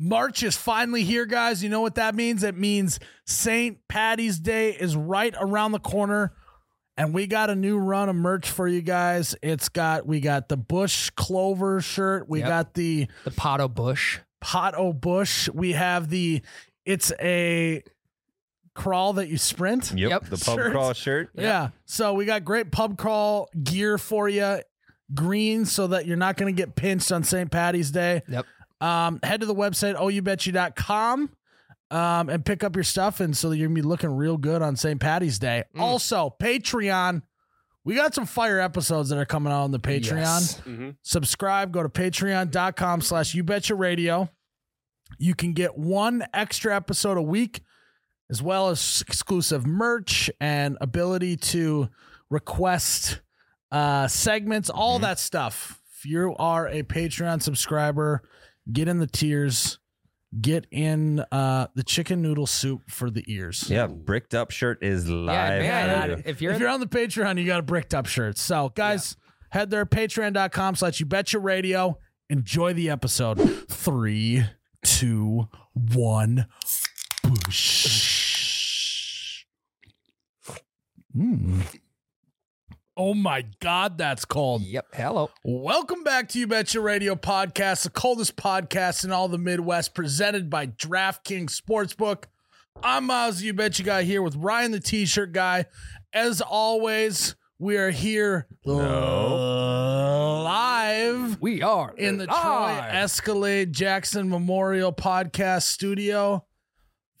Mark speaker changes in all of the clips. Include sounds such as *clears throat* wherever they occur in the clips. Speaker 1: March is finally here, guys. You know what that means? It means St. Patty's Day is right around the corner. And we got a new run of merch for you guys. It's got we got the Bush Clover shirt. We
Speaker 2: Yep.
Speaker 1: got the
Speaker 2: The Pato Bush.
Speaker 1: Pot O Bush. We have the it's a crawl that you sprint.
Speaker 3: Yep,
Speaker 2: Yep. *laughs*
Speaker 3: the pub
Speaker 1: Shirt.
Speaker 3: crawl shirt.
Speaker 1: Yeah. So we got great pub crawl gear for you. Green so that you're not going to get pinched on St. Patty's Day.
Speaker 2: Yep.
Speaker 1: Um, head to the website, oubetchu.com, um, and pick up your stuff. And so you're going to be looking real good on St. Patty's Day.
Speaker 2: Mm.
Speaker 1: Also, Patreon. We got some fire episodes that are coming out on the Patreon
Speaker 2: Yes.
Speaker 1: subscribe go to patreon.com slash you betcha radio you can get one extra episode a week as well as exclusive merch and ability to request uh segments all that stuff if you are a patreon subscriber get in the tiers get in uh the chicken noodle soup for the ears
Speaker 3: Yeah, bricked up shirt is
Speaker 2: Yeah,
Speaker 3: live.
Speaker 2: man.
Speaker 3: for you.
Speaker 2: If you're,
Speaker 1: if you're on the Patreon, you got a bricked up shirt. So, guys, head there, patreon.com slash you betcha radio. Enjoy the episode. Three, two, one. Boosh. Mm. Oh my God, that's cold.
Speaker 2: *laughs* yep. Hello.
Speaker 1: Welcome back to You Betcha Radio Podcast, the coldest podcast in all the Midwest, presented by DraftKings Sportsbook. I'm Miles, the You Betcha Guy, here with Ryan, the T shirt guy. As always, we are here live
Speaker 2: We are
Speaker 1: in the Troy
Speaker 2: live.
Speaker 1: Escalade Jackson Memorial Podcast Studio.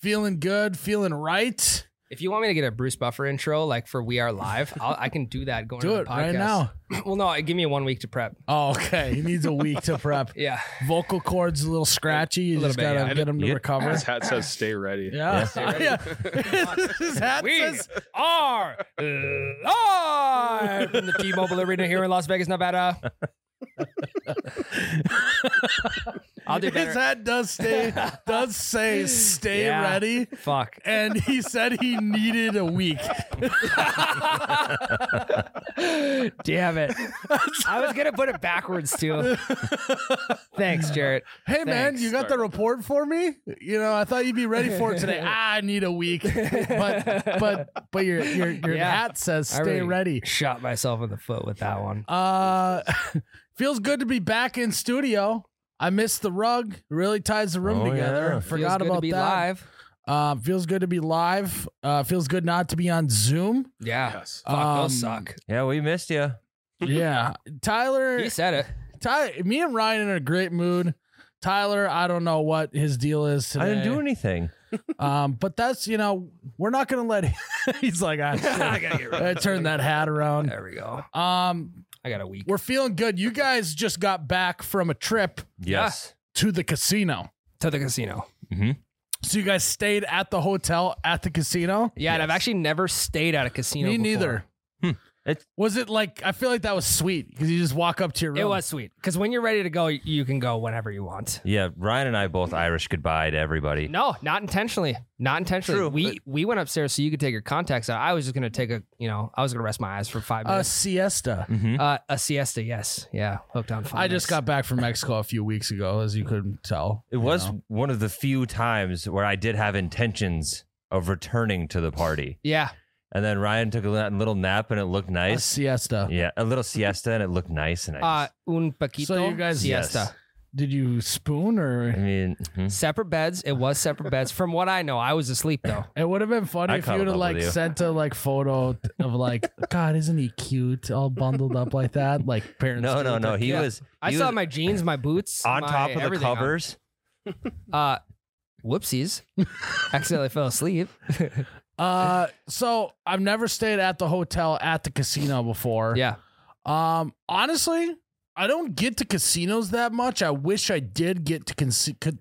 Speaker 1: Feeling good, feeling right.
Speaker 2: If you want me to get a Bruce Buffer intro, like for We Are
Speaker 1: *laughs*
Speaker 2: Live, I'll, I can do that going
Speaker 1: Do
Speaker 2: into
Speaker 1: it
Speaker 2: the
Speaker 1: right
Speaker 2: podcast.
Speaker 1: now.
Speaker 2: *laughs* well, no, give me one week to prep.
Speaker 1: Oh, okay. He needs a week to prep.
Speaker 2: Yeah.
Speaker 1: Vocal cords a little scratchy. You
Speaker 2: A little
Speaker 1: just
Speaker 2: bit,
Speaker 1: gotta
Speaker 2: yeah.
Speaker 1: get him to
Speaker 3: Yeah.
Speaker 1: recover.
Speaker 4: His hat says "Stay ready."
Speaker 1: Yeah. yeah. *laughs* His hat
Speaker 2: We
Speaker 1: says,
Speaker 2: are live from the
Speaker 1: *laughs*
Speaker 2: T-Mobile Arena here in Las Vegas, Nevada. I'll do
Speaker 1: his
Speaker 2: better.
Speaker 1: hat does stay
Speaker 2: *laughs*
Speaker 1: does say stay
Speaker 2: Yeah.
Speaker 1: ready.
Speaker 2: Fuck.
Speaker 1: And he said he needed a week. *laughs*
Speaker 2: Damn it. I was going to put it backwards too. Thanks, Jarrett.
Speaker 1: Hey man,
Speaker 2: Thanks.
Speaker 1: you got the report for me? You know, I thought you'd be ready for it today.
Speaker 2: *laughs*
Speaker 1: ah, I need a week. But but but your your, your
Speaker 2: Yeah.
Speaker 1: hat says stay
Speaker 2: I really
Speaker 1: ready.
Speaker 2: Shot myself in the foot with that one.
Speaker 1: Uh *laughs* feels good to be back in studio. I missed the rug. Really ties the room
Speaker 3: Oh,
Speaker 1: together.
Speaker 3: yeah.
Speaker 1: Forgot
Speaker 2: Feels good
Speaker 1: about
Speaker 2: to be
Speaker 1: that.
Speaker 2: live.
Speaker 1: Um, feels good to be live. Uh, feels good not to be on Zoom.
Speaker 2: Yeah.
Speaker 4: Yes.
Speaker 2: Fuck,
Speaker 1: Um,
Speaker 2: those suck.
Speaker 3: Yeah, we missed you.
Speaker 1: *laughs* Yeah, Tyler.
Speaker 2: He said it.
Speaker 1: Ty, me and Ryan are in a great mood. Tyler, I don't know what his deal is today.
Speaker 3: I didn't do anything.
Speaker 1: Um, but that's you know we're not gonna let. *laughs* he's like *laughs* "Ah,
Speaker 2: *laughs*
Speaker 1: I,
Speaker 2: I gotta get rid of
Speaker 1: I turned that hat around.
Speaker 2: There we go.
Speaker 1: Um,
Speaker 2: I got a week.
Speaker 1: we're feeling good. You guys just got back from a trip
Speaker 3: Yes.
Speaker 1: to the casino.
Speaker 2: To the casino.
Speaker 1: So you guys stayed at the hotel at the casino.
Speaker 2: Yeah, and I've actually never stayed at a casino.
Speaker 1: Me
Speaker 2: before.
Speaker 1: neither.
Speaker 3: Hmm. It's-
Speaker 1: was it like I feel like that was sweet because you just walk up to your room.
Speaker 2: It was sweet because when you're ready to go, you can go whenever you want.
Speaker 3: Yeah, Ryan and I both Irish goodbye to everybody.
Speaker 2: No, not intentionally. Not intentionally.
Speaker 3: True,
Speaker 2: we we went upstairs so you could take your contacts out. I was just gonna take a you know I was gonna rest my eyes for five
Speaker 1: a
Speaker 2: minutes.
Speaker 1: siesta.
Speaker 3: Mm-hmm.
Speaker 2: Uh, a siesta, yes, yeah, hooked on.
Speaker 1: I just got back from Mexico a few weeks ago, as you could tell.
Speaker 3: It
Speaker 1: you
Speaker 3: was
Speaker 1: know.
Speaker 3: one of the few times where I did have intentions of returning to the party.
Speaker 2: yeah.
Speaker 3: And then Ryan took a li- little nap and it looked
Speaker 1: a
Speaker 2: *laughs*
Speaker 3: nice.
Speaker 1: siesta.
Speaker 3: Yeah, a little siesta and it looked nice. And I,
Speaker 2: Uh,
Speaker 3: just,
Speaker 2: un paquito.
Speaker 1: So you guys-
Speaker 2: siesta.
Speaker 3: Yes.
Speaker 1: Did you spoon
Speaker 3: I
Speaker 1: or?
Speaker 3: mean, mhm.
Speaker 2: Separate beds. It was separate beds. From what I know, I was asleep though.
Speaker 1: It would have been funny
Speaker 3: I
Speaker 1: if you would
Speaker 3: cuddled
Speaker 1: have
Speaker 3: up
Speaker 1: like
Speaker 3: with you.
Speaker 1: sent a like photo of like
Speaker 3: *laughs*
Speaker 1: God, isn't he cute? All bundled up like that, like parents.
Speaker 3: no,
Speaker 1: do
Speaker 3: no,
Speaker 1: with
Speaker 3: no.
Speaker 1: their
Speaker 3: He
Speaker 1: kids.
Speaker 3: was.
Speaker 2: I
Speaker 3: he
Speaker 2: saw
Speaker 3: was
Speaker 2: my jeans, my boots,
Speaker 3: on
Speaker 2: my
Speaker 3: top of the
Speaker 2: everything on.
Speaker 3: covers.
Speaker 2: Uh,
Speaker 3: *laughs*
Speaker 2: whoopsies! Accidentally fell asleep.
Speaker 1: Uh, so I've never stayed at the hotel at the casino before.
Speaker 2: Yeah.
Speaker 1: Um, honestly, I don't get to casinos that much. I wish I did get to casi- ca-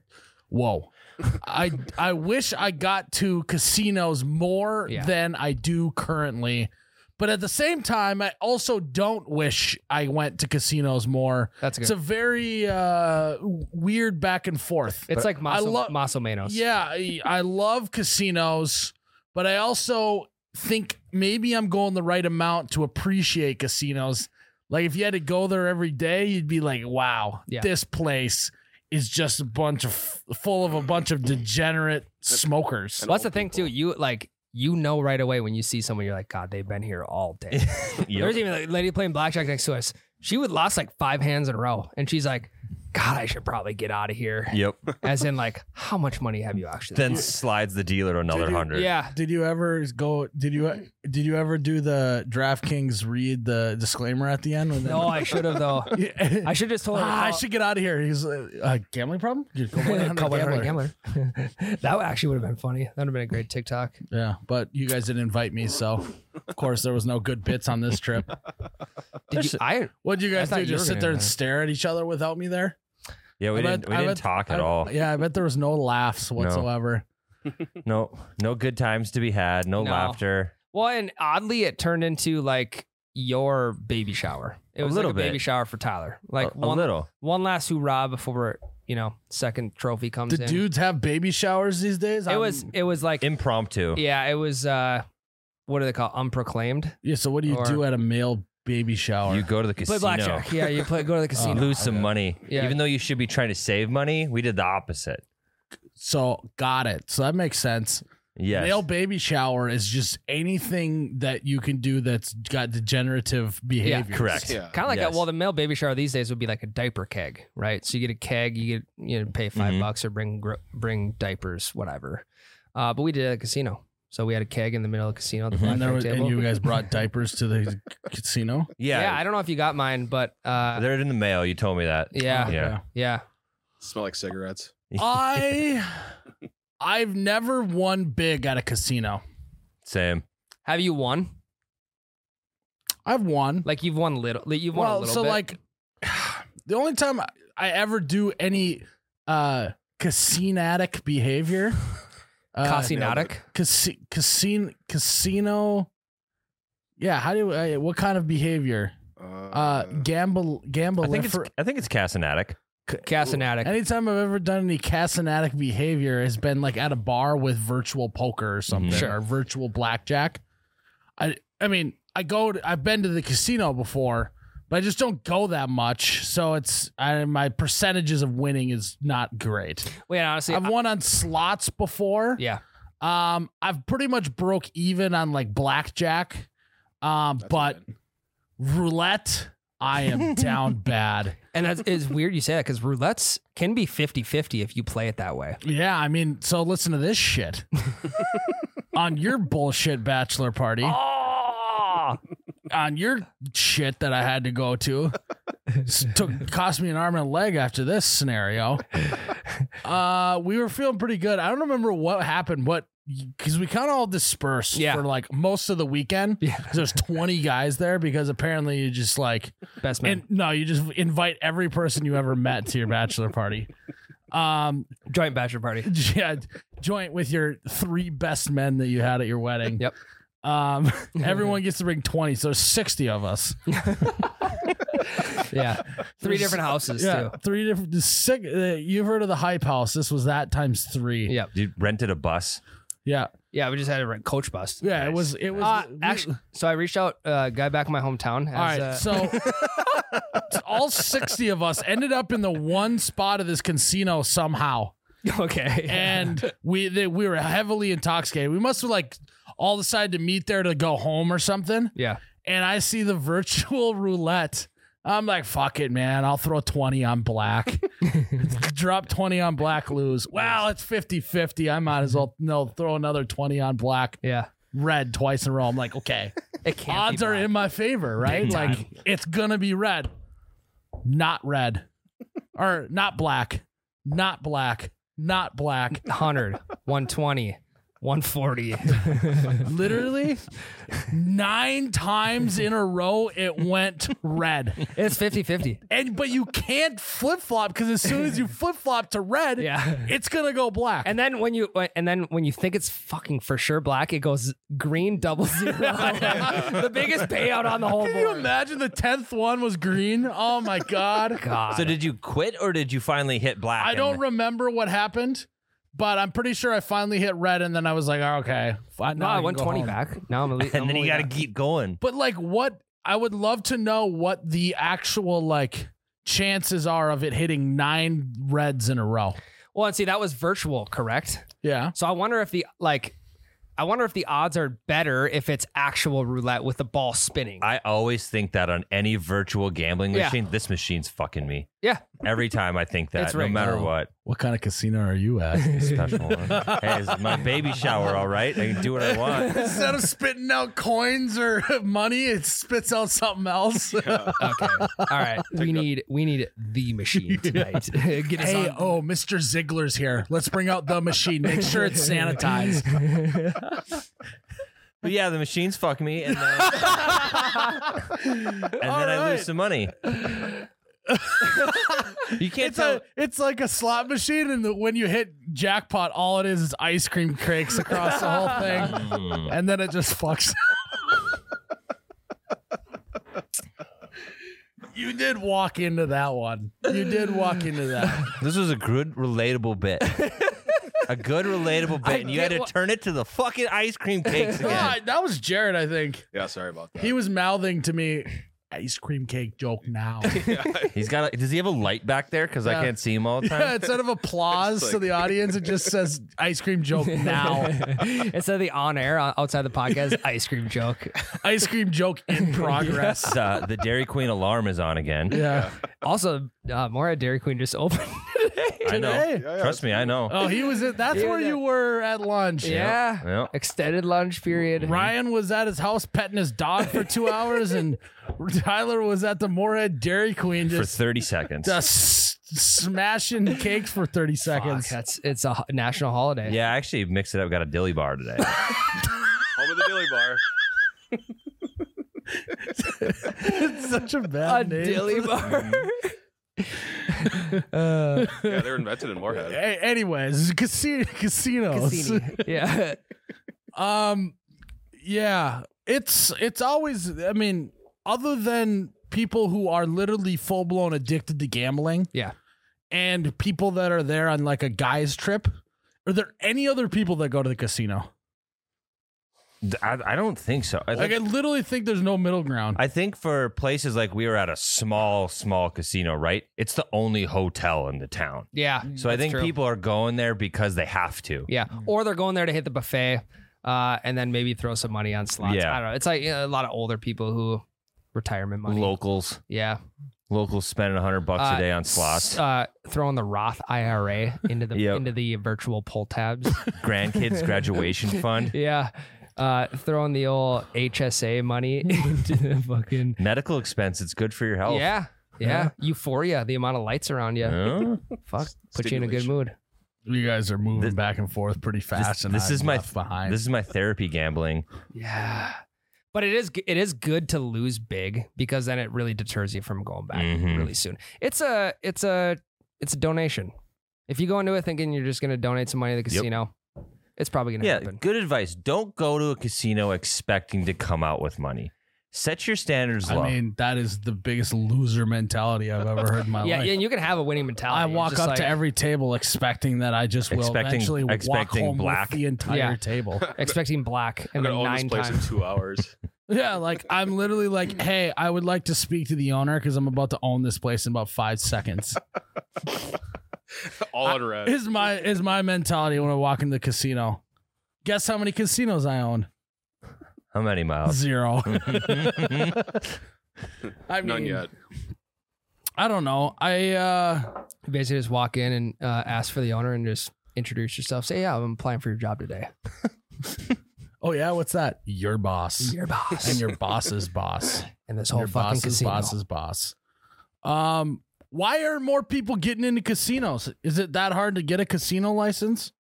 Speaker 1: Whoa. *laughs* I I wish I got to casinos more
Speaker 2: Yeah.
Speaker 1: than I do currently. But at the same time, I also don't wish I went to casinos more.
Speaker 2: That's good.
Speaker 1: It's a very uh, weird back and forth.
Speaker 2: it's like
Speaker 1: I
Speaker 2: Maso,
Speaker 1: love-
Speaker 2: Masomenos.
Speaker 1: Yeah, I, I love casinos, but I also think maybe I'm going the right amount to appreciate casinos. Like if you had to go there every day, you'd be like, "Wow,
Speaker 2: Yeah.
Speaker 1: this place is just a bunch of full of a bunch of degenerate smokers.
Speaker 2: Well, that's the thing too. You like you know right away when you see someone, you're like, God, they've been here all
Speaker 3: *laughs*
Speaker 2: day. There's even a lady playing blackjack next to us. She would lost like five hands in a row, and she's like, God, I should probably get out of
Speaker 3: *laughs*
Speaker 2: here.
Speaker 3: yep.
Speaker 2: As in, like, how much money have you actually?
Speaker 3: Then slides the dealer another
Speaker 1: Dude,
Speaker 3: hundred.
Speaker 2: yeah,
Speaker 1: Did you ever go? Did you did you ever do the DraftKings read the disclaimer at the end? When
Speaker 2: no, I should have though.
Speaker 1: *laughs* Yeah.
Speaker 2: I should just told her. to
Speaker 1: Ah, I
Speaker 2: call-
Speaker 1: should get out of here. He's a uh, gambling problem. You go *laughs*
Speaker 2: Call *laughs*
Speaker 1: 1-800 gambler.
Speaker 2: 1-800 gambler. *laughs* that actually would have been funny. That would have been a great TikTok.
Speaker 1: Yeah, but you guys didn't invite me, so of course there was no good bits on this trip.
Speaker 2: Did you, I
Speaker 1: What would you
Speaker 2: I
Speaker 1: guys
Speaker 2: thought
Speaker 1: do?
Speaker 2: you were
Speaker 1: Just sit
Speaker 2: gonna
Speaker 1: there and
Speaker 2: invite-
Speaker 1: stare at each other without me there?
Speaker 3: Yeah, we
Speaker 1: I bet-
Speaker 3: didn't we
Speaker 1: I
Speaker 3: didn't
Speaker 1: bet-
Speaker 3: talk at
Speaker 1: I-
Speaker 3: all.
Speaker 1: Yeah, I bet there was no laughs whatsoever.
Speaker 3: No no good times to be had, no,
Speaker 2: No.
Speaker 3: laughter.
Speaker 2: well, and oddly, it turned into like your baby shower. It
Speaker 3: A
Speaker 2: was
Speaker 3: little
Speaker 2: like a baby
Speaker 3: bit.
Speaker 2: shower for Tyler. Like
Speaker 3: a, a
Speaker 2: one
Speaker 3: little.
Speaker 2: one last hurrah before you know second trophy comes
Speaker 1: Do
Speaker 2: in.
Speaker 1: dudes have baby showers these days?
Speaker 2: it
Speaker 1: I'm-
Speaker 2: was it was like
Speaker 3: Impromptu.
Speaker 2: yeah, it was uh what do they call it? unproclaimed?
Speaker 1: yeah. So what do you
Speaker 2: or-
Speaker 1: do at a male baby shower?
Speaker 3: You go to the
Speaker 2: Play
Speaker 3: casino.
Speaker 2: blackjack. Yeah, you play go to
Speaker 3: *laughs*
Speaker 2: the
Speaker 1: Oh.
Speaker 2: *laughs* casino.
Speaker 3: lose some money.
Speaker 2: Yeah.
Speaker 3: Even though you should be trying to save money, we did the opposite.
Speaker 1: so got it. So that makes sense.
Speaker 3: Yes.
Speaker 1: Male baby shower is just anything that you can do that's got degenerative behavior.
Speaker 3: Correct.
Speaker 4: Yeah.
Speaker 2: Kind of like
Speaker 3: Yes.
Speaker 2: a, well, the male baby shower these days would be like a diaper keg, right? So you get a keg, you get you know, pay 5
Speaker 3: Mhm.
Speaker 2: bucks or bring gr- bring diapers, whatever. Uh, but we did it at a casino, so we had a keg in the middle of the casino. At the
Speaker 3: Mhm.
Speaker 1: And, there
Speaker 2: blackjack
Speaker 1: was, and
Speaker 2: table.
Speaker 1: you guys
Speaker 2: *laughs*
Speaker 1: brought diapers to the casino.
Speaker 2: yeah.
Speaker 3: Yeah.
Speaker 2: I don't know if you got mine, but uh,
Speaker 3: They're in the mail. You told me that.
Speaker 2: yeah,
Speaker 3: Yeah.
Speaker 2: yeah.
Speaker 4: Smell like cigarettes.
Speaker 1: I I've never won big at a casino.
Speaker 3: Same.
Speaker 2: Have you won?
Speaker 1: I've won.
Speaker 2: Like you've won little. like, You've won a
Speaker 1: well,
Speaker 2: little
Speaker 1: so
Speaker 2: bit.
Speaker 1: like *sighs* the only time I ever do any uh casinotic
Speaker 2: *laughs*
Speaker 1: behavior uh,
Speaker 2: Casinotic.
Speaker 1: casi- casino casino yeah, how do I, what kind of behavior?
Speaker 4: Uh,
Speaker 1: Uh gamble gamble
Speaker 2: Oh,
Speaker 3: I think it's I think it's Casanatic.
Speaker 2: Casinatic.
Speaker 1: Anytime I've ever done any casinatic behavior has been like at a bar with virtual poker or something
Speaker 2: Sure.
Speaker 1: or virtual blackjack. I I mean, I go to, I've been to the casino before, but I just don't go that much. So it's I, my percentages of winning is not great.
Speaker 2: Wait, honestly,
Speaker 1: I've
Speaker 2: I-
Speaker 1: won on slots before.
Speaker 2: yeah.
Speaker 1: Um I've pretty much broke even on like blackjack. Um
Speaker 4: that's
Speaker 1: but
Speaker 4: good.
Speaker 1: roulette I am
Speaker 2: *laughs*
Speaker 1: down bad.
Speaker 2: And that's, it's weird you say that because roulettes can be 50 50 if you play it that way.
Speaker 1: Yeah, I mean, so listen to this
Speaker 2: *laughs*
Speaker 1: shit. on your bullshit bachelor party,
Speaker 2: Oh,
Speaker 1: on your shit that I had to go to, s- took cost me an arm and a leg after this scenario. Uh, we were feeling pretty good. I don't remember what happened, what because we kind of all dispersed
Speaker 2: Yeah.
Speaker 1: for like most of the weekend.
Speaker 2: Yeah.
Speaker 1: 'Cause there's 20 guys there because apparently you just like
Speaker 2: best man.
Speaker 1: and no, you just invite every person you ever met to your bachelor party. Um,
Speaker 2: Joint bachelor party.
Speaker 1: *laughs* yeah, joint with your three best men that you had at your wedding.
Speaker 2: Yep.
Speaker 1: Um, *laughs* everyone gets to bring 20, so there's 60 of
Speaker 2: *laughs*
Speaker 1: us. *laughs*
Speaker 2: Yeah. Three different houses,
Speaker 1: Yeah,
Speaker 2: too.
Speaker 1: three different. the Six, uh, you've heard of the hype house. This was that times three.
Speaker 2: Yeah.
Speaker 3: You rented a bus.
Speaker 1: yeah,
Speaker 2: Yeah. We just had a rent- coach bus.
Speaker 1: yeah. It
Speaker 3: Nice,
Speaker 1: was. It was
Speaker 2: Uh,
Speaker 1: we-
Speaker 2: actually, so I reached out uh, a guy back in my hometown. Has,
Speaker 1: All right,
Speaker 2: uh,
Speaker 1: so
Speaker 2: *laughs*
Speaker 1: all 60 of us ended up in the one spot of this casino somehow.
Speaker 2: uh, *laughs* okay.
Speaker 1: and we they, we were heavily intoxicated. We must have like all decided to meet there to go home or something.
Speaker 2: yeah.
Speaker 1: And I see the virtual *laughs* roulette. I'm like, fuck it, man. I'll throw 20 on black.
Speaker 2: *laughs*
Speaker 1: Drop 20 on black, lose. Wow, it's 50 50. I might as well no, throw another 20 on black,
Speaker 2: Yeah.
Speaker 1: red twice in a row. I'm like, okay,
Speaker 2: *laughs* It can't
Speaker 1: odds
Speaker 2: be
Speaker 1: are
Speaker 2: black.
Speaker 1: in my favor, right?
Speaker 2: Big time.
Speaker 1: Like, it's going to be red. Not red. or not black. Not black. Not black.
Speaker 2: 100, 120, 140.
Speaker 1: Literally nine times in a row it went red.
Speaker 2: *laughs* it's 50 50.
Speaker 1: And but you can't flip flop because as soon as you flip flop to red,
Speaker 2: Yeah.
Speaker 1: it's gonna go black.
Speaker 2: And then when you and then when you think it's fucking for sure black, it goes green
Speaker 1: *laughs*
Speaker 2: double zero. the biggest payout on the whole
Speaker 1: Can you
Speaker 2: board.
Speaker 1: imagine the tenth one was green? Oh my *laughs* god.
Speaker 2: God.
Speaker 3: So did you quit or did you finally hit black?
Speaker 1: I
Speaker 3: and-
Speaker 1: don't remember what happened, but I'm pretty sure I finally hit red and then I was like, oh, okay. Fine,
Speaker 2: no,
Speaker 1: now
Speaker 2: I
Speaker 1: can
Speaker 2: won
Speaker 1: go
Speaker 2: 20
Speaker 1: home.
Speaker 2: back. Now
Speaker 1: *laughs*
Speaker 2: I'm a
Speaker 3: *laughs* And then you got to keep going.
Speaker 1: But like what I would love to know what the actual like chances are of it hitting nine reds in a row.
Speaker 2: Well, and see, that was virtual, correct?
Speaker 1: Yeah.
Speaker 2: So I wonder if the like, I wonder if the odds are better if it's actual roulette with the ball
Speaker 3: *laughs*
Speaker 2: spinning.
Speaker 3: I always think that on any virtual gambling
Speaker 2: Yeah.
Speaker 3: machine, this machine's fucking me.
Speaker 2: Yeah.
Speaker 3: Every time I think
Speaker 2: *laughs*
Speaker 3: that,
Speaker 2: It's
Speaker 3: no
Speaker 2: rigged.
Speaker 3: matter
Speaker 1: Oh.
Speaker 3: what.
Speaker 1: What kind of casino are you *laughs* at?
Speaker 3: Special one. Hey, it's my baby shower, all right? I can
Speaker 1: *laughs*
Speaker 3: do what I want.
Speaker 1: Instead of spitting out coins or *laughs* money, it spits out something *laughs* else.
Speaker 2: okay. All right. We need we need the machine tonight. *laughs* Get us
Speaker 1: Hey,
Speaker 2: on.
Speaker 1: oh, Mr. Ziggler's here. Let's bring out the machine. Make sure *laughs* it's sanitized.
Speaker 3: But yeah, the machine's fucking
Speaker 1: *laughs*
Speaker 3: me. And then, and then I
Speaker 1: right.
Speaker 3: lose some money. you can't
Speaker 1: It's
Speaker 3: tell.
Speaker 1: a, it's like a slot machine, and the, when you hit jackpot, all it is is ice cream cakes across the whole thing,
Speaker 4: Hmm.
Speaker 3: Mm.
Speaker 1: *laughs* and then it just fucks. you did walk into that one. You did walk into *laughs* that.
Speaker 3: This was a good relatable bit. a good relatable bit. And you had
Speaker 2: get
Speaker 3: to
Speaker 2: what-
Speaker 3: turn it to the fucking ice cream cakes
Speaker 1: *laughs*
Speaker 3: again.
Speaker 1: God, that was Jared, I think.
Speaker 4: Yeah, sorry about that.
Speaker 1: He was mouthing to me, "Ice cream cake joke *laughs* now."
Speaker 3: He's got. A, does he have a light back there? Because
Speaker 1: Yeah.
Speaker 3: I can't see him all the time.
Speaker 1: Yeah, instead of applause to the audience, it just says "ice cream *laughs* joke now."
Speaker 2: *laughs* Instead of the on air o- outside the podcast ice cream joke.
Speaker 1: ice cream joke *laughs* in progress.
Speaker 3: It's, uh, the Dairy Queen alarm is on again.
Speaker 1: Yeah.
Speaker 2: *laughs* Also, uh, Mora Dairy Queen just *laughs* opened.
Speaker 3: I know.
Speaker 1: Today.
Speaker 4: Yeah, yeah,
Speaker 3: Trust me, I know.
Speaker 1: Oh, he was at. That's
Speaker 2: Yeah,
Speaker 1: where
Speaker 2: yeah.
Speaker 1: you were at lunch. Oh.
Speaker 2: yeah.
Speaker 3: Yeah.
Speaker 2: Extended lunch period.
Speaker 1: Ryan was at his house petting his dog for *laughs* two hours, and Tyler was at the Moorhead Dairy Queen
Speaker 3: For
Speaker 1: just
Speaker 3: 30 seconds.
Speaker 1: just smashing cakes for thirty
Speaker 2: Fuck,
Speaker 1: seconds.
Speaker 2: that's it's a ho- national holiday.
Speaker 3: Yeah, I actually mixed it up. Got a dilly bar *laughs* today.
Speaker 4: Home of the Dilly Bar.
Speaker 1: it's such a
Speaker 2: A
Speaker 1: bad name.
Speaker 2: dilly bar. uh,
Speaker 4: Yeah, they were invented in Moorhead.
Speaker 1: A- anyways, casino, casinos.
Speaker 2: Cassini. *laughs* Yeah.
Speaker 1: Um, yeah, it's it's always. I mean, other than people who are literally full blown addicted to gambling,
Speaker 2: Yeah.
Speaker 1: and people that are there on like a guy's trip, are there any other people that go to the casino?
Speaker 3: I, I don't think so. I
Speaker 1: Like, I
Speaker 3: think,
Speaker 1: literally think there's no middle ground.
Speaker 3: I think for places like we were at a small, small casino, right? It's the only hotel in the town.
Speaker 2: Yeah.
Speaker 3: So I
Speaker 2: that's
Speaker 3: think
Speaker 2: true.
Speaker 3: people are going there because they have to.
Speaker 2: Yeah. Or they're going there to hit the buffet uh, and then maybe throw some money on slots.
Speaker 3: Yeah.
Speaker 2: I don't know. It's like you know, a lot of older people who retirement money.
Speaker 3: Locals,
Speaker 2: yeah.
Speaker 3: locals spending hundred bucks
Speaker 2: Uh,
Speaker 3: a day on slots.
Speaker 2: S-
Speaker 3: *laughs*
Speaker 2: Uh, throwing the Roth IRA into the
Speaker 3: Yep.
Speaker 2: into the virtual pull tabs.
Speaker 3: *laughs* Grandkids graduation *laughs* fund,
Speaker 2: yeah. Uh, throwing the old HSA
Speaker 3: *laughs*
Speaker 2: money into the fucking.
Speaker 3: medical expense. It's good for your health.
Speaker 2: Yeah. Yeah. Euphoria, the amount of lights around you.
Speaker 3: Huh?
Speaker 2: Fuck. Put you in a good mood.
Speaker 1: you guys are moving
Speaker 3: This-
Speaker 1: back and forth pretty fast, and
Speaker 3: this
Speaker 1: I'm
Speaker 3: is my-
Speaker 1: left behind.
Speaker 3: This is my therapy gambling.
Speaker 2: Yeah. But it is it is good to lose big because then it really deters you from going back
Speaker 3: Mhm.
Speaker 2: really soon. It's a it's a it's a donation. If you go into it thinking you're just going to donate some money to the
Speaker 3: Yep.
Speaker 2: casino, it's probably going to
Speaker 3: Yeah,
Speaker 2: happen.
Speaker 3: good advice. Don't go to a casino expecting to come out with money. Set your standards low.
Speaker 1: I mean, that is the biggest loser mentality I've ever heard in my
Speaker 2: yeah,
Speaker 1: life.
Speaker 2: and you can have a winning mentality.
Speaker 1: I
Speaker 2: It's
Speaker 1: walk
Speaker 2: just
Speaker 1: up
Speaker 2: like
Speaker 1: to every table expecting that I just will
Speaker 3: Expecting-
Speaker 1: eventually walk
Speaker 3: expecting
Speaker 1: home
Speaker 3: black.
Speaker 1: with the entire
Speaker 2: Yeah.
Speaker 1: table.
Speaker 2: expecting black
Speaker 4: I'm
Speaker 2: and
Speaker 4: gonna
Speaker 2: then
Speaker 4: own this
Speaker 2: nine
Speaker 4: place in
Speaker 2: times. *laughs*
Speaker 4: two hours. *laughs*
Speaker 1: Yeah, like I'm literally like, hey, I would like to speak to the owner because I'm about to own this place in about five
Speaker 2: *laughs*
Speaker 1: seconds.
Speaker 4: All
Speaker 2: Uh,
Speaker 4: on red.
Speaker 1: is my is my mentality when I walk into the casino. Guess how many casinos I own?
Speaker 3: How many
Speaker 2: Oh. *laughs*
Speaker 3: miles?
Speaker 1: Zero. I
Speaker 4: None
Speaker 1: mean,
Speaker 4: yet.
Speaker 1: I don't know. I uh
Speaker 2: You basically just walk in and uh, ask for the owner and just introduce yourself. Say, yeah, I'm applying for your job today.
Speaker 1: oh yeah, what's that? Your boss.
Speaker 2: Your boss *laughs*
Speaker 1: And your boss's boss.
Speaker 2: and this whole
Speaker 1: your
Speaker 2: fucking
Speaker 1: boss's
Speaker 2: casino.
Speaker 1: boss's boss. Um, why are more people getting into casinos? Is it that hard to get a casino license?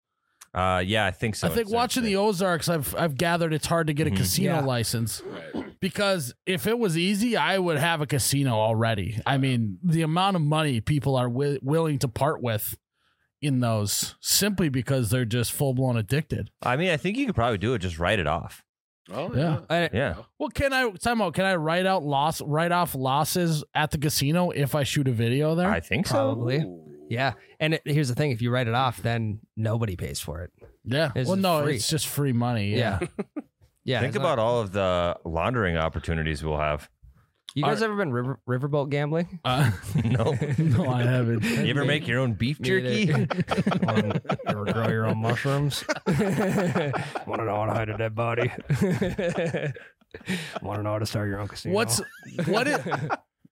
Speaker 3: uh, yeah, I think so.
Speaker 1: I think
Speaker 3: It's-
Speaker 1: watching the Ozarks, I've I've gathered it's hard to get a
Speaker 3: Mhm.
Speaker 1: casino
Speaker 2: Yeah.
Speaker 1: license
Speaker 4: Right.
Speaker 1: because if it was easy, I would have a casino already. I mean, the amount of money people are wi- willing to part with in those simply because they're just full blown addicted.
Speaker 3: I mean, I think you could probably do it. Just write it off.
Speaker 4: Well,
Speaker 1: Yeah.
Speaker 4: Oh, yeah.
Speaker 2: I-
Speaker 3: Yeah.
Speaker 1: Well, can I time out? Can I write out loss write off losses at the casino if I shoot a video there?
Speaker 3: I think so.
Speaker 2: probably.
Speaker 4: Ooh.
Speaker 2: Yeah. And it, here's the thing if you write it off, then nobody pays for it.
Speaker 1: yeah.
Speaker 2: This
Speaker 1: Well,
Speaker 2: is
Speaker 1: no,
Speaker 2: free.
Speaker 1: it's just free money. Yeah.
Speaker 2: *laughs* Yeah. Yeah.
Speaker 3: think
Speaker 2: it's not-
Speaker 3: about all of the laundering opportunities we'll have. *laughs*
Speaker 2: You guys ever been river, riverboat gambling?
Speaker 1: Uh, *laughs*
Speaker 3: no.
Speaker 1: no, I haven't.
Speaker 3: You ever make your own
Speaker 2: *laughs*
Speaker 3: beef
Speaker 2: Me
Speaker 3: jerky?
Speaker 2: Um, ever grow your own *laughs* mushrooms? Want to know how to hide a dead *laughs* body? Want to know how to start your own casino?
Speaker 1: What's what is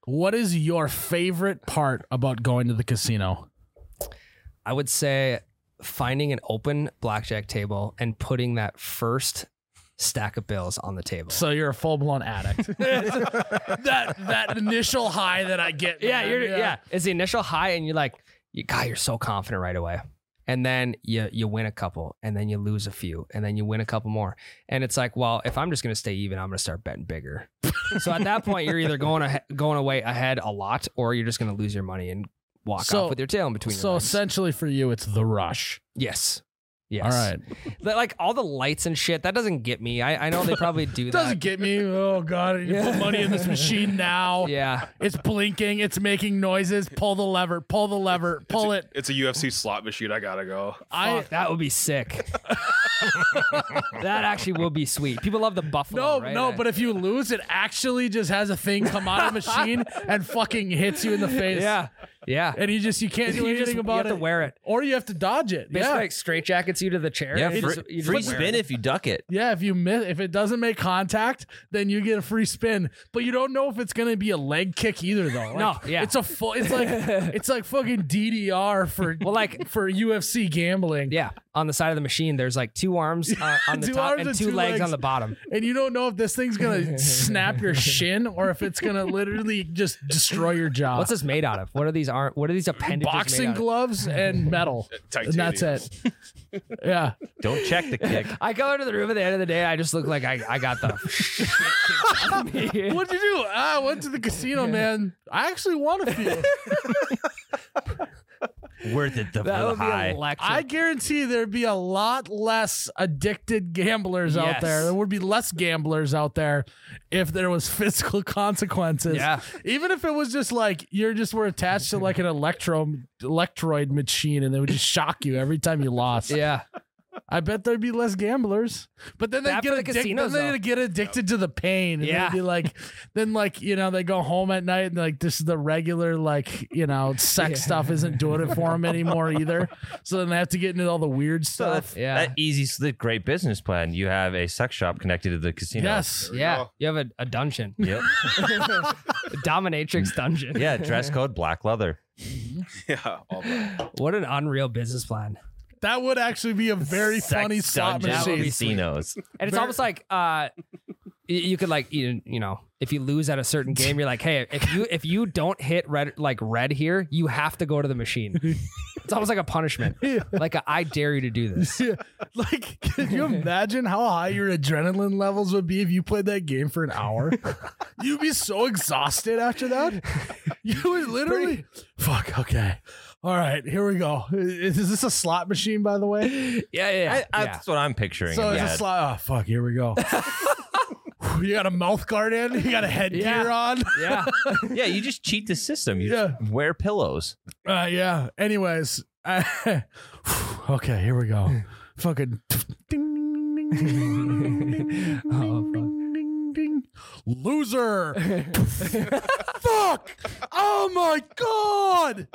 Speaker 1: what is your favorite part about going to the casino?
Speaker 2: I would say finding an open blackjack table and putting that first stack of bills on the table.
Speaker 1: So you're a full blown
Speaker 2: *laughs*
Speaker 1: addict. that that initial high that I get.
Speaker 2: yeah,
Speaker 1: man,
Speaker 2: you're yeah. It's the initial high, and you're like, you, God, you're so confident right away. And then you you win a couple, and then you lose a few, and then you win a couple more. And it's like, well, if I'm just gonna stay even, I'm gonna start betting bigger. so at that point, you're either going ahe- going away ahead a lot, or you're just gonna lose your money and walk
Speaker 1: So-
Speaker 2: off with your tail in between.
Speaker 1: So
Speaker 2: your legs.
Speaker 1: essentially, for you, it's the rush.
Speaker 2: yes, yes.
Speaker 1: All right,
Speaker 2: Li- like all the lights and shit that doesn't get me. I I know they probably
Speaker 1: *laughs*
Speaker 2: do
Speaker 1: doesn't
Speaker 2: that.
Speaker 1: get me. Oh god, you
Speaker 2: Yeah.
Speaker 1: put money in this
Speaker 2: *laughs*
Speaker 1: machine now.
Speaker 2: yeah,
Speaker 1: It's blinking. It's making noises. Pull the lever. Pull the lever. Pull it.
Speaker 4: It's a UFC slot machine. I gotta go.
Speaker 1: I
Speaker 2: Fuck, that would be sick. that actually will be sweet. People love the buffalo.
Speaker 1: No,
Speaker 2: right?
Speaker 1: no,
Speaker 2: I-
Speaker 1: but if you lose, it actually just has a thing come out of the
Speaker 2: *laughs*
Speaker 1: machine and fucking hits you in the face.
Speaker 2: Yeah, yeah.
Speaker 1: And you just you can't do
Speaker 2: You
Speaker 1: anything
Speaker 2: just- you
Speaker 1: about
Speaker 2: have
Speaker 1: it.
Speaker 2: to wear it.
Speaker 1: Or you have to dodge it.
Speaker 2: Basically,
Speaker 1: yeah.
Speaker 2: like straight jackets you to the chair.
Speaker 3: *laughs* Yeah,
Speaker 2: and you
Speaker 3: free,
Speaker 2: just- you just
Speaker 3: free
Speaker 2: wear it.
Speaker 3: spin if you duck it.
Speaker 1: yeah, if you miss if it doesn't make contact, then you get a free spin. But you don't know if it's gonna be a leg kick either though. Like,
Speaker 2: No, yeah.
Speaker 1: It's a full it's
Speaker 2: *laughs*
Speaker 1: like it's like fucking DDR for
Speaker 2: Well, like-
Speaker 1: for UFC gambling.
Speaker 2: Yeah, on the side of the machine, there's like two arms
Speaker 1: *laughs*
Speaker 2: uh, on the
Speaker 1: Two
Speaker 2: top
Speaker 1: arms
Speaker 2: and
Speaker 1: and
Speaker 2: two,
Speaker 1: two
Speaker 2: legs.
Speaker 1: legs.
Speaker 2: on the bottom.
Speaker 1: And you don't know if this thing's gonna snap your shin or if it's gonna literally just destroy your jaw.
Speaker 2: What's this made out of? What are these arm? What are these appendages?
Speaker 1: boxing
Speaker 2: made out of?
Speaker 1: gloves
Speaker 2: *laughs*
Speaker 1: and metal. and
Speaker 4: Titanium.
Speaker 1: that's it. Yeah.
Speaker 3: Don't check the kick.
Speaker 2: I go into the room at the end of the day. I just look like I, I got the *laughs* shit kicked out
Speaker 1: *laughs*
Speaker 2: of me.
Speaker 1: What'd you do? Ah, I went to the casino,
Speaker 2: *laughs*
Speaker 1: man. I actually won a few.
Speaker 3: Worth it the
Speaker 2: That
Speaker 3: full
Speaker 2: would be
Speaker 3: high.
Speaker 2: electric.
Speaker 1: I guarantee there'd be a lot less addicted gamblers out
Speaker 2: Yes.
Speaker 1: there. There would be less gamblers out there if there was *laughs* physical consequences.
Speaker 2: Yeah.
Speaker 1: Even if it was just like you're just were attached to like an electro electroid machine and they would just shock you every time you lost.
Speaker 2: yeah.
Speaker 1: I bet there'd be less gamblers. But then they
Speaker 2: Bad
Speaker 1: get
Speaker 2: for the
Speaker 1: addicted.
Speaker 2: casinos,
Speaker 1: then
Speaker 2: though.
Speaker 1: they get addicted to the pain. And
Speaker 2: Yeah.
Speaker 1: they'd Be like,
Speaker 2: *laughs*
Speaker 1: then like you know they go home at night and like this is the regular like you know sex
Speaker 2: Yeah.
Speaker 1: stuff isn't doing it for them anymore either. So then they have to get into all the weird
Speaker 3: So
Speaker 1: stuff.
Speaker 3: that's
Speaker 2: Yeah.
Speaker 3: that easy, slick, great business plan. You have a sex shop connected to the casino.
Speaker 1: yes.
Speaker 4: we
Speaker 2: Yeah.
Speaker 4: go.
Speaker 2: You have a, a dungeon,
Speaker 3: *laughs* Yep.
Speaker 2: a dominatrix dungeon.
Speaker 3: Yeah. Dress code black leather.
Speaker 4: *laughs* Yeah. all black.
Speaker 2: *laughs* What an unreal business plan.
Speaker 1: That would actually be a very
Speaker 3: Sex
Speaker 1: funny slot
Speaker 3: dungeon
Speaker 2: That would be
Speaker 1: machine.
Speaker 2: sweet.
Speaker 3: casinos.
Speaker 2: And it's
Speaker 1: Ver-
Speaker 2: almost like uh, y- you could like you, you know if you lose at a certain game, you're like, hey, if you if you don't hit red like red here, you have to go to the
Speaker 3: *laughs*
Speaker 2: machine. it's almost like a punishment, like a, I dare you to do this.
Speaker 1: Yeah. Like, *laughs* can you imagine how high your adrenaline levels would be if you played that game for an hour? You'd be so exhausted after that. You would literally, fuck, okay. All right, here we go. Is, is this a slot machine, by the way?
Speaker 2: Yeah, yeah,
Speaker 3: I, I, *laughs*
Speaker 2: yeah.
Speaker 3: That's what I'm picturing.
Speaker 1: So
Speaker 3: in my
Speaker 1: it's a
Speaker 3: head.
Speaker 1: slot. Oh, fuck, here we go. you got a mouth guard in, you got a headgear
Speaker 2: Yeah.
Speaker 1: on.
Speaker 2: yeah.
Speaker 3: yeah, you just cheat the system. You
Speaker 1: Yeah.
Speaker 3: just wear pillows.
Speaker 1: Uh, yeah. Anyways, *laughs* I, okay, here we
Speaker 2: *laughs*
Speaker 1: go. Fucking. ding, ding, ding, ding, ding, ding,
Speaker 2: Oh,
Speaker 1: ding, ding, ding.
Speaker 2: *laughs*
Speaker 1: Loser. Fuck. Oh my god.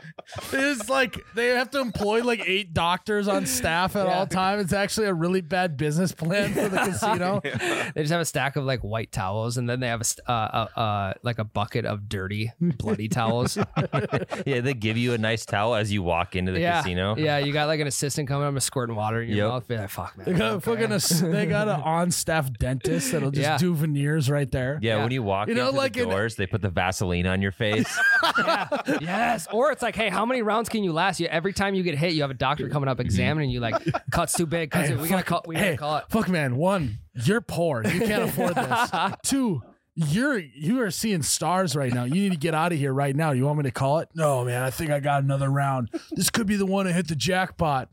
Speaker 1: It's like they have to employ like eight doctors on staff at
Speaker 2: Yeah.
Speaker 1: all time. It's actually a really bad business plan
Speaker 2: *laughs*
Speaker 1: for the casino.
Speaker 2: They just have a stack of like white towels, and then they have a st- uh, uh, uh, like a bucket of dirty, bloody
Speaker 3: *laughs*
Speaker 2: towels.
Speaker 3: Yeah, they give you a nice towel as you walk into the
Speaker 2: yeah,
Speaker 3: casino.
Speaker 2: yeah. You got like an assistant coming, I'm squirting water in your
Speaker 3: Yep.
Speaker 2: mouth. Be like, fuck, man.
Speaker 1: They got a
Speaker 2: okay."
Speaker 1: fucking a, they got an on staff dentist that'll just
Speaker 2: Yeah.
Speaker 1: do veneers right there.
Speaker 3: Yeah,
Speaker 2: Yeah.
Speaker 3: when you walk
Speaker 1: You know,
Speaker 3: into
Speaker 1: like
Speaker 3: the
Speaker 1: in-
Speaker 3: doors, they put the Vaseline on
Speaker 2: *laughs*
Speaker 3: your face.
Speaker 2: Yeah. yes. Or it's like, hey, how many rounds can you last? You, every time you get hit, you have a doctor coming up examining you, like, cuts too big. Cuts
Speaker 1: Hey,
Speaker 2: it. We gotta call. We
Speaker 1: hey,
Speaker 2: gotta call it.
Speaker 1: Fuck man, one, you're poor. You can't afford this. Two, you're you are seeing stars right now. You need to get out of here right now. You want me to call it? No, man. I think I got another round. This could be the one that hit the jackpot.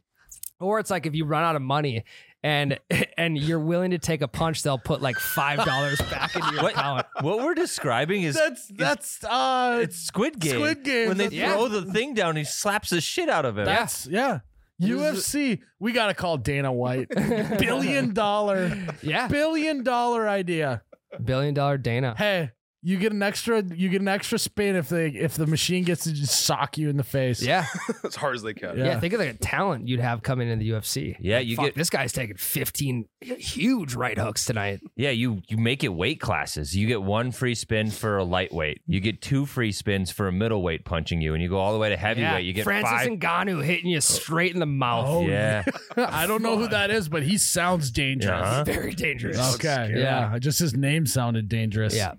Speaker 2: Or it's like if you run out of money. And *laughs* and you're willing to take a punch, they'll put like five dollars back into your
Speaker 3: What?
Speaker 2: account.
Speaker 3: what we're describing is
Speaker 1: That's that's uh
Speaker 3: it's Squid Game.
Speaker 1: Squid Game,
Speaker 3: When they
Speaker 2: that's-
Speaker 3: throw the thing down, he slaps the shit out of him.
Speaker 1: that's yeah. UFC, we gotta call Dana White. billion dollar,
Speaker 2: Yeah,
Speaker 1: billion dollar idea.
Speaker 2: billion dollar Dana.
Speaker 1: Hey, You get an extra. You get an extra spin if they if the machine gets to just sock you in the face.
Speaker 2: Yeah.
Speaker 4: as hard as they can. *laughs*
Speaker 2: yeah,
Speaker 1: Yeah.
Speaker 2: Think of the talent you'd have coming into the UFC.
Speaker 3: Yeah,
Speaker 2: Like,
Speaker 3: you
Speaker 2: fuck,
Speaker 3: get-
Speaker 2: this guy's taking 15 huge right hooks tonight.
Speaker 3: Yeah, you you make it weight classes. You get one free spin for a lightweight. You get two free spins for a middleweight punching you, and you go all the way to heavyweight. You get
Speaker 2: Francis
Speaker 3: five. Oh,
Speaker 2: Ngannou hitting you straight in the mouth.
Speaker 3: *laughs* yeah,
Speaker 1: I don't know who that is, but he sounds dangerous.
Speaker 3: Uh-huh.
Speaker 2: Very dangerous.
Speaker 1: Okay.
Speaker 2: Yeah.
Speaker 1: Yeah. Just his name sounded dangerous.
Speaker 2: Yeah.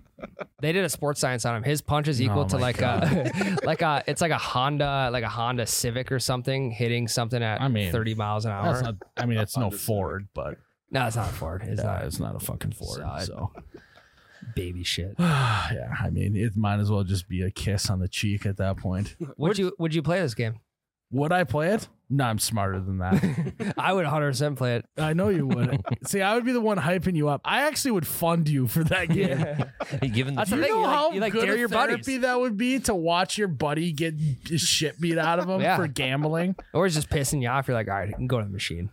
Speaker 2: They did a sports science on him. His punch is equal
Speaker 1: Oh
Speaker 2: to
Speaker 1: my
Speaker 2: like a *laughs* like a it's like a Honda like a Honda Civic or something hitting something at
Speaker 1: I mean,
Speaker 2: 30 miles an hour.
Speaker 1: That's not, I mean, it's no Ford, but
Speaker 2: no, it's not Ford. It's
Speaker 1: yeah,
Speaker 2: not
Speaker 1: it's not a fucking Ford.
Speaker 2: Side.
Speaker 1: So,
Speaker 2: baby *gasps* shit.
Speaker 1: *sighs* yeah, I mean, it might as well just be a kiss on the cheek at that
Speaker 2: *laughs*
Speaker 1: point.
Speaker 2: Would you would you play this game?
Speaker 1: Would I play it? No, I'm smarter than that.
Speaker 2: *laughs* I would 100% play it.
Speaker 1: I know you
Speaker 2: *laughs*
Speaker 1: would. See, I would be the one hyping you up. I actually would fund you for that game.
Speaker 3: Hey, given the
Speaker 2: That's
Speaker 1: Do you
Speaker 2: the thing,
Speaker 1: know
Speaker 2: you like-
Speaker 1: how
Speaker 2: you like
Speaker 1: good
Speaker 2: dare
Speaker 1: a
Speaker 2: your buddies.
Speaker 1: therapy that would be to watch your buddy get his shit beat out of him
Speaker 2: *laughs* Yeah.
Speaker 1: for gambling?
Speaker 2: Or it's just pissing you off. You're like, all right, you can go to the machine.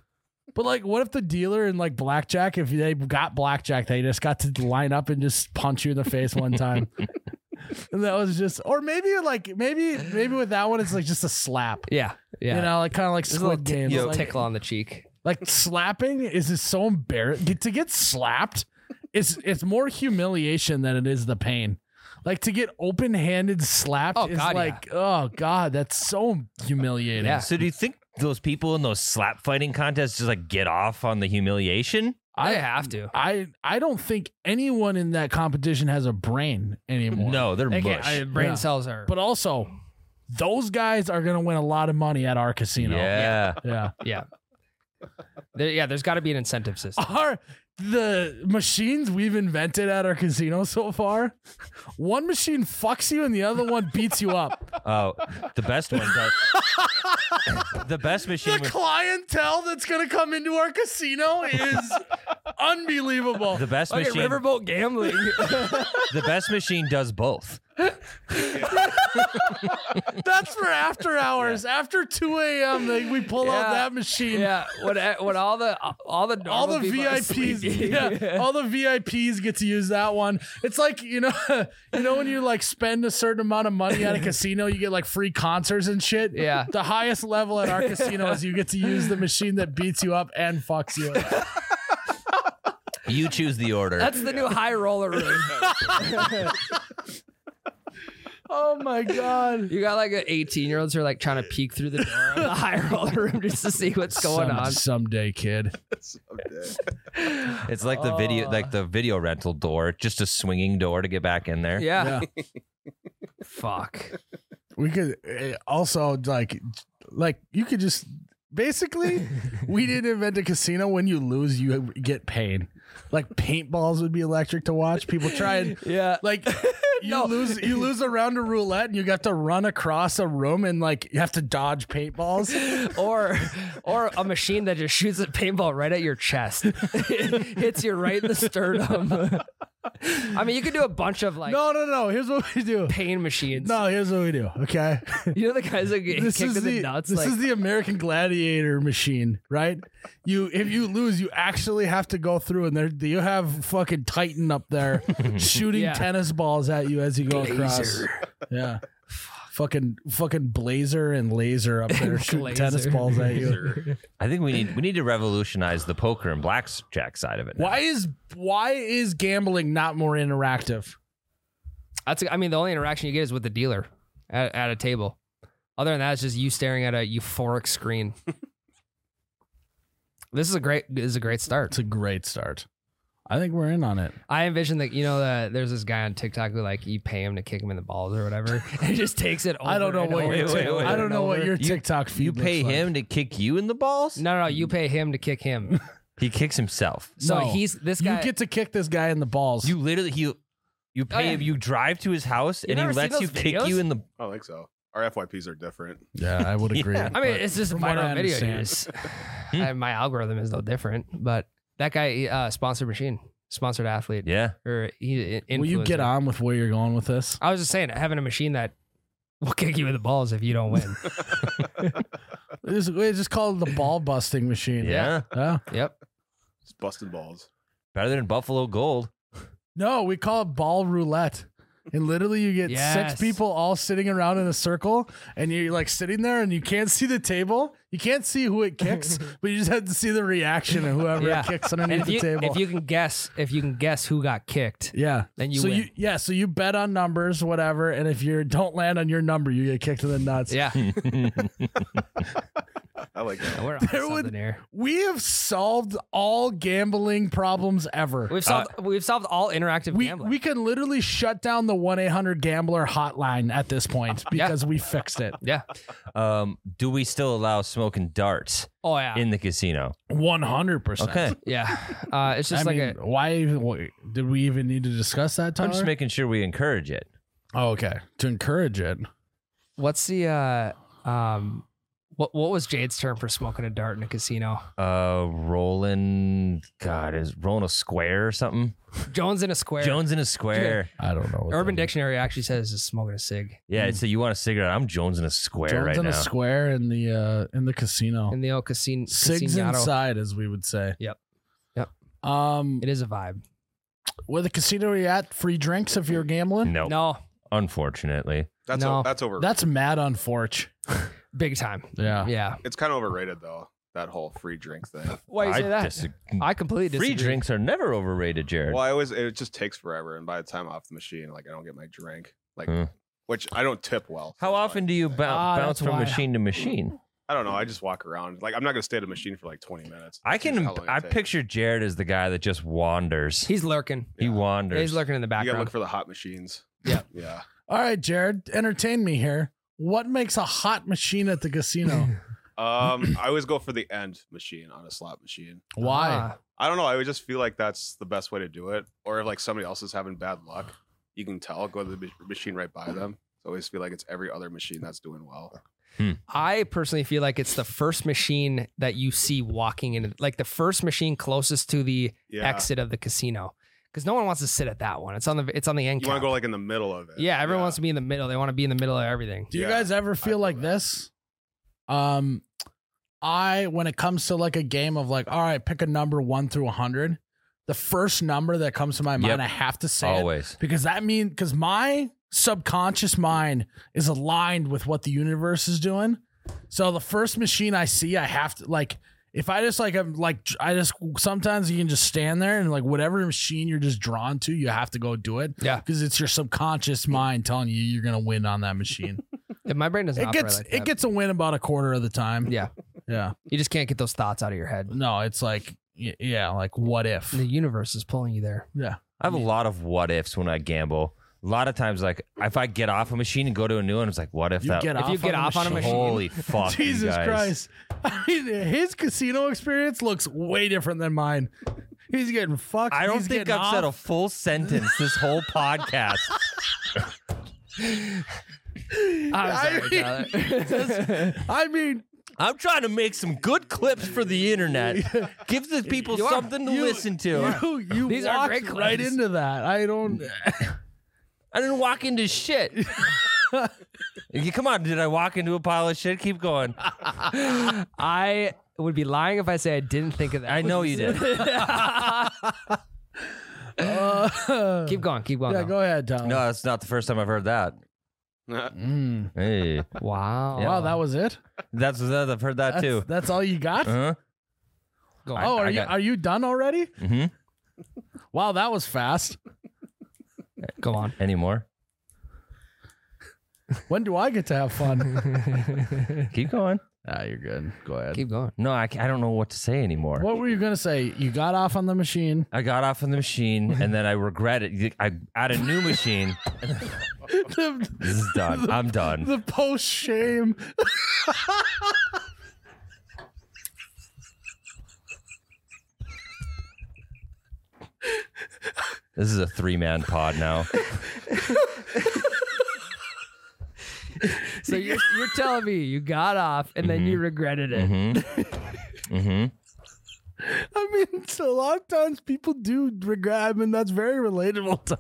Speaker 1: But like, what if the dealer in like blackjack, if they got blackjack, they just got to line up and just punch you in the face one
Speaker 2: *laughs*
Speaker 1: time. and that was just, or maybe like, maybe, maybe with that one, it's like just a slap.
Speaker 2: Yeah. Yeah.
Speaker 1: You know, like kind of like
Speaker 2: Just a little,
Speaker 1: Squid
Speaker 2: t-
Speaker 1: Game.
Speaker 2: little
Speaker 1: Like,
Speaker 2: tickle on the cheek.
Speaker 1: like slapping is just so embarrassing. To get slapped, it's it's more humiliation than it is the pain. Like to get open handed slapped
Speaker 2: Oh,
Speaker 1: is
Speaker 2: God, yeah.
Speaker 1: like, oh god, that's so humiliating.
Speaker 2: Yeah.
Speaker 3: So do you think those people in those slap fighting contests just like get off on the humiliation?
Speaker 2: I have to.
Speaker 1: I I don't think anyone in that competition has a brain anymore.
Speaker 3: No, they're
Speaker 2: They
Speaker 3: mush.
Speaker 2: can't- I- brain
Speaker 1: Yeah.
Speaker 2: cells are.
Speaker 1: But also, those guys are gonna win a lot of money at our casino.
Speaker 3: yeah.
Speaker 1: Yeah.
Speaker 2: yeah. There, yeah, there's got to be an incentive *laughs* system.
Speaker 1: *laughs* Our the machines we've invented at our casino so far, one machine fucks you and the other one beats you
Speaker 3: *laughs*
Speaker 1: up.
Speaker 3: Oh, the best one.
Speaker 2: *laughs*
Speaker 3: the best
Speaker 1: the
Speaker 3: machine. was-
Speaker 1: clientele that's gonna come into our casino
Speaker 3: *laughs*
Speaker 1: is unbelievable.
Speaker 3: the best
Speaker 2: Look at
Speaker 3: machine.
Speaker 2: riverboat gambling. *laughs*
Speaker 3: the best machine does both.
Speaker 1: That's for after hours. After 2 a.m., they, we pull out
Speaker 2: Yeah.
Speaker 1: that machine.
Speaker 2: yeah, when e, when all the all the
Speaker 1: all
Speaker 2: normal
Speaker 1: the
Speaker 2: people are
Speaker 1: VIPs, *laughs*
Speaker 2: sleeping.
Speaker 1: yeah, all the VIPs get to use that one. It's like you know, *laughs* you know when you like spend a certain amount of money at a casino, you get like free concerts and shit.
Speaker 2: Yeah.
Speaker 1: the highest level
Speaker 2: *laughs*
Speaker 1: at our casino is you get to use the machine that beats you up and fucks you.
Speaker 2: *laughs*
Speaker 1: up.
Speaker 3: You choose the order.
Speaker 2: That's the new high
Speaker 1: *laughs*
Speaker 2: roller room.
Speaker 1: Oh my god!
Speaker 2: You got like an 18 year olds who are like trying to peek through the door
Speaker 1: *laughs*
Speaker 2: of the high roller room just to see what's going
Speaker 1: Some-
Speaker 2: on.
Speaker 1: someday, kid.
Speaker 4: Someday.
Speaker 3: It's like the video,
Speaker 2: Oh.
Speaker 1: Uh.
Speaker 3: like the video rental door, just a swinging door to get back in there.
Speaker 2: Yeah. Fuck.
Speaker 1: We could eh, also like, like you could just basically,
Speaker 2: *laughs*
Speaker 1: we didn't invent a casino. When you lose, you get paid. Like paintballs would be electric to watch. People try and
Speaker 2: Yeah.
Speaker 1: like
Speaker 2: *laughs*
Speaker 1: you
Speaker 2: No.
Speaker 1: lose you lose a round of roulette and you got to run across a room and like you have to dodge
Speaker 2: *laughs*
Speaker 1: paintballs.
Speaker 2: or or a machine that just shoots a paintball right at your chest, *laughs* hits you right in the sternum. I mean, you could do a bunch of like
Speaker 1: no, no, no. Here's what we do.
Speaker 2: pain machines.
Speaker 1: No, here's what we do. Okay.
Speaker 2: You know the guys
Speaker 1: *laughs*
Speaker 2: that get
Speaker 1: This
Speaker 2: kicked
Speaker 1: is
Speaker 2: in the,
Speaker 1: the
Speaker 2: nuts.
Speaker 1: this
Speaker 2: like,
Speaker 1: is the American Gladiator machine, right? You if you lose, you actually have to go through and there you have fucking Titan up
Speaker 2: *laughs*
Speaker 1: there shooting
Speaker 2: Yeah.
Speaker 1: tennis balls at you as you go across. Yeah. Fucking fucking blazer and laser up
Speaker 2: *laughs*
Speaker 1: there shooting tennis
Speaker 2: Glazer.
Speaker 1: balls at
Speaker 2: *laughs*
Speaker 1: you.
Speaker 3: I think we need we need to revolutionize the poker and blackjack side of it. now.
Speaker 1: Why is why is gambling not more interactive?
Speaker 2: That's. I mean, the only interaction you get is with the dealer at, at a table. Other than that, it's just you staring at a euphoric screen. *laughs* this is a great. This is a great start.
Speaker 1: It's a great start. I think we're in on it.
Speaker 2: I envision that you know that there's this guy on TikTok who like you pay him to kick him in the balls or whatever, *laughs* and he just takes it. Over
Speaker 1: I don't know
Speaker 2: and
Speaker 1: what
Speaker 2: over
Speaker 1: your
Speaker 2: and
Speaker 3: wait,
Speaker 1: tic-
Speaker 2: over
Speaker 3: wait.
Speaker 1: I
Speaker 2: and
Speaker 1: don't know what
Speaker 2: over.
Speaker 1: your
Speaker 3: You-
Speaker 1: Tiktok feed
Speaker 3: you
Speaker 1: looks
Speaker 3: pay
Speaker 1: like.
Speaker 3: him to kick you in the balls?
Speaker 2: No, no, you pay him to kick him.
Speaker 3: He kicks himself.
Speaker 2: So
Speaker 1: No.
Speaker 2: he's this guy.
Speaker 1: You get to kick this guy in the balls.
Speaker 3: You literally he you pay
Speaker 2: Oh, yeah.
Speaker 3: him, you drive to his house
Speaker 2: You
Speaker 3: and
Speaker 2: never
Speaker 3: he
Speaker 2: seen
Speaker 3: lets you
Speaker 2: those
Speaker 3: kick
Speaker 2: videos?
Speaker 3: you in the
Speaker 4: I don't think so. Our FYPs are different.
Speaker 1: *laughs* yeah, I would agree.
Speaker 3: Yeah.
Speaker 2: I mean,
Speaker 1: but-
Speaker 2: it's just
Speaker 1: from what I
Speaker 2: viral video
Speaker 1: understand.
Speaker 2: use.
Speaker 1: *laughs*
Speaker 2: *laughs*
Speaker 3: Hmm.
Speaker 2: I- my algorithm is no different, but that guy, uh, sponsored machine, sponsored athlete,
Speaker 3: Yeah.
Speaker 2: or he
Speaker 1: will you get
Speaker 2: influencer.
Speaker 1: on with where you're going with this?
Speaker 2: I was just saying, having a machine that will kick you in the balls if you don't
Speaker 1: *laughs*
Speaker 2: win.
Speaker 1: It's, it's just called the ball busting
Speaker 3: yeah.
Speaker 1: machine. Yeah.
Speaker 2: yep.
Speaker 4: It's busting balls.
Speaker 3: Better than Buffalo Gold.
Speaker 1: No, we call it ball roulette. And literally, you get
Speaker 2: Yes.
Speaker 1: six people all sitting around in a circle, and you're like sitting there, and you can't see the table. You can't see who it
Speaker 2: *laughs*
Speaker 1: kicks, but you just have to see the reaction of whoever
Speaker 2: Yeah.
Speaker 1: it kicks
Speaker 2: And
Speaker 1: underneath
Speaker 2: if
Speaker 1: the
Speaker 2: you,
Speaker 1: table.
Speaker 2: if you can guess, if you can guess who
Speaker 1: *laughs*
Speaker 2: got kicked,
Speaker 1: yeah.
Speaker 2: then you
Speaker 1: so
Speaker 2: win.
Speaker 1: you yeah, so you bet on numbers, whatever, and if you don't land on your number, you get kicked in the nuts.
Speaker 2: yeah,
Speaker 4: I like that.
Speaker 2: we're on
Speaker 1: There
Speaker 2: something
Speaker 1: would-
Speaker 2: here.
Speaker 1: We have solved all gambling problems ever.
Speaker 2: We've solved we've solved all interactive
Speaker 1: Uh, we
Speaker 2: gambling.
Speaker 1: we can literally shut down the 1-800-GAMBLER hotline at this point because we fixed it.
Speaker 2: yeah.
Speaker 3: Um, do we still allow smoking darts
Speaker 2: Oh yeah.
Speaker 3: in the casino?
Speaker 1: 100%.
Speaker 3: Okay.
Speaker 2: yeah. Uh, it's just
Speaker 1: *laughs* I
Speaker 2: like
Speaker 1: mean,
Speaker 2: a
Speaker 1: why even wait, did we even need to discuss that, Tyler?
Speaker 3: I'm just making sure we encourage it.
Speaker 1: oh, okay. To encourage it.
Speaker 2: what's the uh um what what was Jade's term for smoking a dart in a casino?
Speaker 3: Uh, rolling. God, is rolling a square or something?
Speaker 2: Jones in a square.
Speaker 3: Jones in a square.
Speaker 1: I don't know. what
Speaker 2: Urban
Speaker 1: that
Speaker 2: Dictionary actually says is smoking a cig
Speaker 3: Yeah. So you want a cigarette? I'm Jones in a square
Speaker 1: is. Jones
Speaker 3: right
Speaker 1: in
Speaker 3: now.
Speaker 1: a square in the uh in the casino.
Speaker 2: in the old casino.
Speaker 1: Sigs
Speaker 2: Casino.
Speaker 1: inside, as we would say.
Speaker 2: Yep. Yep.
Speaker 1: Um,
Speaker 2: It is a vibe.
Speaker 1: where the casino are you at? Free drinks if you're gambling.
Speaker 3: no,
Speaker 2: No,
Speaker 3: unfortunately.
Speaker 4: That's
Speaker 2: No.
Speaker 4: o- that's over.
Speaker 1: That's mad on Forge.
Speaker 2: big time.
Speaker 1: Yeah.
Speaker 2: Yeah.
Speaker 4: it's kind of overrated though. That whole free drink thing.
Speaker 2: Why you
Speaker 3: I
Speaker 2: say that?
Speaker 3: disag-
Speaker 2: I completely disagree.
Speaker 3: Free drinks are never overrated, Jared.
Speaker 4: Well, I always it just takes forever, and by the time off the machine, like I don't get my drink, like
Speaker 3: Hmm.
Speaker 4: which I don't tip well.
Speaker 3: How often do you bou-
Speaker 2: Ah,
Speaker 3: bounce
Speaker 2: that's
Speaker 3: from
Speaker 2: why.
Speaker 3: machine to machine?
Speaker 4: I don't know. I just walk around. Like I'm not gonna stay at a machine for like 20 minutes.
Speaker 3: I
Speaker 4: That's
Speaker 3: can.
Speaker 4: usually how long it
Speaker 3: I
Speaker 4: takes.
Speaker 3: picture Jared as the guy that just wanders.
Speaker 2: He's lurking.
Speaker 3: he
Speaker 4: Yeah.
Speaker 3: wanders.
Speaker 2: He's lurking in the
Speaker 4: You gotta look
Speaker 2: background.
Speaker 4: for the hot machines.
Speaker 2: Yeah.
Speaker 4: *laughs* yeah.
Speaker 1: All right, Jared, entertain me here. What makes a hot machine at the
Speaker 2: *laughs*
Speaker 1: casino?
Speaker 4: Um, I always go for the end machine on a slot machine.
Speaker 1: Why?
Speaker 2: Ah,
Speaker 4: I don't know. I would just feel like that's the best way to do it. Or if like somebody else is having bad luck, you can tell. Go to the ma- machine right by them. So I always feel like it's every other machine that's doing well.
Speaker 2: I personally feel like it's the first machine that you see walking in, like the first machine closest to the
Speaker 4: Yeah.
Speaker 2: exit of the casino, because no one wants to sit at that one. It's on the it's on the end.
Speaker 4: you want to
Speaker 2: cap.
Speaker 4: go like in the middle of it.
Speaker 2: yeah, everyone wants to be in the middle. They want to be in the middle of everything.
Speaker 1: Do you
Speaker 4: Yeah,
Speaker 1: guys ever feel
Speaker 4: feel
Speaker 1: like
Speaker 4: that.
Speaker 1: this? Um, I when it comes to like a game of like, all right, pick a number one through hundred. The first number that comes to my mind,
Speaker 3: Yep.
Speaker 1: I have to say it
Speaker 3: Always.
Speaker 1: because that means because my subconscious mind is aligned with what the universe is doing. So the first machine I see, I have to like. If I just like, I'm like, I just sometimes you can just stand there and like whatever machine you're just drawn to, you have to go do it.
Speaker 2: Yeah.
Speaker 1: because it's your subconscious mind telling you you're gonna win on that machine.
Speaker 2: Yeah, My brain doesn't
Speaker 1: it
Speaker 2: operate
Speaker 1: gets
Speaker 2: like
Speaker 1: it
Speaker 2: that.
Speaker 1: gets a win about a quarter of the time.
Speaker 2: yeah,
Speaker 1: yeah.
Speaker 2: you just can't get those thoughts out of your head.
Speaker 1: No, it's like, y- yeah, like what if?
Speaker 2: The universe is pulling you there.
Speaker 1: Yeah,
Speaker 3: I have a lot of what ifs when I gamble. A lot of times, like if I get off a machine and go to a new one, it's like, what if
Speaker 1: you
Speaker 3: that?
Speaker 1: get
Speaker 2: if
Speaker 1: off
Speaker 2: you get
Speaker 1: on
Speaker 2: off on a
Speaker 1: *laughs*
Speaker 2: machine. *laughs*
Speaker 3: Holy fuck! you
Speaker 1: Jesus
Speaker 3: guys.
Speaker 1: Christ. *laughs* I mean, his casino experience looks way different than mine. He's getting fucked.
Speaker 3: I don't
Speaker 1: He's
Speaker 3: think
Speaker 1: getting
Speaker 3: I've said a
Speaker 1: off.
Speaker 3: full sentence
Speaker 1: *laughs*
Speaker 3: this whole podcast.
Speaker 2: I'm sorry,
Speaker 1: I *laughs*
Speaker 2: Tyler.
Speaker 1: I mean,
Speaker 3: I'm trying to make some good clips for
Speaker 1: *laughs*
Speaker 3: the internet. Give the people
Speaker 2: You are-
Speaker 3: something to
Speaker 1: you-
Speaker 3: listen to.
Speaker 1: you, you
Speaker 2: These are
Speaker 1: walked
Speaker 2: great
Speaker 1: right
Speaker 2: clips.
Speaker 1: into that. I don't.
Speaker 3: I didn't walk
Speaker 1: *laughs*
Speaker 3: into shit. You- Come on, did I walk into a pile of shit? Keep going.
Speaker 2: I would be lying if I say I didn't think of
Speaker 1: *laughs*
Speaker 2: that.
Speaker 3: I know you did.
Speaker 1: Uh,
Speaker 2: Keep going. Keep going.
Speaker 1: yeah,
Speaker 2: though.
Speaker 1: go ahead, Tom.
Speaker 3: No, that's not the first time I've heard that.
Speaker 4: *laughs*
Speaker 1: Mm.
Speaker 3: Hey,
Speaker 2: Wow.
Speaker 1: Wow, that was it.
Speaker 3: that's that I've heard that
Speaker 1: That's,
Speaker 3: too.
Speaker 1: that's all you got.
Speaker 3: Uh-huh.
Speaker 2: Go on.
Speaker 1: oh,
Speaker 3: I-
Speaker 1: are
Speaker 3: I
Speaker 1: you
Speaker 3: got-
Speaker 1: are you done already?
Speaker 3: Mm-hmm.
Speaker 1: Wow, that was fast.
Speaker 2: Go on.
Speaker 3: Anymore?
Speaker 1: When do I get to have fun? *laughs*
Speaker 3: Keep going.
Speaker 1: ah, you're good. Go ahead.
Speaker 2: Keep going.
Speaker 3: No, I, ca- I don't know what to say anymore.
Speaker 1: What were you gonna say? You got off on the machine.
Speaker 3: I got off on the machine and then I regret it. I add a new
Speaker 1: *laughs*
Speaker 3: machine.
Speaker 1: *laughs* the,
Speaker 3: This is done. I'm done.
Speaker 1: the post shame.
Speaker 3: This is a three man pod now.
Speaker 2: So you're, you're telling me you got off and then
Speaker 3: Mm-hmm.
Speaker 2: you regretted it.
Speaker 1: I mean, it's a lot of times people do regret. I mean, that's very relatable. *laughs* To-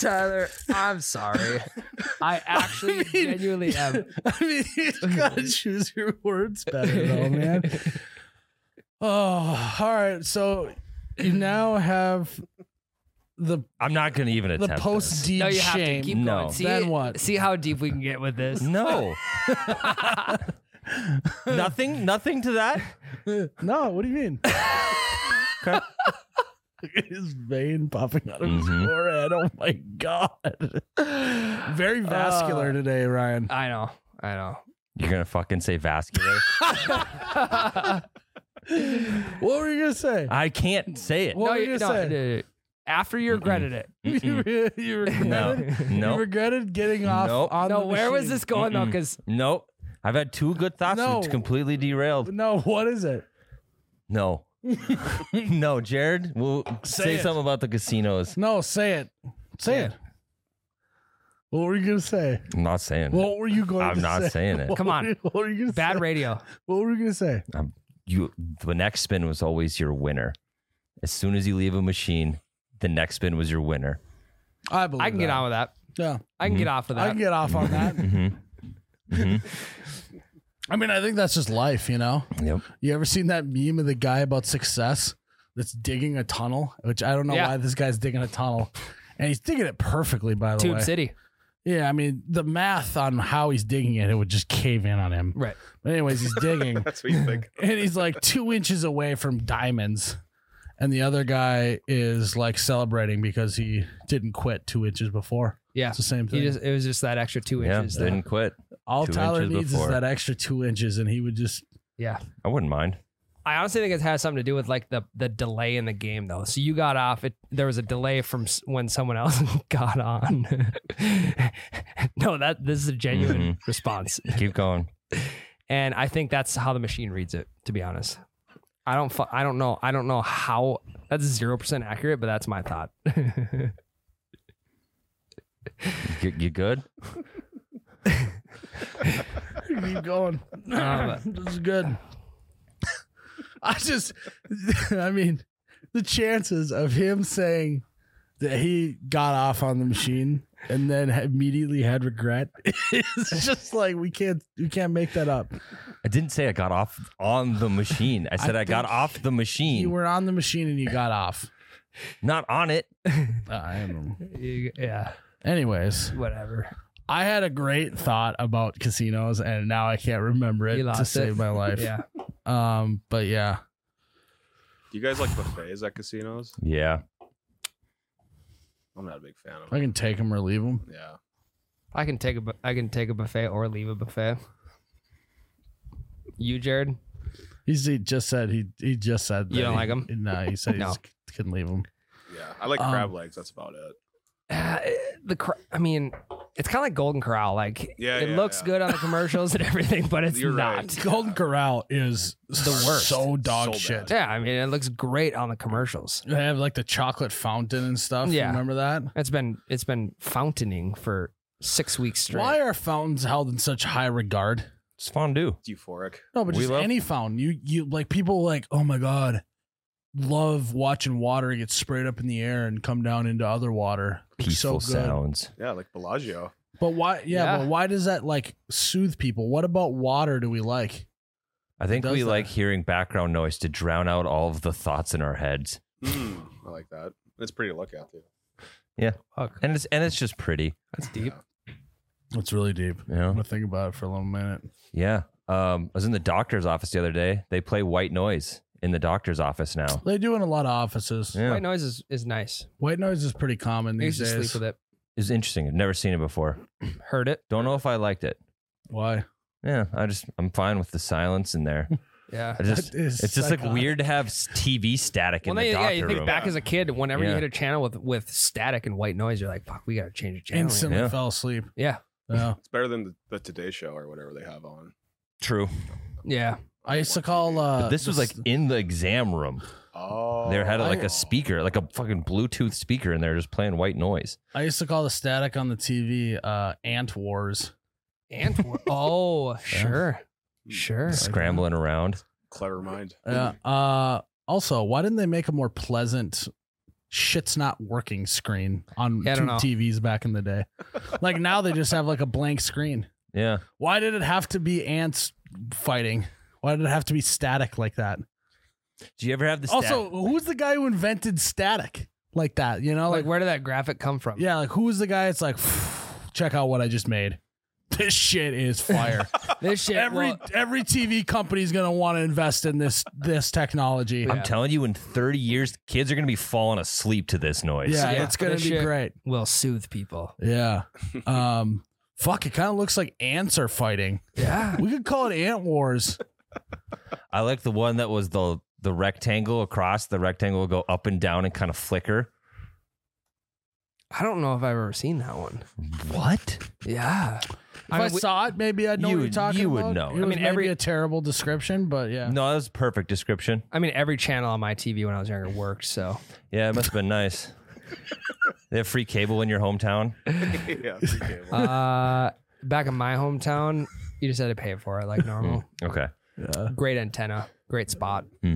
Speaker 2: Tyler, I'm sorry.
Speaker 3: Mm-hmm.
Speaker 2: I
Speaker 1: *laughs*
Speaker 2: actually genuinely am.
Speaker 1: *laughs* I mean, you gotta choose your words better, though, man. Oh, all right. So you now have the
Speaker 3: I'm not going to even
Speaker 1: the
Speaker 3: attempt
Speaker 1: post
Speaker 3: this.
Speaker 1: deed
Speaker 2: No, you have
Speaker 1: shame.
Speaker 2: to keep
Speaker 3: No.
Speaker 2: going. See,
Speaker 1: Then what?
Speaker 2: See how deep we can get
Speaker 1: *laughs*
Speaker 2: with this.
Speaker 3: No, nothing, nothing to that.
Speaker 1: no, what do you mean? *laughs* His vein popping out of his
Speaker 2: Mm-hmm.
Speaker 3: Mhm.
Speaker 1: forehead. Oh my god! Very vascular
Speaker 2: Uh,
Speaker 1: today, Ryan.
Speaker 2: I know. I
Speaker 1: *laughs*
Speaker 2: know. *laughs*
Speaker 3: You're gonna fucking say vascular.
Speaker 1: What were you gonna say?
Speaker 3: I can't say it.
Speaker 1: What were you
Speaker 2: you-
Speaker 1: gonna say?
Speaker 2: no, After you regretted it.
Speaker 1: you,
Speaker 3: Mm-mm.
Speaker 1: re- you regretted,
Speaker 3: No,
Speaker 1: you
Speaker 3: no,
Speaker 1: regretted getting off
Speaker 3: Nope.
Speaker 1: on
Speaker 2: No,
Speaker 1: the
Speaker 2: where was
Speaker 1: machine.
Speaker 2: this going though?
Speaker 3: Mm-mm.
Speaker 2: Because
Speaker 3: no. I've had two good thoughts
Speaker 1: No.
Speaker 3: which completely derailed.
Speaker 1: No, what is it? *laughs*
Speaker 3: No, no, Jared. We'll
Speaker 1: Say
Speaker 3: say,
Speaker 1: it.
Speaker 3: something about the casinos.
Speaker 1: No, say it. Say
Speaker 2: Yeah.
Speaker 1: it. What were you gonna say?
Speaker 3: I'm not saying. it.
Speaker 1: What were you going
Speaker 3: I'm
Speaker 1: to
Speaker 3: not
Speaker 1: say?
Speaker 3: saying it.
Speaker 1: What
Speaker 2: Come
Speaker 1: were
Speaker 2: on.
Speaker 1: you- What were you gonna
Speaker 2: bad
Speaker 1: say?
Speaker 2: radio.
Speaker 1: What were you gonna say?
Speaker 3: you the next spin was always your winner. As soon as you leave a machine, the next spin was your winner.
Speaker 1: I believe
Speaker 2: I can get on with that.
Speaker 1: Yeah,
Speaker 2: I can
Speaker 3: Mm-hmm.
Speaker 2: get off of
Speaker 1: I
Speaker 2: that.
Speaker 1: can get off on that.
Speaker 3: hmm
Speaker 1: I mean, I think that's just life, you know.
Speaker 3: Yep.
Speaker 1: You ever seen that meme of the guy about success that's digging a tunnel? Which I don't know
Speaker 2: Yeah.
Speaker 1: why this guy's digging a tunnel, and he's digging it perfectly, by the
Speaker 2: Tube
Speaker 1: way.
Speaker 2: City.
Speaker 1: Yeah, I mean, the math on how he's digging it, it would just cave in on him.
Speaker 2: Right.
Speaker 1: But anyways, he's digging.
Speaker 4: That's *laughs* what you think.
Speaker 1: *laughs* and he's like two inches away from diamonds. And the other guy is like celebrating because he didn't quit two inches before.
Speaker 2: Yeah.
Speaker 1: It's the same thing.
Speaker 2: He just it was just that extra two
Speaker 3: Yeah,
Speaker 2: inches. there.
Speaker 3: didn't quit.
Speaker 1: All
Speaker 3: two
Speaker 1: Tyler
Speaker 3: inches
Speaker 1: needs
Speaker 3: before.
Speaker 1: is that extra two inches, and he would just
Speaker 2: yeah.
Speaker 3: I wouldn't mind.
Speaker 2: I honestly think it has something to do with like the the delay in the game though. So you got off. It there was a delay from s- when someone else *laughs* got on. *laughs* no, that this is a genuine response,
Speaker 3: Keep going.
Speaker 2: and I think that's how the machine reads it. To be honest, I don't. fu- I don't know. I don't know how. That's zero percent accurate, but that's my thought. *laughs*
Speaker 3: You, you good?
Speaker 1: keep
Speaker 2: *laughs*
Speaker 1: going.
Speaker 2: Um,
Speaker 1: *laughs* this is good. I just, *laughs* I mean, the chances of him saying that he got off on the machine and then immediately had regret *laughs* is just like we can't we can't make that up.
Speaker 3: I didn't say I got off on the machine. I said I, got
Speaker 1: think
Speaker 3: off the
Speaker 1: You
Speaker 3: machine,
Speaker 1: were on the machine and you got off. Uh,
Speaker 3: not on it.
Speaker 1: I am.
Speaker 2: you- yeah.
Speaker 1: Anyways,
Speaker 2: Whatever.
Speaker 1: I had a great thought about casinos and now I can't remember it
Speaker 2: You
Speaker 1: to
Speaker 2: lost
Speaker 1: save
Speaker 2: it. *laughs*
Speaker 1: my life.
Speaker 2: Yeah.
Speaker 1: Um, but yeah.
Speaker 4: Do you guys like buffets at casinos?
Speaker 3: Yeah.
Speaker 4: I'm not a big fan of
Speaker 1: I
Speaker 4: them.
Speaker 1: can take them or leave them.
Speaker 4: Yeah.
Speaker 2: I can take a bu- I can take a buffet or leave a buffet. You, Jared.
Speaker 1: He's, he just said he he just said
Speaker 2: You
Speaker 1: that
Speaker 2: don't
Speaker 1: he-
Speaker 2: like 'em?
Speaker 1: No, he said he
Speaker 2: *laughs* No.
Speaker 1: just couldn't leave him.
Speaker 4: Yeah. I like
Speaker 1: Um,
Speaker 4: crab legs. That's about it.
Speaker 2: Uh, the cr- I mean, it's kind of like Golden Corral. Like,
Speaker 4: Yeah,
Speaker 2: it
Speaker 4: yeah,
Speaker 2: looks
Speaker 4: yeah.
Speaker 2: good on the commercials and *laughs* everything, but it's
Speaker 4: You're
Speaker 2: not.
Speaker 4: right.
Speaker 1: Golden Corral is the worst. So dog
Speaker 4: So
Speaker 1: shit.
Speaker 2: Yeah, I mean, it looks great on the commercials.
Speaker 1: They have like the chocolate fountain and stuff.
Speaker 2: Yeah.
Speaker 1: remember that?
Speaker 2: It's been it's been fountaining for six weeks straight.
Speaker 1: Why are fountains held in such high regard?
Speaker 3: It's fondue.
Speaker 4: It's euphoric.
Speaker 1: No, but
Speaker 3: We
Speaker 1: just
Speaker 3: love-
Speaker 1: any fountain. You you like people like oh my god, love watching water get sprayed up in the air and come down into other water. It's so
Speaker 3: Peaceful
Speaker 1: good.
Speaker 3: sounds.
Speaker 4: Yeah, like Bellagio.
Speaker 1: But why? Yeah,
Speaker 2: Yeah.
Speaker 1: but why does that like soothe people? What about water? Do we like?
Speaker 3: I think
Speaker 1: does
Speaker 3: we
Speaker 1: that.
Speaker 3: like hearing background noise to drown out all of the thoughts in our heads.
Speaker 4: Mm, I like that. It's pretty to look at too.
Speaker 2: Fuck,
Speaker 3: And it's and it's just pretty.
Speaker 2: that's deep.
Speaker 1: It's really deep.
Speaker 3: You know?
Speaker 1: I'm gonna think about it for a little minute.
Speaker 3: Yeah. Um, I was in the doctor's office the other day. They play white noise in the doctor's office now.
Speaker 1: They do in a lot of offices.
Speaker 3: Yeah.
Speaker 2: White noise is, is nice.
Speaker 1: White noise is pretty common
Speaker 2: I
Speaker 1: these
Speaker 2: used to
Speaker 1: days.
Speaker 2: sleep with it.
Speaker 3: It's interesting. I've never seen it before.
Speaker 2: Heard it.
Speaker 3: Don't know if I liked it.
Speaker 1: Why?
Speaker 3: Yeah, I just I'm fine with the silence in there.
Speaker 2: Yeah.
Speaker 1: *laughs*
Speaker 3: I just
Speaker 1: That is
Speaker 3: it's just like
Speaker 1: psychotic.
Speaker 3: weird to have s- TV static in
Speaker 2: Well,
Speaker 3: the
Speaker 2: then, yeah,
Speaker 3: doctor
Speaker 2: you think
Speaker 3: room.
Speaker 2: back as a kid, whenever you
Speaker 3: Yeah.
Speaker 2: hit a channel with with static and white noise, you're like, "Fuck, we gotta change the channel."
Speaker 1: Instantly
Speaker 3: Yeah.
Speaker 1: fell asleep.
Speaker 2: Yeah,
Speaker 1: Yeah.
Speaker 4: It's better than the, the Today Show or whatever they have on.
Speaker 3: True.
Speaker 2: yeah.
Speaker 1: I used to
Speaker 2: *laughs*
Speaker 1: call. Uh,
Speaker 3: But this was like in the exam room.
Speaker 4: Oh,
Speaker 3: They had like
Speaker 4: I-
Speaker 3: a speaker, like a fucking Bluetooth speaker, and they're just playing white noise.
Speaker 1: I used to call the static on the TV uh, "Ant Wars."
Speaker 2: And
Speaker 3: *laughs*
Speaker 2: oh, sure, sure.
Speaker 3: Scrambling around.
Speaker 4: Clever mind.
Speaker 1: Yeah. Uh, also, why didn't they make a more pleasant "shit's not working" screen on
Speaker 2: Yeah, I don't
Speaker 1: tube TVs back in the
Speaker 2: *laughs*
Speaker 1: day? like now they just have like a blank screen.
Speaker 3: Yeah.
Speaker 1: Why did it have to be ants fighting? Why did it have to be static like that?
Speaker 3: Do you ever have the stat?
Speaker 1: Also, who's the guy who invented static like that? You know,
Speaker 2: Like,
Speaker 1: like,
Speaker 2: where did that graphic come from?
Speaker 1: yeah, like who's the guy that's like, *sighs* check out what I just made. *laughs* This shit is fire.
Speaker 2: This shit.
Speaker 1: every
Speaker 2: well,
Speaker 1: every TV company's gonna want to invest in this this technology.
Speaker 2: Yeah.
Speaker 1: Yeah,
Speaker 3: I'm telling you, in 30 years, kids are going to be falling asleep to this noise.
Speaker 2: Yeah,
Speaker 1: it's gonna
Speaker 2: this
Speaker 1: be
Speaker 2: shit-
Speaker 1: great.
Speaker 2: will soothe people.
Speaker 1: Yeah. Um. Fuck, it kind of looks like ants are fighting.
Speaker 2: Yeah.
Speaker 1: We could call it ant wars.
Speaker 3: I like the one that was the the rectangle across. The rectangle will go up and down and kind of flicker.
Speaker 2: I don't know if I've ever seen that one.
Speaker 3: What?
Speaker 2: Yeah.
Speaker 1: If I,
Speaker 2: I mean, we-
Speaker 1: saw it, maybe I'd know
Speaker 3: You
Speaker 1: what you're
Speaker 3: would-
Speaker 1: talking
Speaker 3: you would
Speaker 1: about. It
Speaker 3: know. I
Speaker 1: was
Speaker 2: mean,
Speaker 1: maybe
Speaker 2: every-
Speaker 1: a terrible description, but yeah.
Speaker 3: No, that was a perfect description.
Speaker 2: I mean, every channel on my TV when I was younger worked. So
Speaker 3: Yeah, it must have
Speaker 2: *laughs*
Speaker 3: been nice. they have free cable in your hometown.
Speaker 4: *laughs* yeah, free
Speaker 2: *laughs*
Speaker 4: cable.
Speaker 2: uh, back in my hometown, you just had to pay for it like normal.
Speaker 3: Okay.
Speaker 1: Yeah. *laughs*
Speaker 2: great antenna, great spot. *laughs*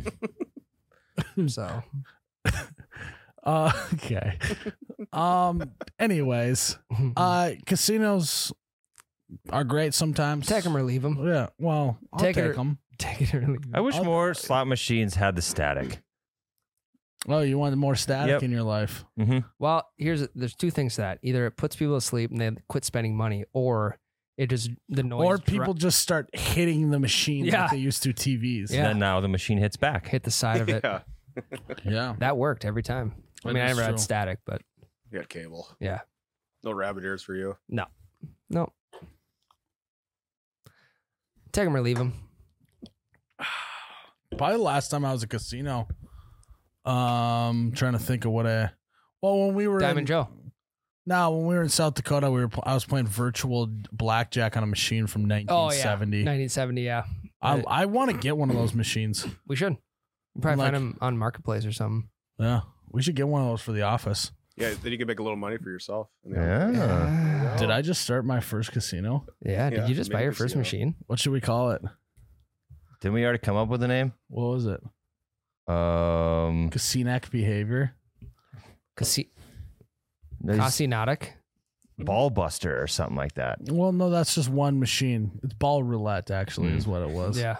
Speaker 2: so
Speaker 1: Uh, okay. um. Anyways, uh, casinos are great sometimes.
Speaker 2: take them or leave *laughs* them.
Speaker 1: Yeah. Well, I'll take,
Speaker 2: Take it or-
Speaker 1: them.
Speaker 2: Take it or leave 'em.
Speaker 3: I wish
Speaker 1: I'll-
Speaker 3: more slot machines had the static.
Speaker 1: Oh, you wanted more static
Speaker 3: Yep.
Speaker 1: in your life.
Speaker 3: Mm-hmm.
Speaker 2: Well, here's there's two things to that either it puts people to sleep and they quit spending money, or it just the noise.
Speaker 1: or
Speaker 2: dri-
Speaker 1: people just start hitting the machine
Speaker 2: Yeah.
Speaker 1: like they used to TVs.
Speaker 2: Yeah.
Speaker 3: Then now the machine hits back.
Speaker 2: hit the side of *laughs* it.
Speaker 4: yeah,
Speaker 1: Yeah.
Speaker 2: That worked every time. I
Speaker 1: That
Speaker 2: mean, I
Speaker 1: is
Speaker 2: never
Speaker 1: true.
Speaker 2: had static, but
Speaker 4: you got cable.
Speaker 2: Yeah.
Speaker 4: no rabbit ears for you.
Speaker 2: no. Take them or leave them.
Speaker 1: Probably the last time I was at a casino. Um, trying to think of what I. Well, when we were in,
Speaker 2: Diamond Joe.
Speaker 1: No, when we were in South Dakota, we were pl- I was playing virtual blackjack on a machine from
Speaker 2: Oh yeah,
Speaker 1: 1970.
Speaker 2: 1970. Yeah,
Speaker 1: I I want to get one of those machines.
Speaker 2: we should. We'll probably
Speaker 1: Like-
Speaker 2: find them on marketplace or something.
Speaker 1: Yeah, we should get one of those for the office.
Speaker 4: Yeah, then you can make a little money for yourself. And then-
Speaker 3: Yeah.
Speaker 2: Yeah.
Speaker 1: Did I just start my first casino?
Speaker 2: did
Speaker 4: Yeah,
Speaker 2: you just buy
Speaker 4: maybe
Speaker 2: your first
Speaker 4: casino.
Speaker 2: machine?
Speaker 1: What should we call it?
Speaker 3: Didn't we already come up with a name?
Speaker 1: What was it?
Speaker 3: Um,
Speaker 1: Casinac behavior.
Speaker 2: Casi-
Speaker 3: there's
Speaker 2: Casinotic.
Speaker 3: Ball Buster or something like that.
Speaker 1: Well, no, that's just one machine. It's ball roulette, actually, is what it was.
Speaker 2: Yeah,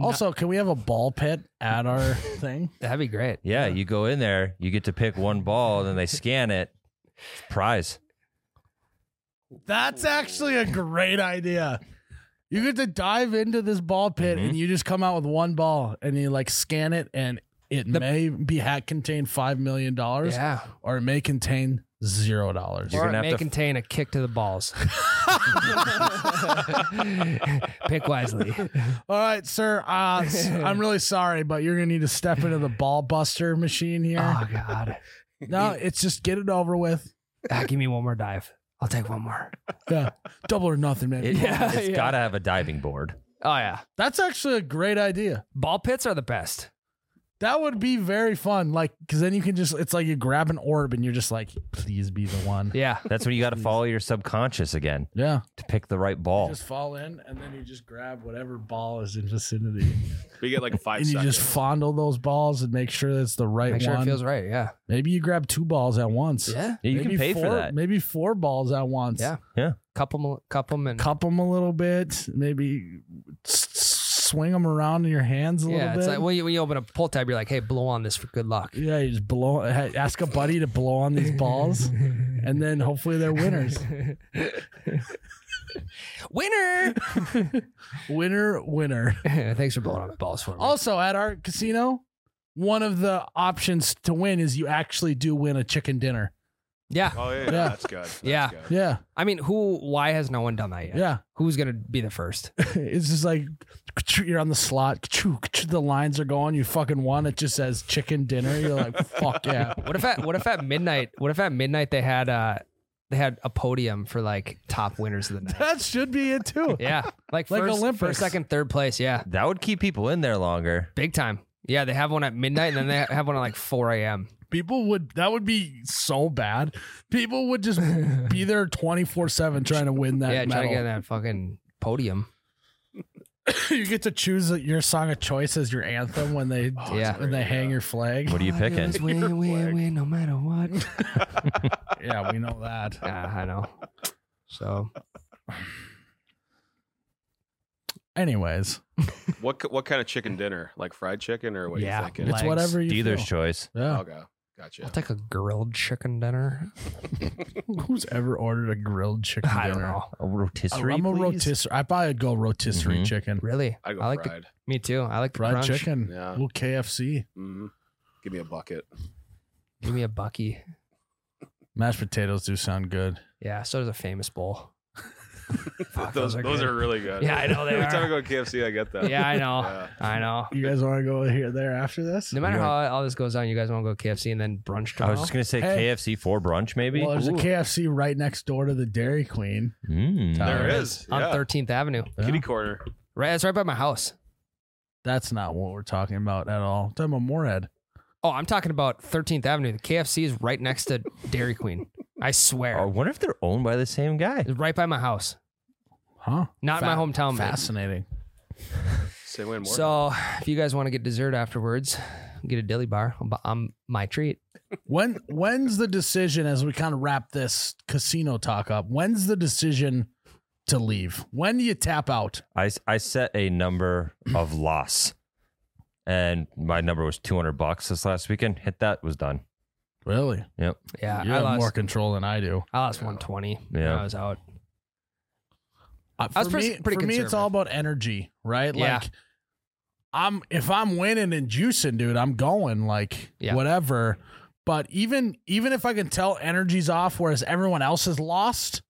Speaker 1: Also, can we have a ball pit at our *laughs* thing?
Speaker 2: that'd be great.
Speaker 3: Yeah, you go in there, you get to pick one ball, then they scan it. It's a prize.
Speaker 1: That's actually a great idea. You get to dive into this ball pit and you just come out with one ball and you like scan it and it may be ha- contain five million dollars
Speaker 2: Yeah,
Speaker 1: or it may contain zero dollars.
Speaker 3: You're
Speaker 2: or it
Speaker 3: gonna have
Speaker 2: may
Speaker 3: to f-
Speaker 2: contain a kick to the balls. Pick wisely.
Speaker 1: *laughs* All right, sir. Uh, s- I'm really sorry, but you're gonna need to step into the ball buster machine here.
Speaker 2: Oh God,
Speaker 1: no, it's just get it over with.
Speaker 2: Ah, give me one more dive. I'll take one more. *laughs*
Speaker 1: Yeah, double or nothing, man.
Speaker 3: It,
Speaker 2: Yeah,
Speaker 3: has
Speaker 2: yeah.
Speaker 3: got to have a diving board.
Speaker 2: Oh yeah,
Speaker 1: That's actually a great idea.
Speaker 2: ball pits are the best.
Speaker 1: That would be very fun. Like, cause then you can just, it's like you grab an orb and you're just like, please be the one.
Speaker 2: Yeah,
Speaker 3: That's when you got to follow your subconscious again
Speaker 1: Yeah.
Speaker 3: to pick the right
Speaker 2: Oh.
Speaker 3: ball.
Speaker 1: Just fall in and then you just grab whatever ball is in vicinity.
Speaker 4: But you get like five
Speaker 1: and you
Speaker 4: seconds.
Speaker 1: just fondle those balls and make sure that's the right
Speaker 2: make sure
Speaker 1: one.
Speaker 2: it feels right. Yeah,
Speaker 1: maybe you grab two balls at once.
Speaker 2: yeah.
Speaker 3: Yeah, you
Speaker 1: maybe
Speaker 3: can pay
Speaker 1: four,
Speaker 3: for that.
Speaker 1: Maybe four balls at once.
Speaker 2: Yeah. Cup them, cup them, and
Speaker 1: Cup them a little bit. Maybe s- s- swing them around in your hands a little
Speaker 2: yeah.
Speaker 1: bit.
Speaker 2: It's like when you, when you open a pull tab, you're like, hey, blow on this for good luck.
Speaker 1: yeah, you just blow. hey, Ask a buddy to blow on these balls, and then hopefully they're
Speaker 3: *laughs*
Speaker 1: winners.
Speaker 2: Winner.
Speaker 1: winner, winner.
Speaker 2: *laughs* Thanks for blowing on the balls for me.
Speaker 1: Also, at our casino, one of the options to win is you actually do win a chicken dinner.
Speaker 2: yeah,
Speaker 4: oh yeah, yeah,
Speaker 1: Yeah.
Speaker 4: that's good. That's
Speaker 2: Yeah.
Speaker 4: good.
Speaker 1: Yeah,
Speaker 2: I mean, who? Why has no one done that yet?
Speaker 1: yeah. *laughs*
Speaker 2: Who's gonna be the first?
Speaker 1: It's just like you're on the slot. The lines are going. You fucking won. It just says chicken dinner. You're like, fuck
Speaker 2: *laughs*
Speaker 1: yeah.
Speaker 2: What if at what if at midnight? What if at midnight they had uh they had a podium for like top winners of the night?
Speaker 1: That should be it too.
Speaker 2: *laughs* Yeah, like
Speaker 1: Like
Speaker 2: first,
Speaker 1: Olympics.
Speaker 2: first, second, third place. Yeah,
Speaker 3: That would keep people in there longer.
Speaker 2: big time. Yeah, they have one at midnight and then they *laughs* have one at like four *laughs* a.m.
Speaker 1: People would. That would be so bad. People would just be there twenty four seven trying to win that.
Speaker 2: yeah, try to
Speaker 1: medal.
Speaker 2: get in that fucking podium.
Speaker 1: *laughs* you get to choose your song of choice as your anthem when they
Speaker 2: Oh, Yeah.
Speaker 1: when they hang your flag.
Speaker 3: What are you picking?
Speaker 2: Fabulous Win, win, win, no matter what.
Speaker 1: *laughs* yeah, we know that.
Speaker 2: yeah, I know. So
Speaker 1: Anyways,
Speaker 2: *laughs*
Speaker 4: What ki- what kind of chicken dinner? Like fried chicken or what
Speaker 2: Yeah.
Speaker 4: you thinking?
Speaker 1: it's
Speaker 2: Legs.
Speaker 1: whatever you
Speaker 3: Dealer's
Speaker 1: feel.
Speaker 3: choice.
Speaker 1: Yeah.
Speaker 4: Okay, gotcha.
Speaker 2: I'll take a grilled chicken dinner.
Speaker 1: *laughs* Who's ever ordered a grilled chicken
Speaker 2: I don't
Speaker 1: dinner? Oh,
Speaker 2: know. Mm-hmm.
Speaker 3: A rotisserie.
Speaker 1: I'm a
Speaker 3: please?
Speaker 1: rotisserie. I probably go rotisserie
Speaker 3: Mhm.
Speaker 1: chicken,
Speaker 2: Really?
Speaker 4: I'd go
Speaker 2: I like the,
Speaker 4: fried.
Speaker 2: me too. I like the
Speaker 1: fried
Speaker 2: crunch.
Speaker 1: chicken,
Speaker 4: Yeah.
Speaker 1: little KFC,
Speaker 4: hmm Give me a bucket.
Speaker 2: Give me a bucky.
Speaker 1: mashed potatoes do sound good.
Speaker 2: Yeah, so does a famous bowl.
Speaker 4: *laughs*
Speaker 2: Fuck,
Speaker 4: those those
Speaker 2: good.
Speaker 4: are really good.
Speaker 2: Yeah, I know they
Speaker 4: Every time I
Speaker 2: are.
Speaker 4: go to KFC, I get that.
Speaker 2: Yeah, I know.
Speaker 4: Yeah.
Speaker 2: I know.
Speaker 1: You guys want to go here there after this?
Speaker 2: No matter how all this goes on, you guys want to go KFC and then brunch
Speaker 3: I
Speaker 2: tomorrow.
Speaker 3: was just gonna say
Speaker 1: Hey.
Speaker 3: KFC for brunch, maybe.
Speaker 1: Well, there's a
Speaker 3: Ooh.
Speaker 1: KFC right next door to the Dairy Queen.
Speaker 3: Mm.
Speaker 1: Tyler.
Speaker 4: There is.
Speaker 2: on
Speaker 4: yeah.
Speaker 2: Thirteenth Avenue.
Speaker 4: Kitty
Speaker 1: Yeah.
Speaker 4: corner.
Speaker 2: Right, that's right by my house.
Speaker 1: That's not what we're talking about at all. I'm talking about Moorhead.
Speaker 2: Oh, I'm talking about Thirteenth Avenue. The KFC is right next to Dairy Queen. I swear,
Speaker 3: I wonder if they're owned by the same guy.
Speaker 2: it's right by my house,
Speaker 1: Huh?
Speaker 2: not
Speaker 1: Fa-
Speaker 2: my hometown. but-
Speaker 1: Fascinating.
Speaker 4: Same way in more.
Speaker 2: So, if you guys want to get dessert afterwards, get a dilly bar. I'm, I'm my treat.
Speaker 1: When when's the decision as we kind of wrap this casino talk up? When's the decision to leave? When do you tap out?
Speaker 3: I, I set a number
Speaker 1: *clears throat*
Speaker 3: of loss, and my number was 200 bucks this last weekend. Hit that was done.
Speaker 1: Really?
Speaker 2: Yeah,
Speaker 1: you
Speaker 2: I
Speaker 1: have
Speaker 2: lost.
Speaker 1: more control than I do.
Speaker 2: I lost 120. when
Speaker 3: Yeah.
Speaker 2: I was out.
Speaker 1: Uh,
Speaker 2: I was
Speaker 1: for
Speaker 2: pretty-
Speaker 1: me,
Speaker 2: pretty
Speaker 1: for me, it's
Speaker 2: conservative.
Speaker 1: all about energy, right?
Speaker 2: Yeah.
Speaker 1: Like, I'm if I'm winning and juicing, dude, I'm going like
Speaker 2: Yeah.
Speaker 1: whatever. But even even if I can tell energy's off, whereas everyone else is lost,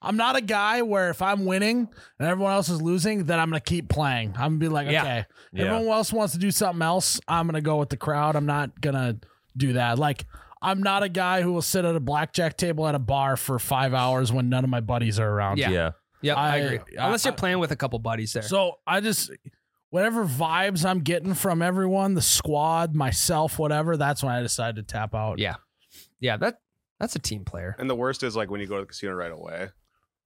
Speaker 1: I'm not a guy where if I'm winning and everyone else is losing, then I'm gonna keep playing. I'm gonna be like,
Speaker 2: Yeah.
Speaker 1: okay,
Speaker 3: Yeah.
Speaker 1: everyone else wants to do something else. I'm gonna go with the crowd. I'm not gonna do that. Like. I'm not a guy who will sit at a blackjack table at a bar for five hours when none of my buddies are around.
Speaker 2: Yeah. Yep, I,
Speaker 1: I-
Speaker 2: agree.
Speaker 1: I-
Speaker 2: Unless you're
Speaker 1: I-
Speaker 2: playing with a couple buddies there.
Speaker 1: So I just whatever vibes I'm getting from everyone, the squad, myself, whatever, that's when I decided to tap out.
Speaker 2: Yeah. yeah, that that's a team player.
Speaker 4: And the worst is like when you go to the casino right away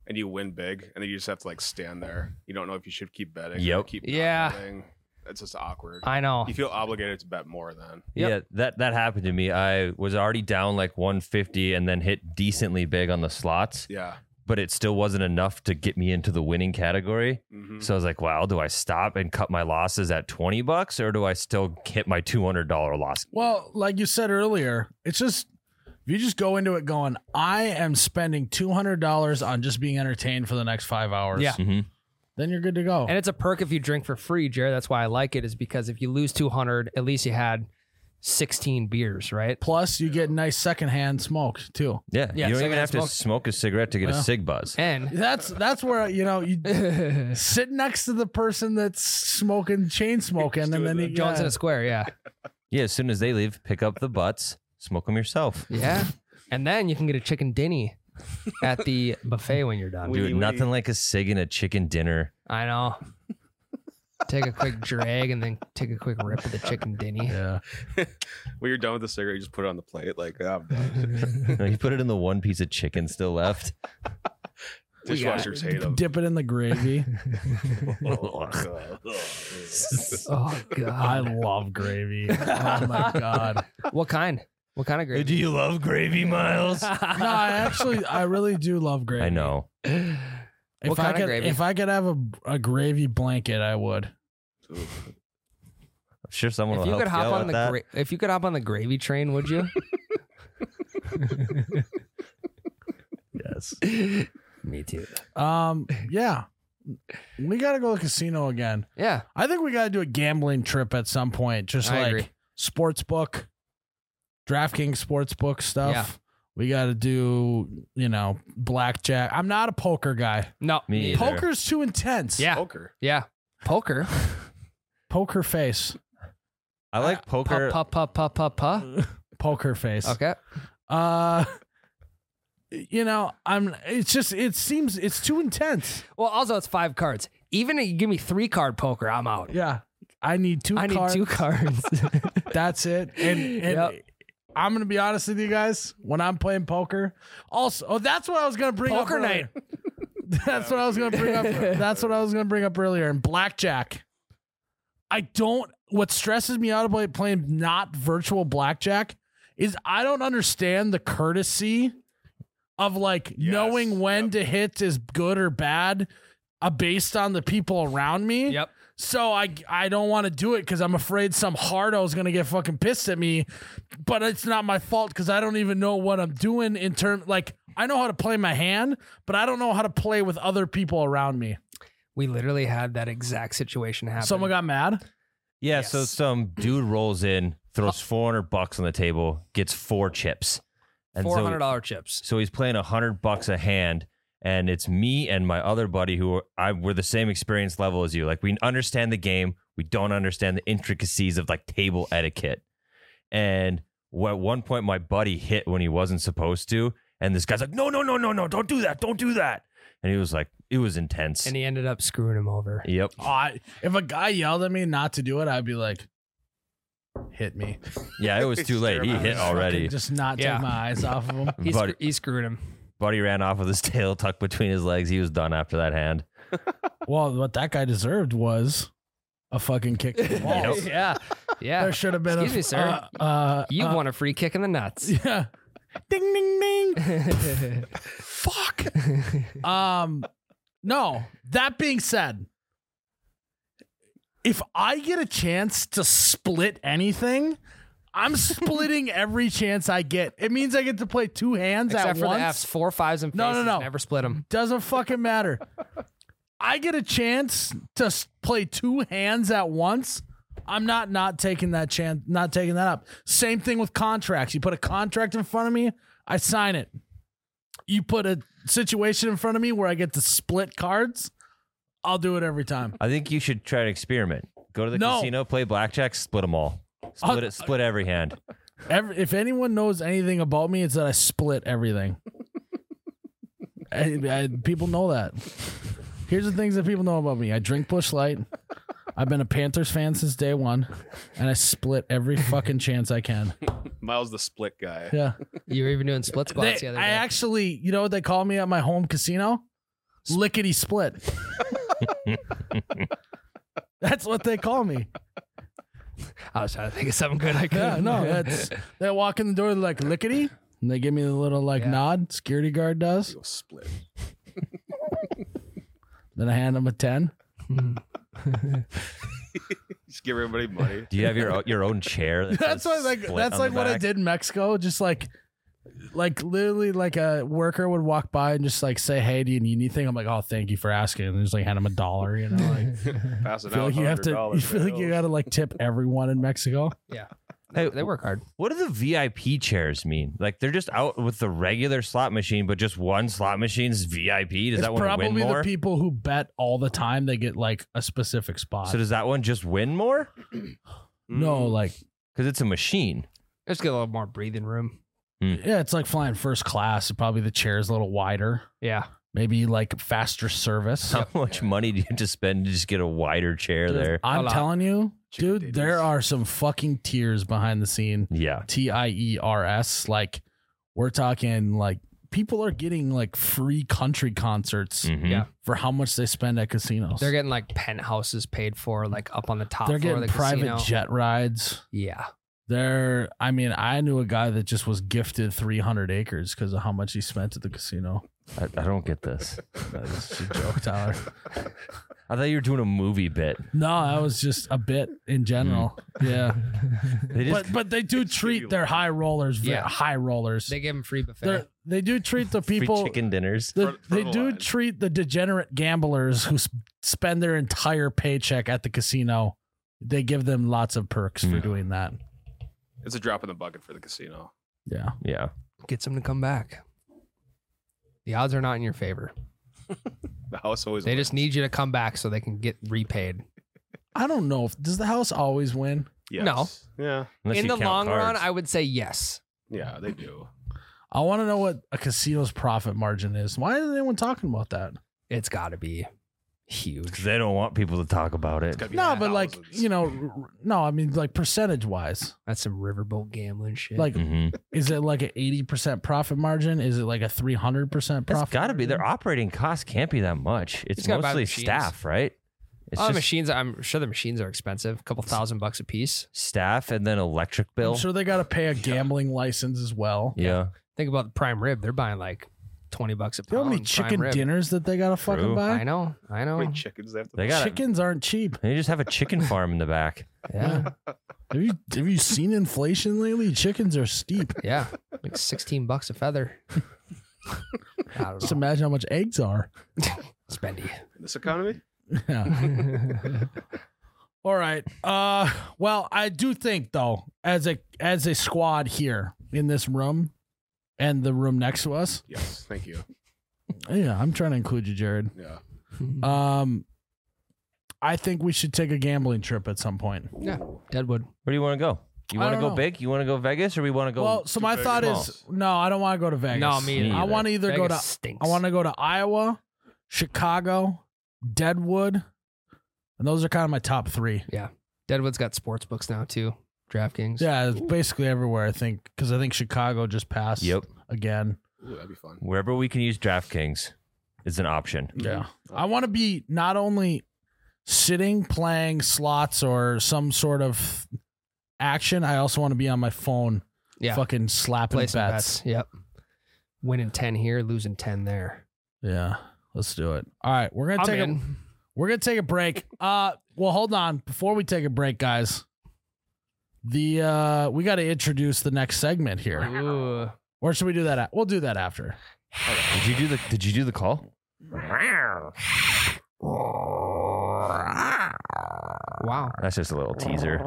Speaker 4: and you win big and then you just have to like stand there. You don't know if you should keep betting. or
Speaker 3: Yep.
Speaker 4: Keep
Speaker 2: Yeah.
Speaker 4: yeah. Betting. It's just awkward.
Speaker 2: I know.
Speaker 4: you feel obligated to bet more then.
Speaker 2: Yep.
Speaker 3: Yeah, that that happened to me. I was already down like 150 and then hit decently big on the slots,
Speaker 4: Yeah.
Speaker 3: but it still wasn't enough to get me into the winning category.
Speaker 2: Mm-hmm.
Speaker 4: hmm
Speaker 3: So I was like, "Wow, do I stop and cut my losses at 20 bucks or do I still hit my $200 loss?"
Speaker 1: Well, like you said earlier, it's just if you just go into it going, I am spending two hundred dollars on just being entertained for the next five hours.
Speaker 2: Yeah.
Speaker 3: Mhm.
Speaker 1: Then you're good to go.
Speaker 2: And it's a perk if you drink for free, Jared. That's why I like it, is because if you lose 200, at least you had 16 beers, right?
Speaker 1: Plus you get nice secondhand smoke too.
Speaker 3: Yeah,
Speaker 2: Yeah,
Speaker 3: you
Speaker 2: so
Speaker 3: don't
Speaker 2: I
Speaker 3: even
Speaker 2: gotta
Speaker 3: have to
Speaker 2: smoke-
Speaker 3: smoke a cigarette to get
Speaker 1: Well.
Speaker 3: a cig buzz.
Speaker 2: And *laughs*
Speaker 1: That's that's where you know you
Speaker 2: Johnson
Speaker 1: sit next to the person that's smoking chain smoking and then he
Speaker 2: John's in a square, yeah.
Speaker 3: Yeah, as soon as they leave, pick up the butts, smoke them yourself.
Speaker 2: Yeah. *laughs* And then you can get a chicken dinny at the buffet when you're done.
Speaker 4: We-
Speaker 3: Dude,
Speaker 4: Weenie, weenie.
Speaker 3: nothing like a cig and a
Speaker 2: *laughs*
Speaker 3: chicken dinner.
Speaker 2: I know. Take a quick drag and then take a quick rip of the chicken dinny.
Speaker 1: yeah.
Speaker 4: When you're done with the cigarette, you just put it on the plate. Like, "Ah, I'm done."
Speaker 3: No, you put it in the one piece of chicken
Speaker 2: *laughs*
Speaker 3: still left. *laughs*
Speaker 2: We got-
Speaker 4: Dishwashers hate them.
Speaker 2: *laughs*
Speaker 1: Dip it in the gravy. *laughs*
Speaker 4: *laughs*
Speaker 2: *laughs* Oh
Speaker 1: I
Speaker 2: god.
Speaker 1: love
Speaker 2: *laughs*
Speaker 1: gravy. Oh my god.
Speaker 2: What kind? What kind of gravy?
Speaker 3: you love gravy, Miles?
Speaker 1: no,
Speaker 2: *laughs*
Speaker 1: I actually, I really do love gravy.
Speaker 3: I know.
Speaker 1: If
Speaker 2: What
Speaker 1: I
Speaker 2: kind of
Speaker 1: could,
Speaker 2: gravy?
Speaker 1: if I could have a, a gravy blanket, I would.
Speaker 3: I'm sure someone
Speaker 2: if
Speaker 3: will
Speaker 2: you
Speaker 3: help
Speaker 2: could hop
Speaker 3: out
Speaker 2: on
Speaker 3: with
Speaker 2: the
Speaker 3: that.
Speaker 2: gra- if you could hop on the gravy train, would you?
Speaker 1: Yes.
Speaker 2: Me too.
Speaker 1: Um. Yeah. We gotta go to the casino again.
Speaker 2: *laughs* Yeah,
Speaker 1: I think we gotta do a gambling trip at some point. Just
Speaker 2: I
Speaker 1: like
Speaker 2: agree.
Speaker 1: sports book, DraftKings sports book stuff.
Speaker 2: Yeah.
Speaker 1: We gotta do, you know, blackjack. I'm not a poker guy.
Speaker 2: No,
Speaker 3: Me either.
Speaker 1: Poker's too intense.
Speaker 2: Yeah,
Speaker 4: Poker.
Speaker 2: yeah. Poker.
Speaker 1: Poker face.
Speaker 3: I
Speaker 2: uh,
Speaker 3: like poker.
Speaker 2: Pa pa pa pa
Speaker 3: *laughs*
Speaker 2: pa.
Speaker 1: Poker face.
Speaker 2: Okay.
Speaker 1: Uh you know, I'm it's just it seems it's too intense.
Speaker 2: Well, also it's five cards. Even if you give me three card poker, I'm out.
Speaker 1: Yeah. I need two
Speaker 2: I need
Speaker 1: cards.
Speaker 2: two *laughs* cards.
Speaker 1: *laughs* That's it. And, and
Speaker 2: Yep.
Speaker 1: I'm gonna be honest with you guys. When I'm playing poker, also oh that's what I was gonna bring up.
Speaker 2: Poker
Speaker 1: earlier. *laughs* That's what I was gonna
Speaker 2: *laughs*
Speaker 1: bring up. That's what I was gonna bring up earlier. And blackjack. I don't what stresses me out about playing not virtual blackjack is I don't understand the courtesy of like
Speaker 4: Yes.
Speaker 1: knowing when
Speaker 4: Yep.
Speaker 1: to hit is good or bad. uh, based on the people around me.
Speaker 2: Yep.
Speaker 1: So I I don't want to do it because I'm afraid some hardo is gonna get fucking pissed at me. But it's not my fault because I don't even know what I'm doing in term like I know how to play my hand, but I don't know how to play with other people around me.
Speaker 2: We literally had that exact situation happen.
Speaker 1: Someone got mad.
Speaker 3: Yeah, so
Speaker 2: Yes.
Speaker 3: some dude rolls in, throws 400 bucks on the table, gets four chips. And
Speaker 2: four hundred
Speaker 3: so,
Speaker 2: dollar chips.
Speaker 3: so he's playing 100 bucks a hand, and it's me and my other buddy who are, I, we're the same experience level as you. Like, we understand the game, we don't understand the intricacies of like table etiquette. And wh- at one point, my buddy hit when he wasn't supposed to. And this guy's like, no, no, no, no, no, don't do that, don't do that. And he was like, it was intense.
Speaker 2: And he ended up screwing him over.
Speaker 3: yep.
Speaker 1: Oh, I, if a guy yelled at me not to do it, I'd be like, hit me.
Speaker 3: Yeah,
Speaker 1: *laughs*
Speaker 3: it was too late. He hit
Speaker 1: Just
Speaker 3: already.
Speaker 1: fucking Just not
Speaker 2: Yeah.
Speaker 1: take my eyes off of him. *laughs*
Speaker 2: He,
Speaker 3: Buddy-
Speaker 2: screw- he screwed him.
Speaker 3: Buddy ran off with his *laughs* tail tucked between his legs. He was done after that hand.
Speaker 1: Well, what that guy deserved was a fucking kick
Speaker 3: *laughs*
Speaker 1: to the balls.
Speaker 3: Yep.
Speaker 2: *laughs* Yeah, yeah.
Speaker 1: There should have been
Speaker 2: Excuse me,
Speaker 1: a
Speaker 2: sir.
Speaker 1: Uh, uh,
Speaker 2: You
Speaker 1: uh,
Speaker 2: want a free kick in the nuts.
Speaker 1: *laughs* Yeah. Ding ding ding. Fuck. *laughs* Um no, that being said, if I get a chance to split anything, I'm splitting every chance I get. It means I get to play two hands
Speaker 2: Except
Speaker 1: at
Speaker 2: for
Speaker 1: once.
Speaker 2: the Fs, four fives and
Speaker 1: No, no,
Speaker 2: faces,
Speaker 1: no.
Speaker 2: Never split them.
Speaker 1: Doesn't fucking matter. I get a chance to s- play two hands at once. I'm not not taking that chance, not taking that up. Same thing with contracts. You put a contract in front of me, I sign it. You put a situation in front of me where I get to split cards, I'll do it every time.
Speaker 3: I think you should try to experiment. Go to the
Speaker 1: No. Uh,
Speaker 3: casino, play blackjack, split them all. Split it, split every hand.
Speaker 1: Every, if anyone knows anything about me, it's that I split everything. I, I, people know that. Here's the things that people know about me: I drink Bush Light. I've been a Panthers fan since day one, and I split every fucking chance I can.
Speaker 2: *laughs*
Speaker 4: Miles the split guy.
Speaker 1: Yeah,
Speaker 2: You were even doing split squats
Speaker 1: They-
Speaker 2: the other
Speaker 1: I
Speaker 2: day.
Speaker 1: actually, you know what they call me at my home casino? Lickety
Speaker 2: *laughs*
Speaker 1: split. That's what they call me.
Speaker 2: I was trying to think of something good I could.
Speaker 1: Yeah, no,
Speaker 2: *laughs*
Speaker 1: that's they walk in the door they're like lickety, and they give me the little like
Speaker 2: Yeah.
Speaker 1: nod. Security guard does.
Speaker 4: You'll split.
Speaker 1: Then I hand them a ten.
Speaker 2: Hmm.
Speaker 4: Just give everybody money.
Speaker 3: Do you have your o- your own chair?
Speaker 1: *laughs*
Speaker 3: that
Speaker 1: That's what
Speaker 3: says
Speaker 1: like
Speaker 3: split
Speaker 1: that's
Speaker 3: on the
Speaker 1: like what I
Speaker 3: back?
Speaker 1: did in Mexico. Just like like literally like a worker would walk by and just like say, Hey, do you need anything? I'm like, Oh, thank you for asking. And just like hand him a dollar, *laughs* you know.
Speaker 3: *laughs*
Speaker 1: Like
Speaker 4: Pass it
Speaker 1: feel
Speaker 4: out.
Speaker 1: like you have to
Speaker 4: $100
Speaker 1: you feel like you
Speaker 4: bills.
Speaker 1: gotta like tip everyone in Mexico.
Speaker 2: yeah.
Speaker 3: Hey,
Speaker 2: They work hard.
Speaker 3: what do the VIP chairs mean? Like they're just out with the regular slot machine, but just one slot machine's VIP. Does
Speaker 1: it's
Speaker 3: that one
Speaker 1: probably
Speaker 3: win more?
Speaker 1: the people who bet all the time they get like a specific spot.
Speaker 3: so does Mm. that one just win more?
Speaker 4: Mm.
Speaker 1: no, like
Speaker 3: Because it's a machine.
Speaker 2: Just get a little more breathing room.
Speaker 1: yeah, it's like flying first class. Probably the chair's a little wider.
Speaker 2: Yeah.
Speaker 1: Maybe like faster service.
Speaker 3: How much money do you have to spend to just get a wider chair
Speaker 1: Dude,
Speaker 3: there?
Speaker 2: A
Speaker 1: I'm
Speaker 2: lot.
Speaker 1: telling you,
Speaker 4: Chicken
Speaker 1: dude,
Speaker 4: ditties.
Speaker 1: there are some fucking tears behind the scene.
Speaker 3: Yeah.
Speaker 1: T I E R S. Like, we're talking like people are getting like free country concerts
Speaker 3: Mhm.
Speaker 2: Yeah.
Speaker 1: for how much they spend at casinos.
Speaker 2: They're getting like penthouses paid for, like up on the top
Speaker 1: They're
Speaker 2: floor
Speaker 1: getting
Speaker 2: of the
Speaker 1: private
Speaker 2: casino.
Speaker 1: jet rides.
Speaker 2: Yeah.
Speaker 1: They're, I mean, I knew a guy that just was gifted 300 acres because of how much he spent at the casino.
Speaker 3: I, I don't get this.
Speaker 1: That was a
Speaker 2: *laughs*
Speaker 1: joke, Tyler.
Speaker 3: I thought you were doing a movie bit.
Speaker 1: No, that was just a bit in general. Yeah.
Speaker 3: Mm. They just
Speaker 1: But, but they do treat their high rollers, ve-
Speaker 2: Yeah.
Speaker 1: high rollers.
Speaker 2: They give them free buffet.
Speaker 1: They're- they do treat the
Speaker 3: *laughs* free
Speaker 1: people
Speaker 3: chicken dinners.
Speaker 1: the-
Speaker 4: Front-
Speaker 1: they
Speaker 4: front of the
Speaker 1: do
Speaker 4: line.
Speaker 1: treat the degenerate gamblers who s- spend their entire paycheck at the casino they give them lots of perks for
Speaker 3: Yeah.
Speaker 1: doing that
Speaker 4: It's a drop in the bucket for the casino.
Speaker 1: yeah
Speaker 3: Yeah.
Speaker 2: Gets them to come back. The odds are not in your favor.
Speaker 4: The house always.
Speaker 2: They
Speaker 4: wins.
Speaker 2: just need you to come back so they can get repaid.
Speaker 1: i don't know if does the house always win
Speaker 4: Yes. Yeah.
Speaker 3: Unless
Speaker 2: in
Speaker 3: you
Speaker 2: the
Speaker 3: count
Speaker 2: long run,
Speaker 3: cards.
Speaker 2: I would say yes.
Speaker 4: Yeah, they do.
Speaker 1: i want to know what a casino's profit margin is why isn't anyone talking about that
Speaker 2: It's got to be huge.
Speaker 3: 'Cause they don't want people to talk about it.
Speaker 4: It's gotta be
Speaker 1: no but like
Speaker 4: thousands.
Speaker 1: you know r- r- no i mean like percentage wise
Speaker 2: That's some riverboat gambling shit.
Speaker 1: like
Speaker 3: Mhm.
Speaker 1: is it like an 80% profit margin is it like a 300% profit
Speaker 3: That's got to be
Speaker 1: margin?
Speaker 3: their operating cost can't be that much. It's
Speaker 2: Just gotta buy the
Speaker 3: mostly
Speaker 2: machines.
Speaker 3: staff, right? It's
Speaker 2: oh, the
Speaker 3: just
Speaker 2: machines. I'm sure the machines are expensive. A couple thousand bucks a piece.
Speaker 3: staff and then electric bill.
Speaker 1: i'm sure they got to pay a gambling license as well
Speaker 3: yeah.
Speaker 2: Think about the prime rib. They're buying like twenty bucks a
Speaker 1: You know
Speaker 2: pound.
Speaker 1: how many
Speaker 2: prime
Speaker 1: chicken
Speaker 2: rib.
Speaker 1: dinners that they gotta fucking
Speaker 3: True.
Speaker 1: buy?
Speaker 2: I know, I
Speaker 4: How
Speaker 2: know.
Speaker 4: many chickens they have to
Speaker 3: They got it.
Speaker 1: Chickens aren't cheap.
Speaker 3: They just have a chicken farm in the back.
Speaker 1: *laughs*
Speaker 2: Yeah,
Speaker 1: Have you have you seen inflation lately? Chickens are steep.
Speaker 2: yeah, like sixteen bucks
Speaker 1: *laughs*
Speaker 2: a feather. I don't
Speaker 1: Just
Speaker 2: know,
Speaker 1: imagine how much eggs are. *laughs*
Speaker 2: spendy. *laughs*
Speaker 4: in this economy?
Speaker 1: Yeah. All right. Uh well, I do think though, as a as a squad here in this room and the room next to us.
Speaker 4: Yes, thank you.
Speaker 1: Yeah, I'm trying to include you, Jared.
Speaker 4: Yeah.
Speaker 1: Um I think we should take a gambling trip at some point.
Speaker 2: Yeah. Deadwood.
Speaker 3: Where do you want to go? You
Speaker 1: I
Speaker 3: want to
Speaker 1: don't
Speaker 3: go
Speaker 1: know.
Speaker 3: big? You want to go Vegas or we want to go?
Speaker 1: well, so my
Speaker 4: Vegas.
Speaker 1: thought is
Speaker 3: Malls.
Speaker 1: no, I don't want to go to Vegas.
Speaker 2: No, me
Speaker 3: Me
Speaker 2: either.
Speaker 1: I want to either go to
Speaker 2: Vegas stinks.
Speaker 1: I want to go to Iowa, Chicago, Deadwood, and those are kind of my top three.
Speaker 2: Deadwood's got sports books now too. DraftKings.
Speaker 1: Yeah, it's basically everywhere I think because I think Chicago just passed.
Speaker 3: Yep.
Speaker 1: Again.
Speaker 4: Ooh, that'd be fun.
Speaker 3: Wherever we can use DraftKings is an option.
Speaker 2: Mm-hmm.
Speaker 1: Yeah. I want to be not only sitting playing slots or some sort of action. I also want to be on my phone,
Speaker 2: yeah.
Speaker 1: fucking slapping
Speaker 2: Play
Speaker 1: bets.
Speaker 2: some bets. Yep. Winning ten here, losing ten there.
Speaker 1: Yeah. Let's do it. All right, we're gonna
Speaker 2: I'm
Speaker 1: take a
Speaker 2: in.
Speaker 1: We're gonna take a
Speaker 3: *laughs*
Speaker 1: break. Uh well hold on. Before we take a break, guys, the uh we gotta introduce the next segment here.
Speaker 2: Ooh.
Speaker 1: Or should we do that at? we'll do that after.
Speaker 3: Did you do the Did you do the call?
Speaker 2: Wow.
Speaker 3: That's just a little teaser.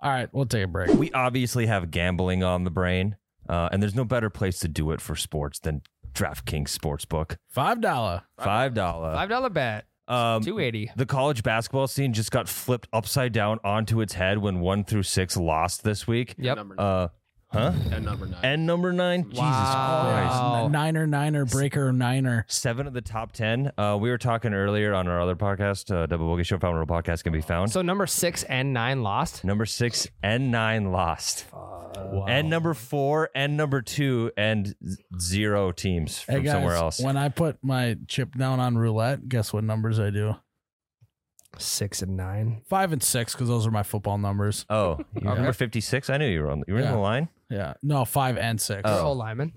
Speaker 1: All right, we'll take a break.
Speaker 3: We obviously have gambling on the brain, uh, and there's no better place to do it for sports than DraftKings Sportsbook.
Speaker 1: Five dollar.
Speaker 3: Five dollar.
Speaker 2: Five dollar bet.
Speaker 3: Um,
Speaker 2: Two eighty.
Speaker 3: the college basketball scene just got flipped upside down onto its head when one through six lost this week.
Speaker 2: Yep.
Speaker 4: Number nine.
Speaker 3: Uh, huh?
Speaker 4: and number nine.
Speaker 3: And number nine, Jesus Christ.
Speaker 2: Wow.
Speaker 1: Niner, niner, breaker, niner.
Speaker 3: Seven of the top ten. Uh, we were talking earlier on our other podcast, uh, Double Bogey Show, Fountain Row Podcast can be found.
Speaker 2: So number six and nine lost.
Speaker 3: number six and nine lost,
Speaker 1: Wow.
Speaker 3: and number four and number two and z- zero teams from
Speaker 1: Hey, guys,
Speaker 3: somewhere else.
Speaker 1: When I put my chip down on roulette, guess what numbers I do?
Speaker 2: Six and nine.
Speaker 1: Five and six, because those are my football numbers.
Speaker 2: *laughs*
Speaker 3: Oh, you
Speaker 2: Okay.
Speaker 3: number fifty six. I knew you were on. You were in
Speaker 1: Yeah.
Speaker 3: the line.
Speaker 1: Yeah. No, five and six.
Speaker 2: We're
Speaker 3: Oh.
Speaker 2: all *laughs* linemen.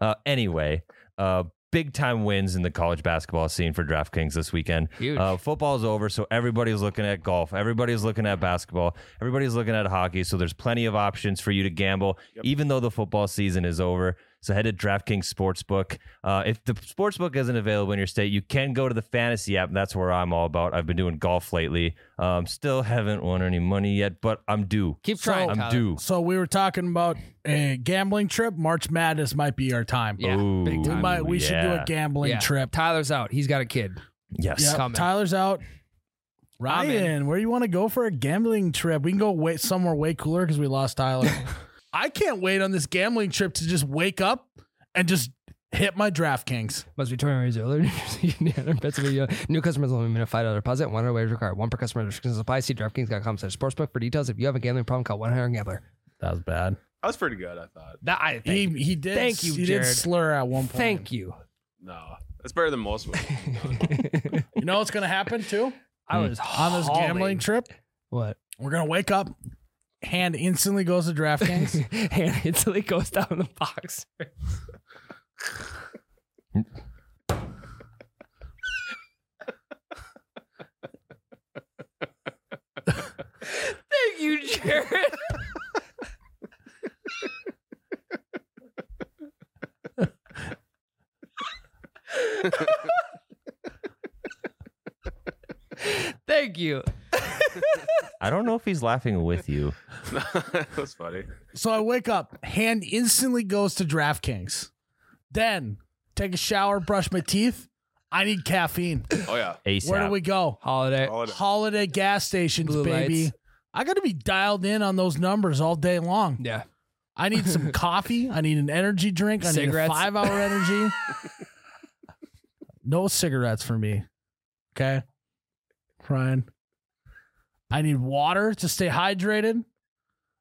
Speaker 3: Uh, anyway, uh, big time wins in the college basketball scene for DraftKings this weekend.
Speaker 2: Huge.
Speaker 3: Uh, football's over, so everybody's looking at golf. Everybody's looking at basketball. Everybody's looking at hockey. So there's plenty of options for you to gamble,
Speaker 4: Yep.
Speaker 3: even though the football season is over. So head to DraftKings Sportsbook. Uh, if the sportsbook isn't available in your state, you can go to the fantasy app. And that's where I'm all about. I've been doing golf lately. Um, still haven't won any money yet, but I'm due.
Speaker 2: Keep
Speaker 1: So-
Speaker 2: trying.
Speaker 1: I'm
Speaker 3: I'm
Speaker 2: Oh, Tyler.
Speaker 3: due.
Speaker 1: So we were talking about a gambling trip. March Madness might be our time.
Speaker 2: Yeah.
Speaker 3: Ooh,
Speaker 2: big
Speaker 1: We
Speaker 2: time.
Speaker 1: might we should do
Speaker 3: yeah.
Speaker 1: a gambling
Speaker 2: Yeah.
Speaker 1: trip.
Speaker 2: Tyler's out. He's got a kid.
Speaker 3: Yes.
Speaker 1: Yep.
Speaker 2: coming.
Speaker 1: Tyler's out.
Speaker 2: I'm in.
Speaker 1: Ryan, where do you want to go for a gambling trip? We can go wait somewhere way cooler because we lost
Speaker 2: *laughs*
Speaker 1: Tyler. I can't wait on this gambling trip to just wake up and just hit my DraftKings.
Speaker 2: Must be 20 years older. *laughs* Indiana, Pennsylvania. New customers only minute $5 deposit. One other wager required. One per customer. Restrictions apply. See DraftKings.com slash sportsbook for details. If you have a gambling problem, call 1-800-GAMBLER.
Speaker 1: That was bad.
Speaker 4: That was pretty good, I thought.
Speaker 2: That, I thank
Speaker 1: He
Speaker 2: you.
Speaker 1: he did.
Speaker 2: Thank you,
Speaker 1: He
Speaker 2: Jared.
Speaker 1: did slur at one point.
Speaker 2: Thank you.
Speaker 4: No. That's better than most of them. *laughs*
Speaker 1: you. know what's gonna happen too
Speaker 2: *laughs*
Speaker 1: Hmm.
Speaker 2: I was
Speaker 1: on this
Speaker 2: hauling.
Speaker 1: gambling trip?
Speaker 2: *laughs* What?
Speaker 1: We're gonna wake up. Hand instantly goes to DraftKings.
Speaker 2: *laughs* and until it goes down the box. Thank you, Jared. Thank you.
Speaker 3: I don't know if he's laughing with you.
Speaker 4: that was funny.
Speaker 1: So I wake up, hand instantly goes to DraftKings. Then take a shower, brush my teeth. I need caffeine.
Speaker 2: *laughs*
Speaker 4: Oh, yeah.
Speaker 3: ASAP.
Speaker 1: Where do we go?
Speaker 2: Holiday.
Speaker 4: All of it.
Speaker 1: Holiday gas stations,
Speaker 2: Blue
Speaker 1: baby.
Speaker 2: lights.
Speaker 1: I got to be dialed in on those numbers all day long.
Speaker 2: Yeah.
Speaker 1: I need
Speaker 4: *laughs*
Speaker 1: some coffee. I need an energy drink. I
Speaker 2: Cigarettes.
Speaker 1: need a five hour energy.
Speaker 4: *laughs*
Speaker 1: no cigarettes for me. Okay. Ryan. I need water to stay hydrated.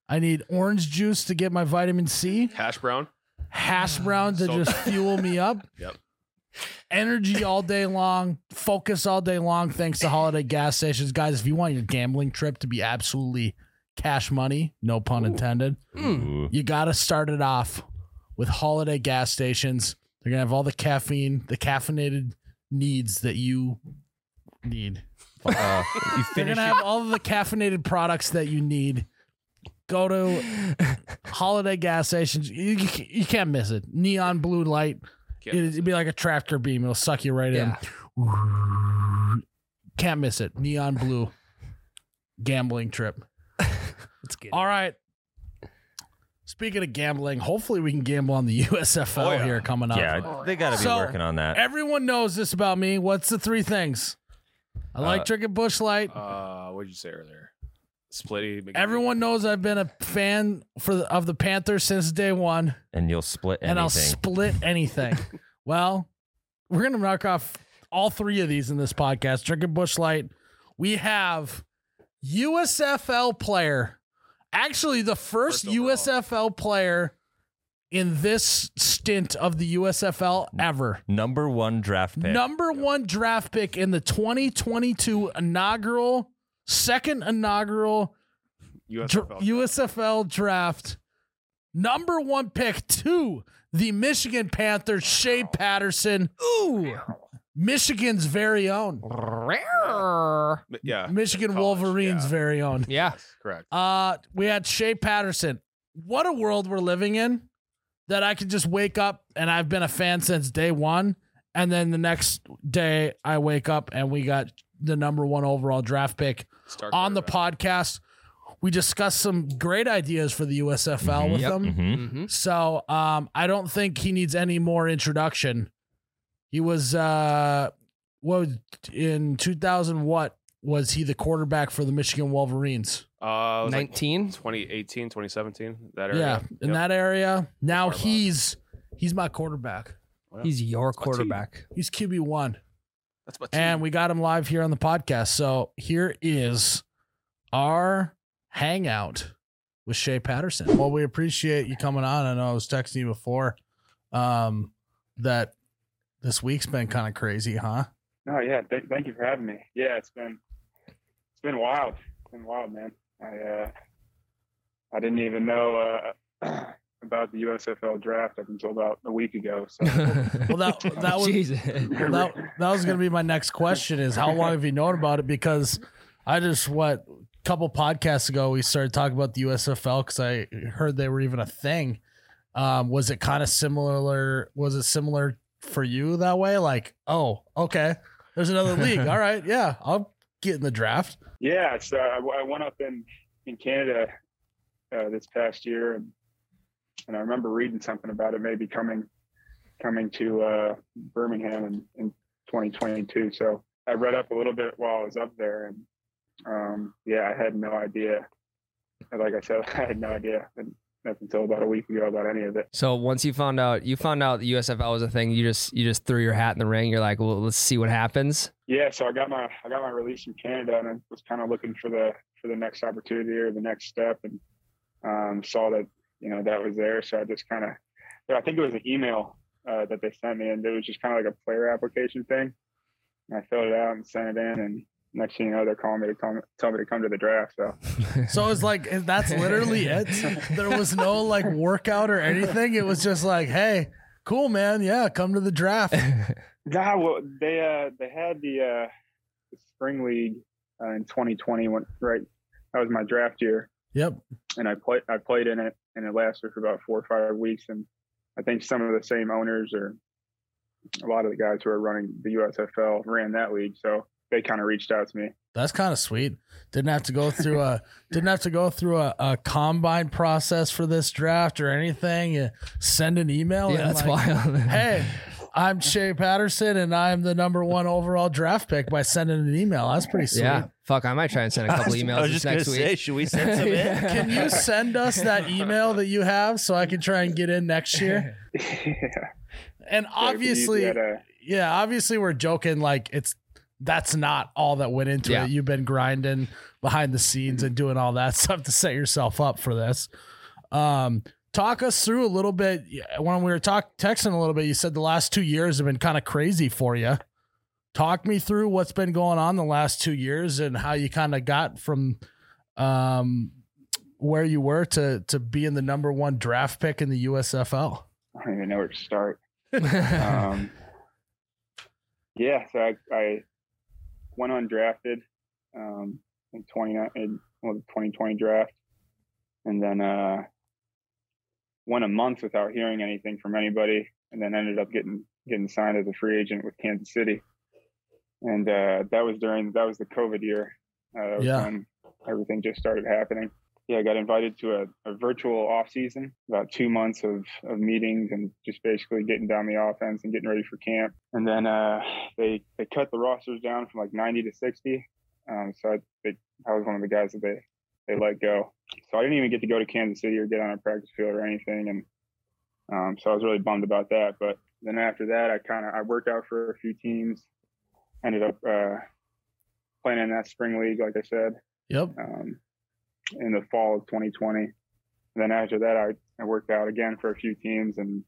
Speaker 1: I need orange juice to get my vitamin C.
Speaker 4: Hash brown. *sighs*
Speaker 1: hash brown to
Speaker 4: So- *laughs*
Speaker 1: just fuel me up.
Speaker 4: Yep.
Speaker 1: Energy all day long, focus all day long, thanks to holiday gas stations. Guys, if you want your gambling trip to be absolutely cash money, no pun intended.
Speaker 2: Mm.
Speaker 3: Ooh.
Speaker 1: You got to start it off with holiday gas stations. They're going to have all the caffeine, the caffeinated needs that you need.
Speaker 3: Uh,
Speaker 1: *laughs*
Speaker 3: you
Speaker 1: They're *laughs*
Speaker 3: finish
Speaker 1: going to have all of the caffeinated products that you need. Go to holiday gas stations. You, you ca- you can't miss it. Neon blue light.
Speaker 4: Can't
Speaker 1: It'd, it'd be like a tractor beam. It'll suck you right
Speaker 2: Yeah.
Speaker 1: in. Can't miss it. Neon blue gambling trip.
Speaker 2: Let's get
Speaker 1: All right. Speaking of gambling, hopefully we can gamble on the USFL
Speaker 4: Oh, yeah.
Speaker 1: here coming up.
Speaker 3: Yeah, they got to be
Speaker 1: So-
Speaker 3: working on that.
Speaker 1: Everyone knows this about me. What's the three things? I like
Speaker 3: Uh,
Speaker 1: drinking Bush Light.
Speaker 4: Uh, what did you say earlier? Splitty. McGee.
Speaker 1: Everyone knows I've been a fan for the, of the Panthers since day one,
Speaker 3: And you'll split anything.
Speaker 1: and I'll split
Speaker 3: *laughs*
Speaker 1: anything. well, we're gonna knock off all three of these in this podcast. Drinking Bush Light. We have USFL player, actually the first,
Speaker 4: First overall.
Speaker 1: USFL player in this stint of the USFL ever.
Speaker 3: Number one draft pick.
Speaker 1: Number one draft pick in the 2022 inaugural, second inaugural dr-
Speaker 4: USFL.
Speaker 1: USFL draft. Number one pick to the Michigan Panthers, Shea Patterson,
Speaker 2: Ooh.
Speaker 1: Michigan's very own,
Speaker 2: Rare.
Speaker 4: M- yeah.
Speaker 1: Michigan
Speaker 4: College,
Speaker 1: Wolverines'
Speaker 4: yeah.
Speaker 1: very own.
Speaker 2: Yeah.
Speaker 4: Yes, correct.
Speaker 1: Uh, we had Shea Patterson. What a world we're living in that I could just wake up and I've been a fan since day one. And then the next day I wake up and we got the number one overall draft pick
Speaker 4: Star
Speaker 1: on the
Speaker 4: quarterback.
Speaker 1: podcast. We discussed some great ideas for the USFL
Speaker 3: Mhm.
Speaker 1: with
Speaker 2: Yep.
Speaker 1: them.
Speaker 3: hmm
Speaker 2: Mm-hmm.
Speaker 1: So um, I don't think he needs any more introduction. He was uh, what was- in two thousand? What was he the quarterback for the Michigan Wolverines?
Speaker 4: Uh, it was like
Speaker 2: 19.
Speaker 4: 2018, 2017. That area.
Speaker 1: Yeah, in
Speaker 4: Yep.
Speaker 1: that area. Now
Speaker 4: Harbaugh.
Speaker 1: he's he's my quarterback.
Speaker 2: He's your
Speaker 4: my team.
Speaker 2: quarterback.
Speaker 1: He's QB one,
Speaker 4: That's my team.
Speaker 1: and we got him live here on the podcast. So here is our hangout with Shea Patterson. Well, we appreciate you coming on. I know I was texting you before um, that this week's been kind of crazy, huh?
Speaker 5: No, yeah. Th- thank you for having me. Yeah, it's been it's been wild. It's been wild, man. I uh, I didn't even know uh, *clears throat* about the USFL draft up until about a week ago.
Speaker 1: *laughs*
Speaker 5: So
Speaker 2: *laughs*
Speaker 1: Well, that that was
Speaker 2: Jesus.
Speaker 1: well, that, that was going to be my next question: is how long have you known about it? Because I just what a couple podcasts ago we started talking about the USFL because I heard they were even a thing. Um, was it kind of similar? Was it similar for you that way? Like, oh, okay, there's another league. All right, yeah, I'll get in the draft.
Speaker 5: yeah, so I, I went up in in Canada uh, this past year, and and I remember reading something about it maybe coming coming to uh, Birmingham in, in 2022. So I read up a little bit while I was up there, and um, yeah, I had no idea. And Like I said, *laughs* I had no idea and up until about a week ago about any of it.
Speaker 2: So once you found out, you found out the USFL was a thing. You just you just threw your hat in the ring. You're like, well, let's see what happens.
Speaker 5: Yeah, so I got my I got my release from Canada, and I was kind of looking for the for the next opportunity or the next step, and um, saw that you know that was there. So I just kind of, I think it was an email uh, that they sent me, and it was just kind of like a player application thing. And I filled it out and sent it in, and next thing you know, they're calling me to come tell me to come to the draft. So
Speaker 1: So
Speaker 2: *laughs*
Speaker 1: it's like that's literally it. There was no like workout or anything. It was just like, hey, cool man, yeah, come to the draft.
Speaker 5: Nah, well, they uh, they had the, uh, the spring league uh, in 2020. When, right, that was my draft year.
Speaker 1: Yep.
Speaker 5: and I played I played in it and it lasted for about four or five weeks and I think some of the same owners or a lot of the guys who are running the USFL ran that league so they kind of reached out to me.
Speaker 1: That's kind of sweet. Didn't have to go through
Speaker 2: *laughs*
Speaker 1: a didn't have to go through a, a combine process for this draft or anything. You send an email.
Speaker 2: yeah,
Speaker 1: and
Speaker 2: that's
Speaker 1: like,
Speaker 2: wild. *laughs*
Speaker 1: Hey, I'm Shea Patterson, and I'm the number one overall draft pick by sending an email. That's pretty sweet.
Speaker 2: *laughs* yeah, fuck. I might try
Speaker 1: *laughs*
Speaker 2: and send a couple emails
Speaker 3: *laughs* I was
Speaker 2: this
Speaker 3: just
Speaker 2: next
Speaker 3: gonna
Speaker 2: week.
Speaker 3: say, should we send some
Speaker 2: *laughs*
Speaker 3: in?
Speaker 2: Yeah.
Speaker 1: Can you send us
Speaker 2: *laughs*
Speaker 1: that email that you have so I can try and get in next year?
Speaker 5: yeah.
Speaker 1: And obviously,
Speaker 5: That, uh,
Speaker 1: yeah, obviously we're joking. Like it's that's not all that went into
Speaker 2: Yeah.
Speaker 1: it. You've been grinding behind the scenes and doing all that *laughs* stuff to set yourself up for this. Um, talk us through a little bit when we were talk texting a little bit. You said the last two years have been kind of crazy for you. Talk me through what's been going on the last two years and how you kind of got from um, where you were to to being the number one draft pick in the USFL?
Speaker 5: I don't even know where to start. um, yeah, so I, I went undrafted um, in twenty in well, the twenty twenty draft, and then uh, went a month without hearing anything from anybody, and then ended up getting getting signed as a free agent with Kansas City, and uh, that was during that was the COVID year. Uh, that was
Speaker 1: Yeah.
Speaker 5: when everything just started happening. Yeah, I got invited to a, a virtual off season, about two months of, of meetings and just basically getting down the offense and getting ready for camp. And then uh, they they cut the rosters down from like 90 to 60. Um, so I, they, I was one of the guys that they they let go. So I didn't even get to go to Kansas City or get on a practice field or anything. And um, so I was really bummed about that. But then after that, I kind of I worked out for a few teams. Ended up uh, playing in that spring league, like I said
Speaker 1: Yep.
Speaker 5: um, in the fall of 2020. And then after that, I, I worked out again for a few teams and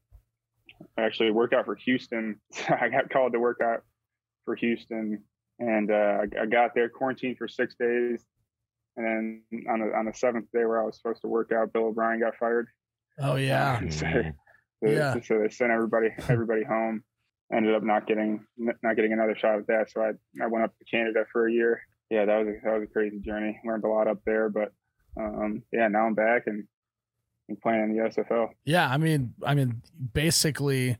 Speaker 5: I actually worked out for Houston. *laughs* I got called to work out for Houston and uh, I- I got there quarantined for six days. And then on the, on the seventh day where I was supposed to work out, Bill O'Brien got fired.
Speaker 1: Oh yeah.
Speaker 5: So-
Speaker 3: Mm.
Speaker 5: so,
Speaker 1: Yeah.
Speaker 5: so they sent everybody everybody home. Ended up not getting not getting another shot at that. So I I went up to Canada for a year. Yeah, that was a, that was a crazy journey. Learned a lot up there, but um, yeah, now I'm back and, and playing in the SFL.
Speaker 1: Yeah, I mean, I mean, basically,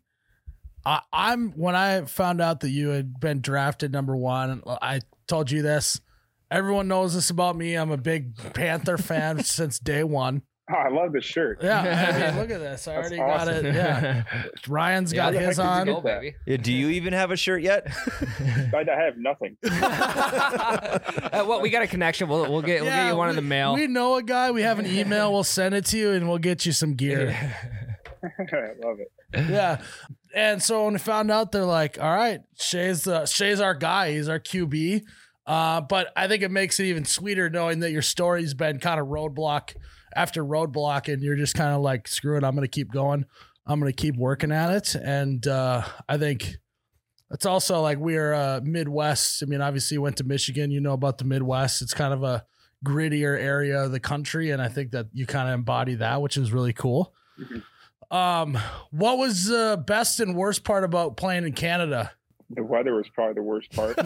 Speaker 1: I, I'm when I found out that you had been drafted number one, I told you this. Everyone knows this about me. I'm a big Panther
Speaker 5: *laughs*
Speaker 1: fan since day one.
Speaker 5: Oh, *laughs* I love
Speaker 1: *laughs*
Speaker 5: this shirt.
Speaker 1: Yeah, I
Speaker 5: *laughs*
Speaker 1: mean, look at this. I
Speaker 5: That's
Speaker 1: already
Speaker 5: awesome.
Speaker 1: got it.
Speaker 5: *laughs*
Speaker 1: Yeah,
Speaker 2: *laughs*
Speaker 1: Ryan's got
Speaker 5: Yeah,
Speaker 1: his
Speaker 5: I
Speaker 1: on.
Speaker 5: could
Speaker 2: Go, baby. *laughs*
Speaker 3: Yeah, do you even have a shirt yet? *laughs*
Speaker 5: I, I have nothing. *laughs*
Speaker 2: Uh, well, we got a connection. We'll, we'll get we'll
Speaker 1: Yeah,
Speaker 2: get you one
Speaker 1: we,
Speaker 2: in the mail. *laughs*
Speaker 1: We *laughs* know a guy. We have an email. We'll send it to you, and we'll get you some gear.
Speaker 5: I love it.
Speaker 1: *laughs* yeah. And so when we found out, they're like, "All right, Shay's the Shay's our guy. He's our QB." Uh, but I think it makes it even sweeter knowing that your story's been kind of roadblock after roadblock, and you're just kind of like, "Screw it, I'm gonna keep going. I'm gonna keep working at it." And uh, I think it's also like we're uh, Midwest. I mean, obviously, you went to Michigan. You know about the Midwest. It's kind of a grittier area of the country, and I think that you kind of embody that, which is really cool. Um, what was the best and worst part about playing in Canada?
Speaker 5: The weather was probably the worst part.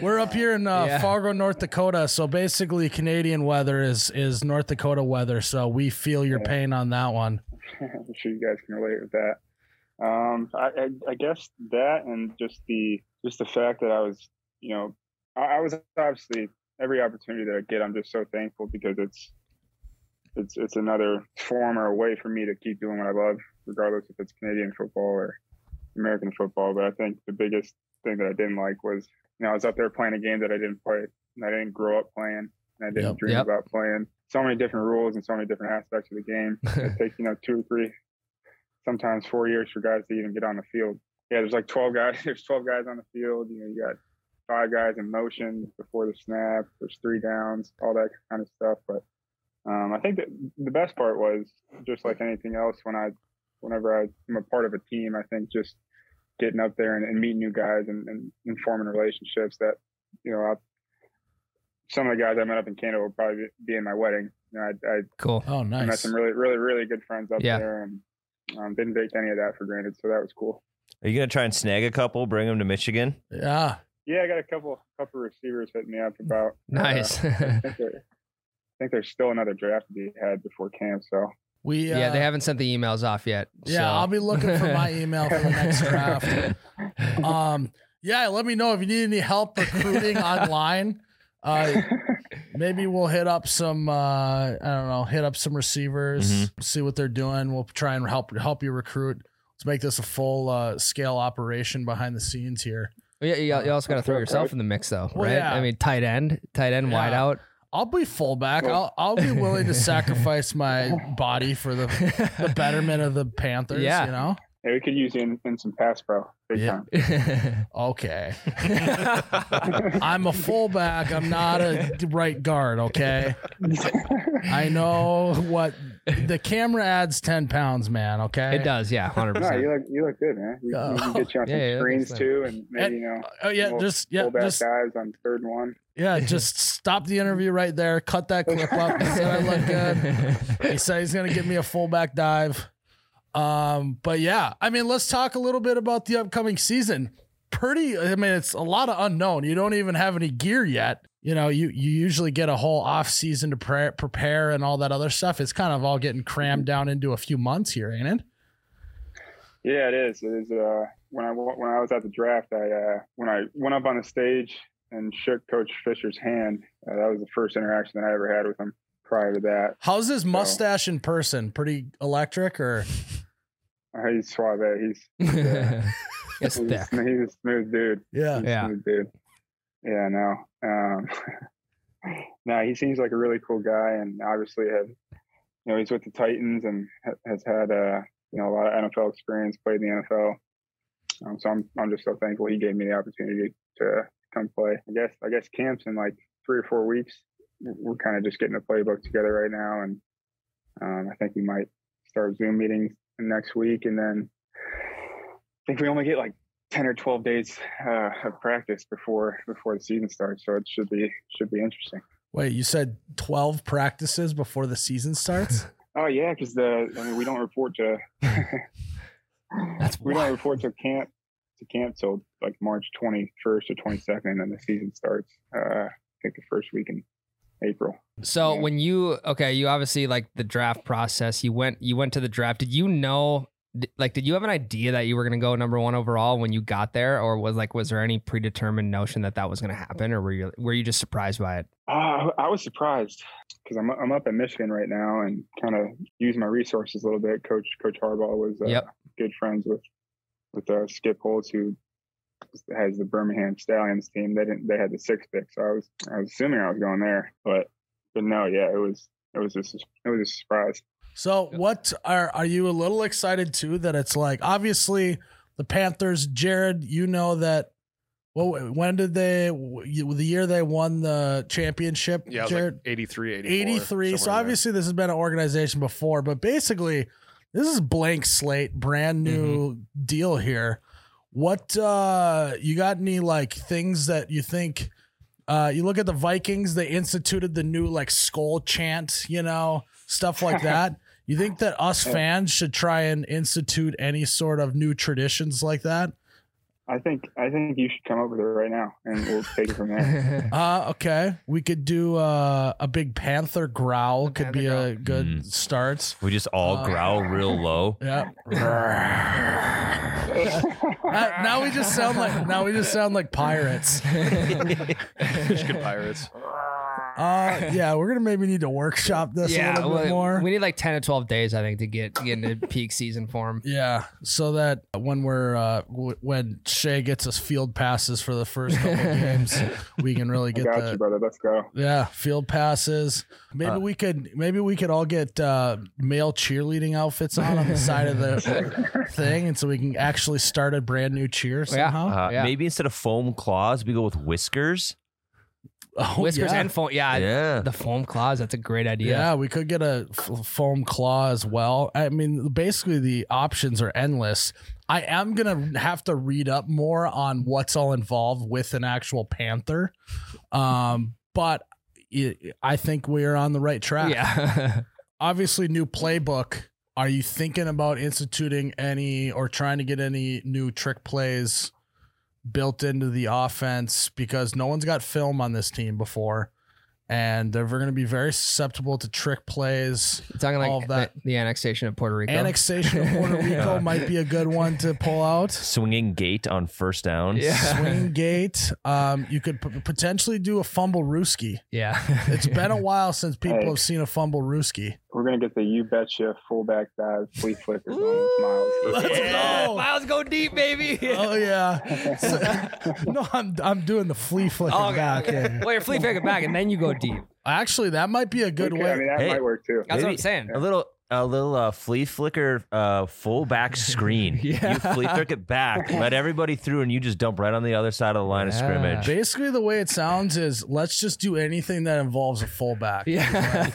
Speaker 1: We're up here in uh,
Speaker 2: Yeah.
Speaker 1: Fargo, North Dakota, so basically Canadian weather is is North Dakota weather, so we feel your
Speaker 5: Yeah.
Speaker 1: pain on that one.
Speaker 5: *laughs* I'm sure you guys can relate with that. Um, I, I, I guess that and just the just the fact that I was, you know, I, I was obviously every opportunity that I get, I'm just so thankful because it's it's it's another form or a way for me to keep doing what I love, regardless if it's Canadian football or American football. But I think the biggest thing that I didn't like was, you know, I was up there playing a game that I didn't play and I didn't grow up playing and I didn't
Speaker 1: Yep.
Speaker 5: dream
Speaker 2: Yep.
Speaker 5: about playing. So many different rules and so many different aspects of the game it takes you know two or three sometimes four years for guys to even get on the field yeah there's like 12 guys *laughs* there's 12 guys on the field you know you got five guys in motion before the snap there's three downs all that kind of stuff but um, i think that the best part was just like anything else when i whenever I, i'm a part of a team i think just getting up there and, and meeting new guys and, and, and forming relationships that you know I, some of the guys i met up in canada will probably be in my wedding you know, I, I
Speaker 2: cool.
Speaker 1: Oh,
Speaker 5: I met
Speaker 1: nice.
Speaker 5: some really, really, really good friends up
Speaker 2: Yeah.
Speaker 5: there, and um, didn't take any of that for granted. So that was cool.
Speaker 3: Are you gonna try and snag a couple, bring them to Michigan?
Speaker 1: Yeah.
Speaker 5: Yeah, I got a couple, couple receivers hitting me up about. uh,
Speaker 1: *laughs*
Speaker 2: Nice.
Speaker 5: I think, there- I think there's still another draft to be had before camp. So *laughs*
Speaker 1: We uh,
Speaker 2: yeah.
Speaker 1: yeah,
Speaker 2: they haven't sent the emails off yet. so-
Speaker 1: I'll be looking for
Speaker 2: *laughs*
Speaker 1: my email for the next draft. Um yeah, let me know if you need any help
Speaker 2: *laughs*
Speaker 1: recruiting online. Uh, Maybe we'll hit up some uh I don't know, hit up some receivers,
Speaker 2: Mm-hmm.
Speaker 1: see what they're doing. We'll try and help help you recruit. Let's make this a full uh scale operation behind the scenes here.
Speaker 2: Yeah, you, you also got to
Speaker 5: That's
Speaker 2: throw
Speaker 5: right.
Speaker 2: yourself in the mix, though,
Speaker 1: Well,
Speaker 2: right?
Speaker 1: yeah.
Speaker 2: I mean, tight end, tight end,
Speaker 1: Yeah.
Speaker 2: wide
Speaker 1: *laughs*
Speaker 2: out.
Speaker 1: I'll be fullback.
Speaker 5: Well-
Speaker 1: I'll I'll be
Speaker 2: *laughs*
Speaker 5: *laughs*
Speaker 1: willing to sacrifice my body for the the betterment of the Panthers,
Speaker 2: Yeah.
Speaker 1: you know?
Speaker 5: Yeah, we could use you in, in some pass pro big
Speaker 1: Yeah. *laughs*
Speaker 5: time.
Speaker 1: Okay. I'm a fullback. I'm not a right guard. Okay. I know what the camera adds 10 pounds, man. Okay.
Speaker 2: it does, yeah, hundred
Speaker 5: *laughs* no, you
Speaker 2: percent.
Speaker 5: look you look good, man. You,
Speaker 1: Oh.
Speaker 5: you can get you
Speaker 1: *laughs*
Speaker 5: on
Speaker 2: Yeah,
Speaker 5: some
Speaker 2: yeah, that
Speaker 5: screens
Speaker 2: makes
Speaker 5: too, and maybe you know
Speaker 1: Oh yeah,
Speaker 5: Well,
Speaker 1: just yeah,
Speaker 5: fullback
Speaker 1: just
Speaker 5: guys on third and one.
Speaker 1: yeah, just stop the interview right there. Cut that clip up. He said I look
Speaker 2: *laughs*
Speaker 1: *laughs* good. He said he's gonna give me a fullback dive. Um, but yeah, I mean, let's talk a little bit about the upcoming season. Pretty, I mean, it's a lot of unknown. You don't even have any gear yet. You know, you you usually get a whole off season to pre- prepare and all that other stuff. It's kind of all getting crammed down into a few months here, ain't it?
Speaker 5: Yeah, it is. It is. Uh, when I wa- when I was at the draft, I uh, when I went up on the stage and shook Coach Fisher's hand. Uh, that was the first interaction that I ever had with him. Prior to that,
Speaker 1: How's his mustache in person? Pretty electric, or
Speaker 5: uh, he's suave. He's
Speaker 2: it's
Speaker 5: he's,
Speaker 2: thick.
Speaker 5: A, sm- he's a smooth dude.
Speaker 1: yeah,
Speaker 5: He's
Speaker 2: Yeah.
Speaker 5: a smooth dude. Yeah, no. Um, *laughs* no, he seems like a really cool guy, and obviously had you know he's with the Titans and ha- has had uh, you know a lot of NFL experience, played in the NFL. Um, so I'm I'm just so thankful he gave me the opportunity to come play. I guess I guess camps in like three or four weeks. We're kind of just getting the playbook together right now, and um, I think we might start Zoom meetings next week, and then I think we only get like ten or twelve days uh, of practice before before the season starts. So it should be should be interesting.
Speaker 1: Wait, you said 12 practices before the season starts?
Speaker 5: Oh yeah, because the I mean we don't report to
Speaker 2: *laughs* That's
Speaker 5: we
Speaker 2: wild.
Speaker 5: don't report to camp to camp till like March twenty first or twenty second, and then the season starts. Uh, I think the first week in April.
Speaker 2: So
Speaker 5: Yeah.
Speaker 2: when you okay, you obviously like the draft process. You went you went to the draft. Did you know d- like did you have an idea that you were going to go number 1 overall when you got there or was like was there any predetermined notion that that was going to happen or were you were you just surprised by
Speaker 1: *laughs*
Speaker 2: it?
Speaker 5: Uh, I was surprised because I'm I'm up in Michigan right now and kind of use my resources a little bit. Coach Coach Harbaugh was uh,
Speaker 2: Yep.
Speaker 5: good friends with with uh, Skip Holtz, who has the Birmingham Stallions team. They didn't they had the six pick, so I was I was assuming I was going there, but but no, yeah, it was it was just it was a surprise.
Speaker 1: So
Speaker 2: Yeah.
Speaker 1: what are are you a little excited too that it's like obviously the Panthers Jared you know that well when did they you- the year they won the championship
Speaker 4: Yeah, it was like
Speaker 1: Jared
Speaker 4: 83, 84,
Speaker 1: 83 so
Speaker 4: somewhere in there.
Speaker 1: obviously this has been an organization before but basically this is blank slate brand new deal here what uh you got any like things that you think uh, you look at the Vikings, they instituted the new like skull chant, you know, stuff like that. you think that us
Speaker 5: Yeah.
Speaker 1: fans should try and institute any sort of new traditions like that?
Speaker 5: I think I think you should come up with it right now, and we'll take it
Speaker 2: *laughs*
Speaker 5: from there.
Speaker 1: Uh, okay. We could do uh, a big panther growl,
Speaker 2: A
Speaker 1: could
Speaker 2: panther
Speaker 1: be a
Speaker 2: growl.
Speaker 1: good
Speaker 3: Hmm.
Speaker 1: start.
Speaker 3: We just all
Speaker 1: Uh,
Speaker 3: growl real low.
Speaker 1: Yeah.
Speaker 5: *laughs*
Speaker 1: now, now we just sound like now we just sound like pirates. *laughs*
Speaker 4: Michigan Pirates.
Speaker 1: Uh, yeah, we're gonna maybe need to workshop this a little bit
Speaker 2: we,
Speaker 1: more.
Speaker 2: we need like 10 or 12 days I think to get to get
Speaker 1: *laughs*
Speaker 2: into peak season form.
Speaker 1: Yeah, so that when we're uh, w- when Shea gets us field passes for the first
Speaker 2: *laughs*
Speaker 1: couple of games, we can really
Speaker 5: I
Speaker 1: get
Speaker 5: got
Speaker 1: the
Speaker 5: you, brother. Let's go.
Speaker 1: yeah field passes. Maybe
Speaker 3: Uh,
Speaker 1: we could maybe we could all get uh, male cheerleading outfits on on the side of the
Speaker 2: *laughs*
Speaker 1: thing, and so we can actually start a brand new cheer
Speaker 2: Oh, Yeah.
Speaker 1: somehow.
Speaker 3: Uh,
Speaker 2: Yeah.
Speaker 3: Maybe instead of foam claws, we go with whiskers.
Speaker 1: Oh,
Speaker 2: Whiskers
Speaker 1: yeah.
Speaker 2: and foam. Yeah,
Speaker 3: yeah.
Speaker 2: the foam claws, that's a great idea.
Speaker 1: Yeah, we could get a f- foam claw as well. I mean, basically the options are endless. I am gonna have to read up more on what's all involved with an actual panther, um, but it, I think we are on the right track.
Speaker 2: Yeah. *laughs*
Speaker 1: Obviously, new playbook. Are you thinking about instituting any or trying to get any new trick plays built into the offense? Because no one's got film on this team before, and they're going to be very susceptible to trick plays.
Speaker 2: You're talking like
Speaker 1: All of that.
Speaker 2: The, the annexation of Puerto Rico.
Speaker 1: Annexation of Puerto Rico
Speaker 3: Yeah.
Speaker 1: might be a good one to pull out.
Speaker 3: Swinging gate on first down.
Speaker 2: Yeah.
Speaker 1: Swing gate. Um, you could p- potentially do a fumble rooski.
Speaker 2: Yeah.
Speaker 1: It's
Speaker 2: *laughs*
Speaker 1: been a while since people
Speaker 5: Hey.
Speaker 1: have seen a fumble rooski.
Speaker 5: We're gonna get the you betcha fullback dive, flea flickers on with Miles.
Speaker 1: Let's
Speaker 2: Yeah.
Speaker 1: go.
Speaker 2: Miles go deep, baby.
Speaker 1: Oh yeah. no, I'm I'm doing the flea flicker
Speaker 2: Oh, okay,
Speaker 1: back.
Speaker 2: okay.
Speaker 1: in.
Speaker 2: Well, you're flea flicker back, and then you go deep.
Speaker 1: Actually, that might be a good
Speaker 5: Okay, I
Speaker 1: way.
Speaker 5: mean, that
Speaker 3: Hey.
Speaker 5: might work too.
Speaker 2: That's what
Speaker 3: Maybe-
Speaker 2: I'm saying.
Speaker 3: A little a little uh, flea flicker uh, full back screen.
Speaker 2: Yeah.
Speaker 3: You flea flick it back, let everybody through, and you just dump right on the other side of the line of
Speaker 2: Yeah.
Speaker 3: scrimmage.
Speaker 1: Basically, the way it sounds is let's just do anything that involves a fullback.
Speaker 2: *laughs* Yeah.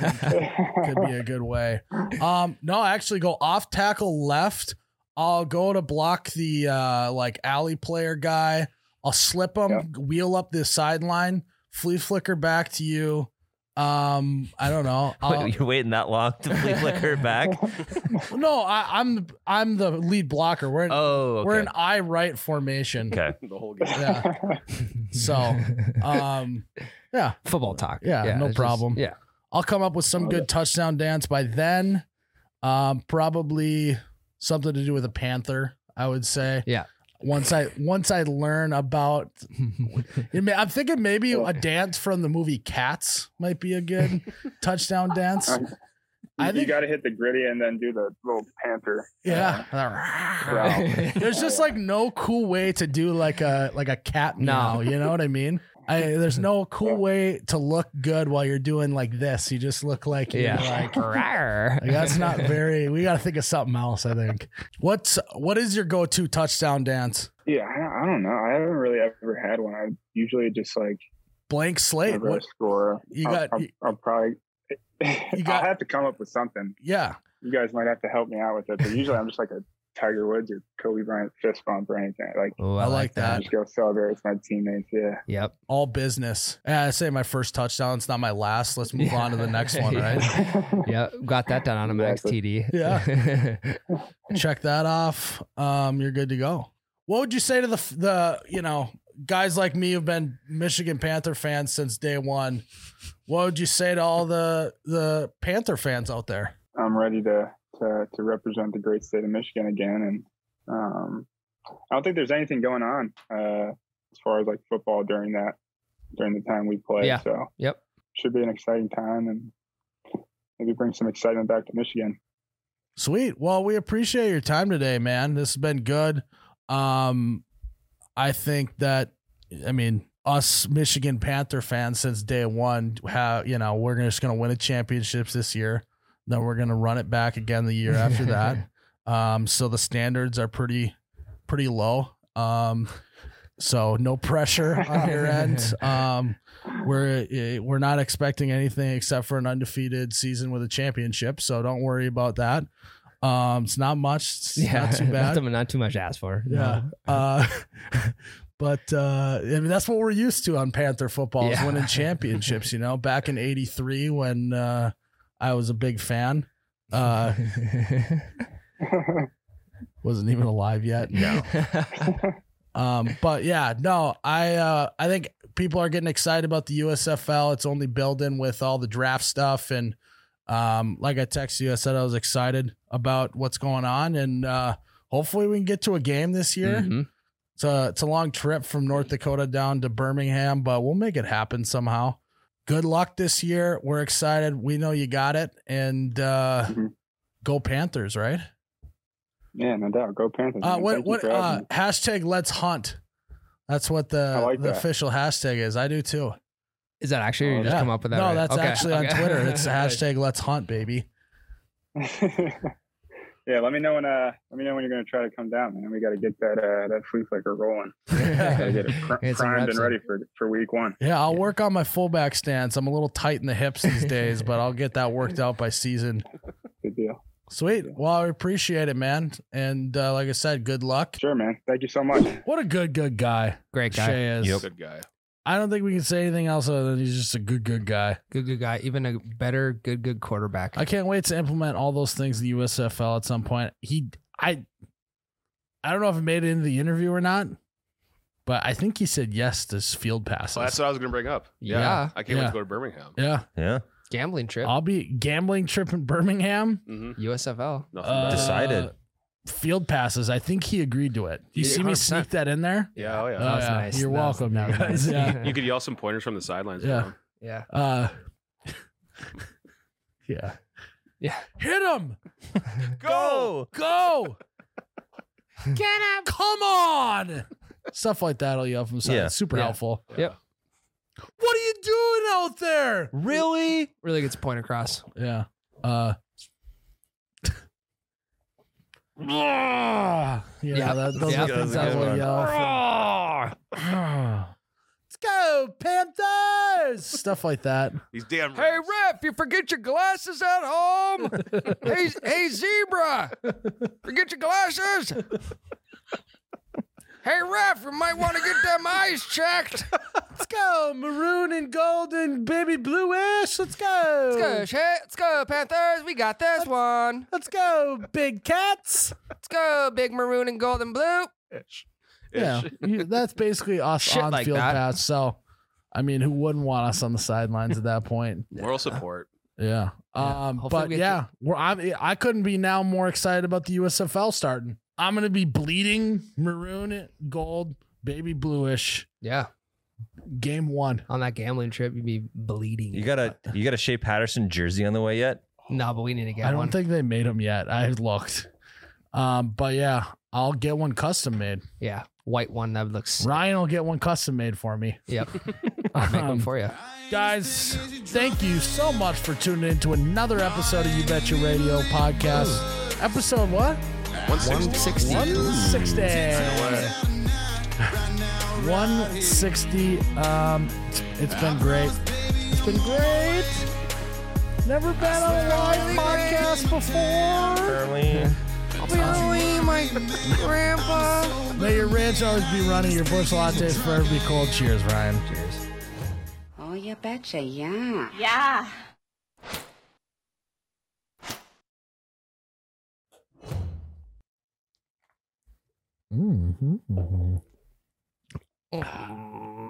Speaker 1: Could be a good way. Um, no, actually, go off tackle left. I'll go to block the uh, like alley player guy. I'll slip him,
Speaker 5: Yeah.
Speaker 1: wheel up the sideline, flea flicker back to you. Um, I don't know. I'll-
Speaker 3: Wait, *laughs* you're waiting that long to flea flicker back?
Speaker 1: no, I, I'm I'm the lead blocker. We're in,
Speaker 3: Oh, okay.
Speaker 1: we're in I right formation.
Speaker 3: okay.
Speaker 4: *laughs* the whole game.
Speaker 1: Yeah. So, *laughs* Um, yeah,
Speaker 2: football talk.
Speaker 1: Yeah, no
Speaker 2: it's just-
Speaker 1: problem.
Speaker 2: yeah.
Speaker 1: I'll come up with some good touchdown dance by then. Um, probably something to do with a panther, I would say.
Speaker 2: Yeah.
Speaker 1: Once I once I learn about, it may, I'm thinking maybe
Speaker 5: *laughs*
Speaker 1: a dance from the movie Cats might be a good touchdown dance. I
Speaker 5: you
Speaker 1: think-
Speaker 5: got to hit the gritty and then do the little panther.
Speaker 1: *laughs* Yeah.
Speaker 5: growl.
Speaker 1: There's just like no cool way to do like a like a cat now.
Speaker 2: No.
Speaker 1: You know what I mean? I, there's no cool way to look good while you're doing like this. You just look like you're
Speaker 2: *laughs* yeah.
Speaker 1: like
Speaker 2: Rawr.
Speaker 1: Like, that's not
Speaker 2: *laughs*
Speaker 1: very. We got to think of something else. I think. What's what is your go-to touchdown dance?
Speaker 5: Yeah, I, I don't know. I haven't really ever had one. I usually just like
Speaker 1: Blank slate.
Speaker 5: whenever I
Speaker 1: What,
Speaker 5: score.
Speaker 1: you
Speaker 5: I'll,
Speaker 1: got-
Speaker 5: I'll,
Speaker 1: you-
Speaker 5: I'll probably.
Speaker 1: You got-
Speaker 5: *laughs* I'll have to come up with something.
Speaker 1: yeah,
Speaker 5: You guys might have to help me out with it. But usually, I'm just like a Tiger Woods or Kobe Bryant fist bump or anything. Like
Speaker 2: Ooh,
Speaker 1: I like
Speaker 5: I
Speaker 1: that.
Speaker 5: just go celebrate with my teammates. Yeah.
Speaker 2: Yep.
Speaker 1: all business. Yeah, I say my first touchdown. It's not my last. Let's move
Speaker 2: Yeah.
Speaker 1: on to the next one.
Speaker 2: *laughs* Yeah.
Speaker 1: Right.
Speaker 2: Yep. Got that done on a max
Speaker 5: Exactly.
Speaker 2: TD. *laughs*
Speaker 1: Yeah. Check that off. Um, you're good to go. What would you say to the f- the you know guys like me who've been Michigan Panther fans since day one? What would you say to all the the Panther fans out there?
Speaker 5: I'm ready to, to to represent the great state of Michigan again, and um, I don't think there's anything going on uh, as far as like football during that during the time we play.
Speaker 2: Yeah.
Speaker 5: So
Speaker 2: Yep.
Speaker 5: should be an exciting time, and maybe bring some excitement back to Michigan.
Speaker 1: Sweet. Well, we appreciate your time today, man. This has been good. Um, I think that, I mean, us Michigan Panther fans since day one, have you know, we're just going to win a championships this year. Then we're going to run it back again the year
Speaker 2: *laughs*
Speaker 1: after that. Um, so the standards are pretty, pretty low. Um, so no *laughs* pressure on your end. Um, we're eh, we're not expecting anything except for an undefeated season with a championship. So don't worry about that. Um, it's not much. It's *laughs* not too bad.
Speaker 2: Nothing, not too much to ask for.
Speaker 1: Yeah.
Speaker 2: No.
Speaker 1: Uh, *laughs* but uh, I mean, that's what we're used to on Panther football is *laughs*
Speaker 2: Yeah.
Speaker 1: winning championships. You know, back in '83 when uh, I was a big fan, uh, wasn't even alive yet.
Speaker 2: *laughs* no. *laughs*
Speaker 1: Um, but yeah, no, I uh, I think people are getting excited about the USFL. It's only building with all the draft stuff, and um, like I texted you, I said I was excited about what's going on, and uh, hopefully we can get to a game this year.
Speaker 2: Mhm.
Speaker 1: It's a it's a long trip from North Dakota down to Birmingham, but we'll make it happen somehow. Good luck this year. We're excited. We know you got it, and uh,
Speaker 5: Mhm.
Speaker 1: go Panthers, right?
Speaker 5: Yeah, no doubt. Go Panthers!
Speaker 1: Uh,
Speaker 5: man.
Speaker 1: what
Speaker 5: Thank you
Speaker 1: what
Speaker 5: for having
Speaker 1: uh,
Speaker 5: me.
Speaker 1: hashtag Let's hunt. That's what the,
Speaker 5: I like
Speaker 1: the
Speaker 5: that.
Speaker 1: official hashtag is. I do too.
Speaker 2: Is that actually, or you
Speaker 5: Oh,
Speaker 2: just
Speaker 1: yeah.
Speaker 2: come up with that?
Speaker 1: no,
Speaker 2: right?
Speaker 1: that's
Speaker 2: Okay,
Speaker 1: actually on
Speaker 2: okay.
Speaker 1: Twitter. It's
Speaker 2: *laughs*
Speaker 1: the hashtag Let's hunt, baby.
Speaker 5: *laughs* yeah, let me know when uh let me know when you're gonna try to come down, man. We got to get that uh that flea
Speaker 2: *laughs*
Speaker 5: flicker rolling. Got to get it pr-
Speaker 2: Get some
Speaker 5: primed
Speaker 2: reps
Speaker 5: and
Speaker 2: in.
Speaker 5: ready for for week one.
Speaker 1: Yeah, I'll work on my fullback stance. I'm a little tight in the hips these days, but I'll get that worked out by season.
Speaker 5: Good deal.
Speaker 1: Sweet. Well, I appreciate it, man. And uh, like I said, good luck.
Speaker 5: Sure, man. Thank you so much.
Speaker 1: What a good, good guy
Speaker 2: Great guy.
Speaker 1: Shay is.
Speaker 3: Yep.
Speaker 4: Good guy.
Speaker 1: I don't think we can say anything else other than he's just a good, good guy.
Speaker 2: Good, good guy. Even a better, good, good quarterback.
Speaker 1: I can't wait to implement all those things in the USFL at some point. He, I, I don't know if it made it into the interview or not, but I think he said yes to s- field passes.
Speaker 4: Well, that's what I was gonna bring up.
Speaker 2: Yeah.
Speaker 4: I can't wait
Speaker 1: Yeah.
Speaker 4: to go to Birmingham.
Speaker 1: yeah,
Speaker 3: Yeah.
Speaker 2: Gambling trip.
Speaker 1: I'll be gambling trip in Birmingham.
Speaker 4: Mm-hmm.
Speaker 2: USFL.
Speaker 4: Nothing
Speaker 1: Uh,
Speaker 4: better.
Speaker 3: Decided.
Speaker 1: Field passes. I think he agreed to it. You
Speaker 2: Yeah,
Speaker 1: see me
Speaker 2: 100%.
Speaker 1: sneak that in there.
Speaker 4: Yeah, oh yeah.
Speaker 1: Uh,
Speaker 2: That was
Speaker 1: yeah.
Speaker 2: nice.
Speaker 1: You're
Speaker 2: That was-
Speaker 1: welcome,
Speaker 2: that
Speaker 1: you guys.
Speaker 2: was-
Speaker 1: Yeah.
Speaker 4: you could yell some pointers from the sidelines.
Speaker 1: Yeah.
Speaker 4: bro.
Speaker 2: Yeah.
Speaker 1: Uh, *laughs* yeah,
Speaker 2: Yeah.
Speaker 1: Hit him.
Speaker 3: Go!
Speaker 1: Go. *laughs* Get him. Come on. Stuff like that. I'll yell from the side.
Speaker 3: Yeah.
Speaker 1: It's super
Speaker 2: Yeah.
Speaker 1: helpful.
Speaker 2: Yep.
Speaker 1: What are you doing out there?
Speaker 3: Really?
Speaker 1: *laughs*
Speaker 2: Really gets the point across.
Speaker 1: Yeah. Uh Yeah, that, those
Speaker 2: Yeah,
Speaker 1: are the things
Speaker 3: that's a
Speaker 1: I
Speaker 3: good
Speaker 1: will
Speaker 3: one.
Speaker 1: yell. *sighs* Let's go, Panthers! Stuff like that.
Speaker 4: These damn.
Speaker 2: Hey,
Speaker 4: refs.
Speaker 2: ref, you forget your glasses at home? hey, hey, zebra, forget your glasses? Hey, ref, you might want to get them eyes checked.
Speaker 1: Let's go, maroon and gold and baby bluish. Let's go.
Speaker 2: Let's go, shit. Let's go, Panthers. We got this one.
Speaker 1: Let's go, big cats.
Speaker 2: Let's go, big maroon and golden blue.
Speaker 4: Ish.
Speaker 1: Yeah,
Speaker 4: Ish.
Speaker 1: you- that's
Speaker 2: *laughs*
Speaker 1: basically us
Speaker 2: Shit
Speaker 1: on
Speaker 2: like
Speaker 1: field
Speaker 2: that.
Speaker 1: pass. So, I mean, who wouldn't want us on the sidelines at that point?
Speaker 4: Moral support.
Speaker 1: Yeah.
Speaker 2: Yeah,
Speaker 1: Um,
Speaker 2: hopefully
Speaker 1: but
Speaker 2: we get
Speaker 1: yeah, we're, I'm, I couldn't be now more excited about the USFL starting. I'm going to be bleeding maroon, gold, baby bluish.
Speaker 2: Yeah,
Speaker 1: Game one.
Speaker 2: on that gambling trip, you'd be bleeding.
Speaker 3: You got a you got a Shea Patterson jersey on the way yet?
Speaker 2: no, but we need to get
Speaker 1: I don't
Speaker 2: one.
Speaker 1: think they made them yet. I looked. Um, but yeah, I'll get one custom made.
Speaker 2: yeah, white one that looks.
Speaker 1: Ryan will get one custom made for me. *laughs*
Speaker 2: Yep, make
Speaker 1: Um,
Speaker 2: one for you.
Speaker 1: guys, thank you so much for tuning in to another episode of You Bet Your Radio podcast. Episode what?
Speaker 4: 160.
Speaker 1: 160. 160. Um, it's been great. It's been great. Never been on a live podcast before.
Speaker 3: Early.
Speaker 1: May your ranch always be running, your bush lattes forever be cold. Cheers, Ryan. Cheers.
Speaker 6: Oh, you betcha, yeah.
Speaker 7: Yeah.
Speaker 1: Mm-hmm.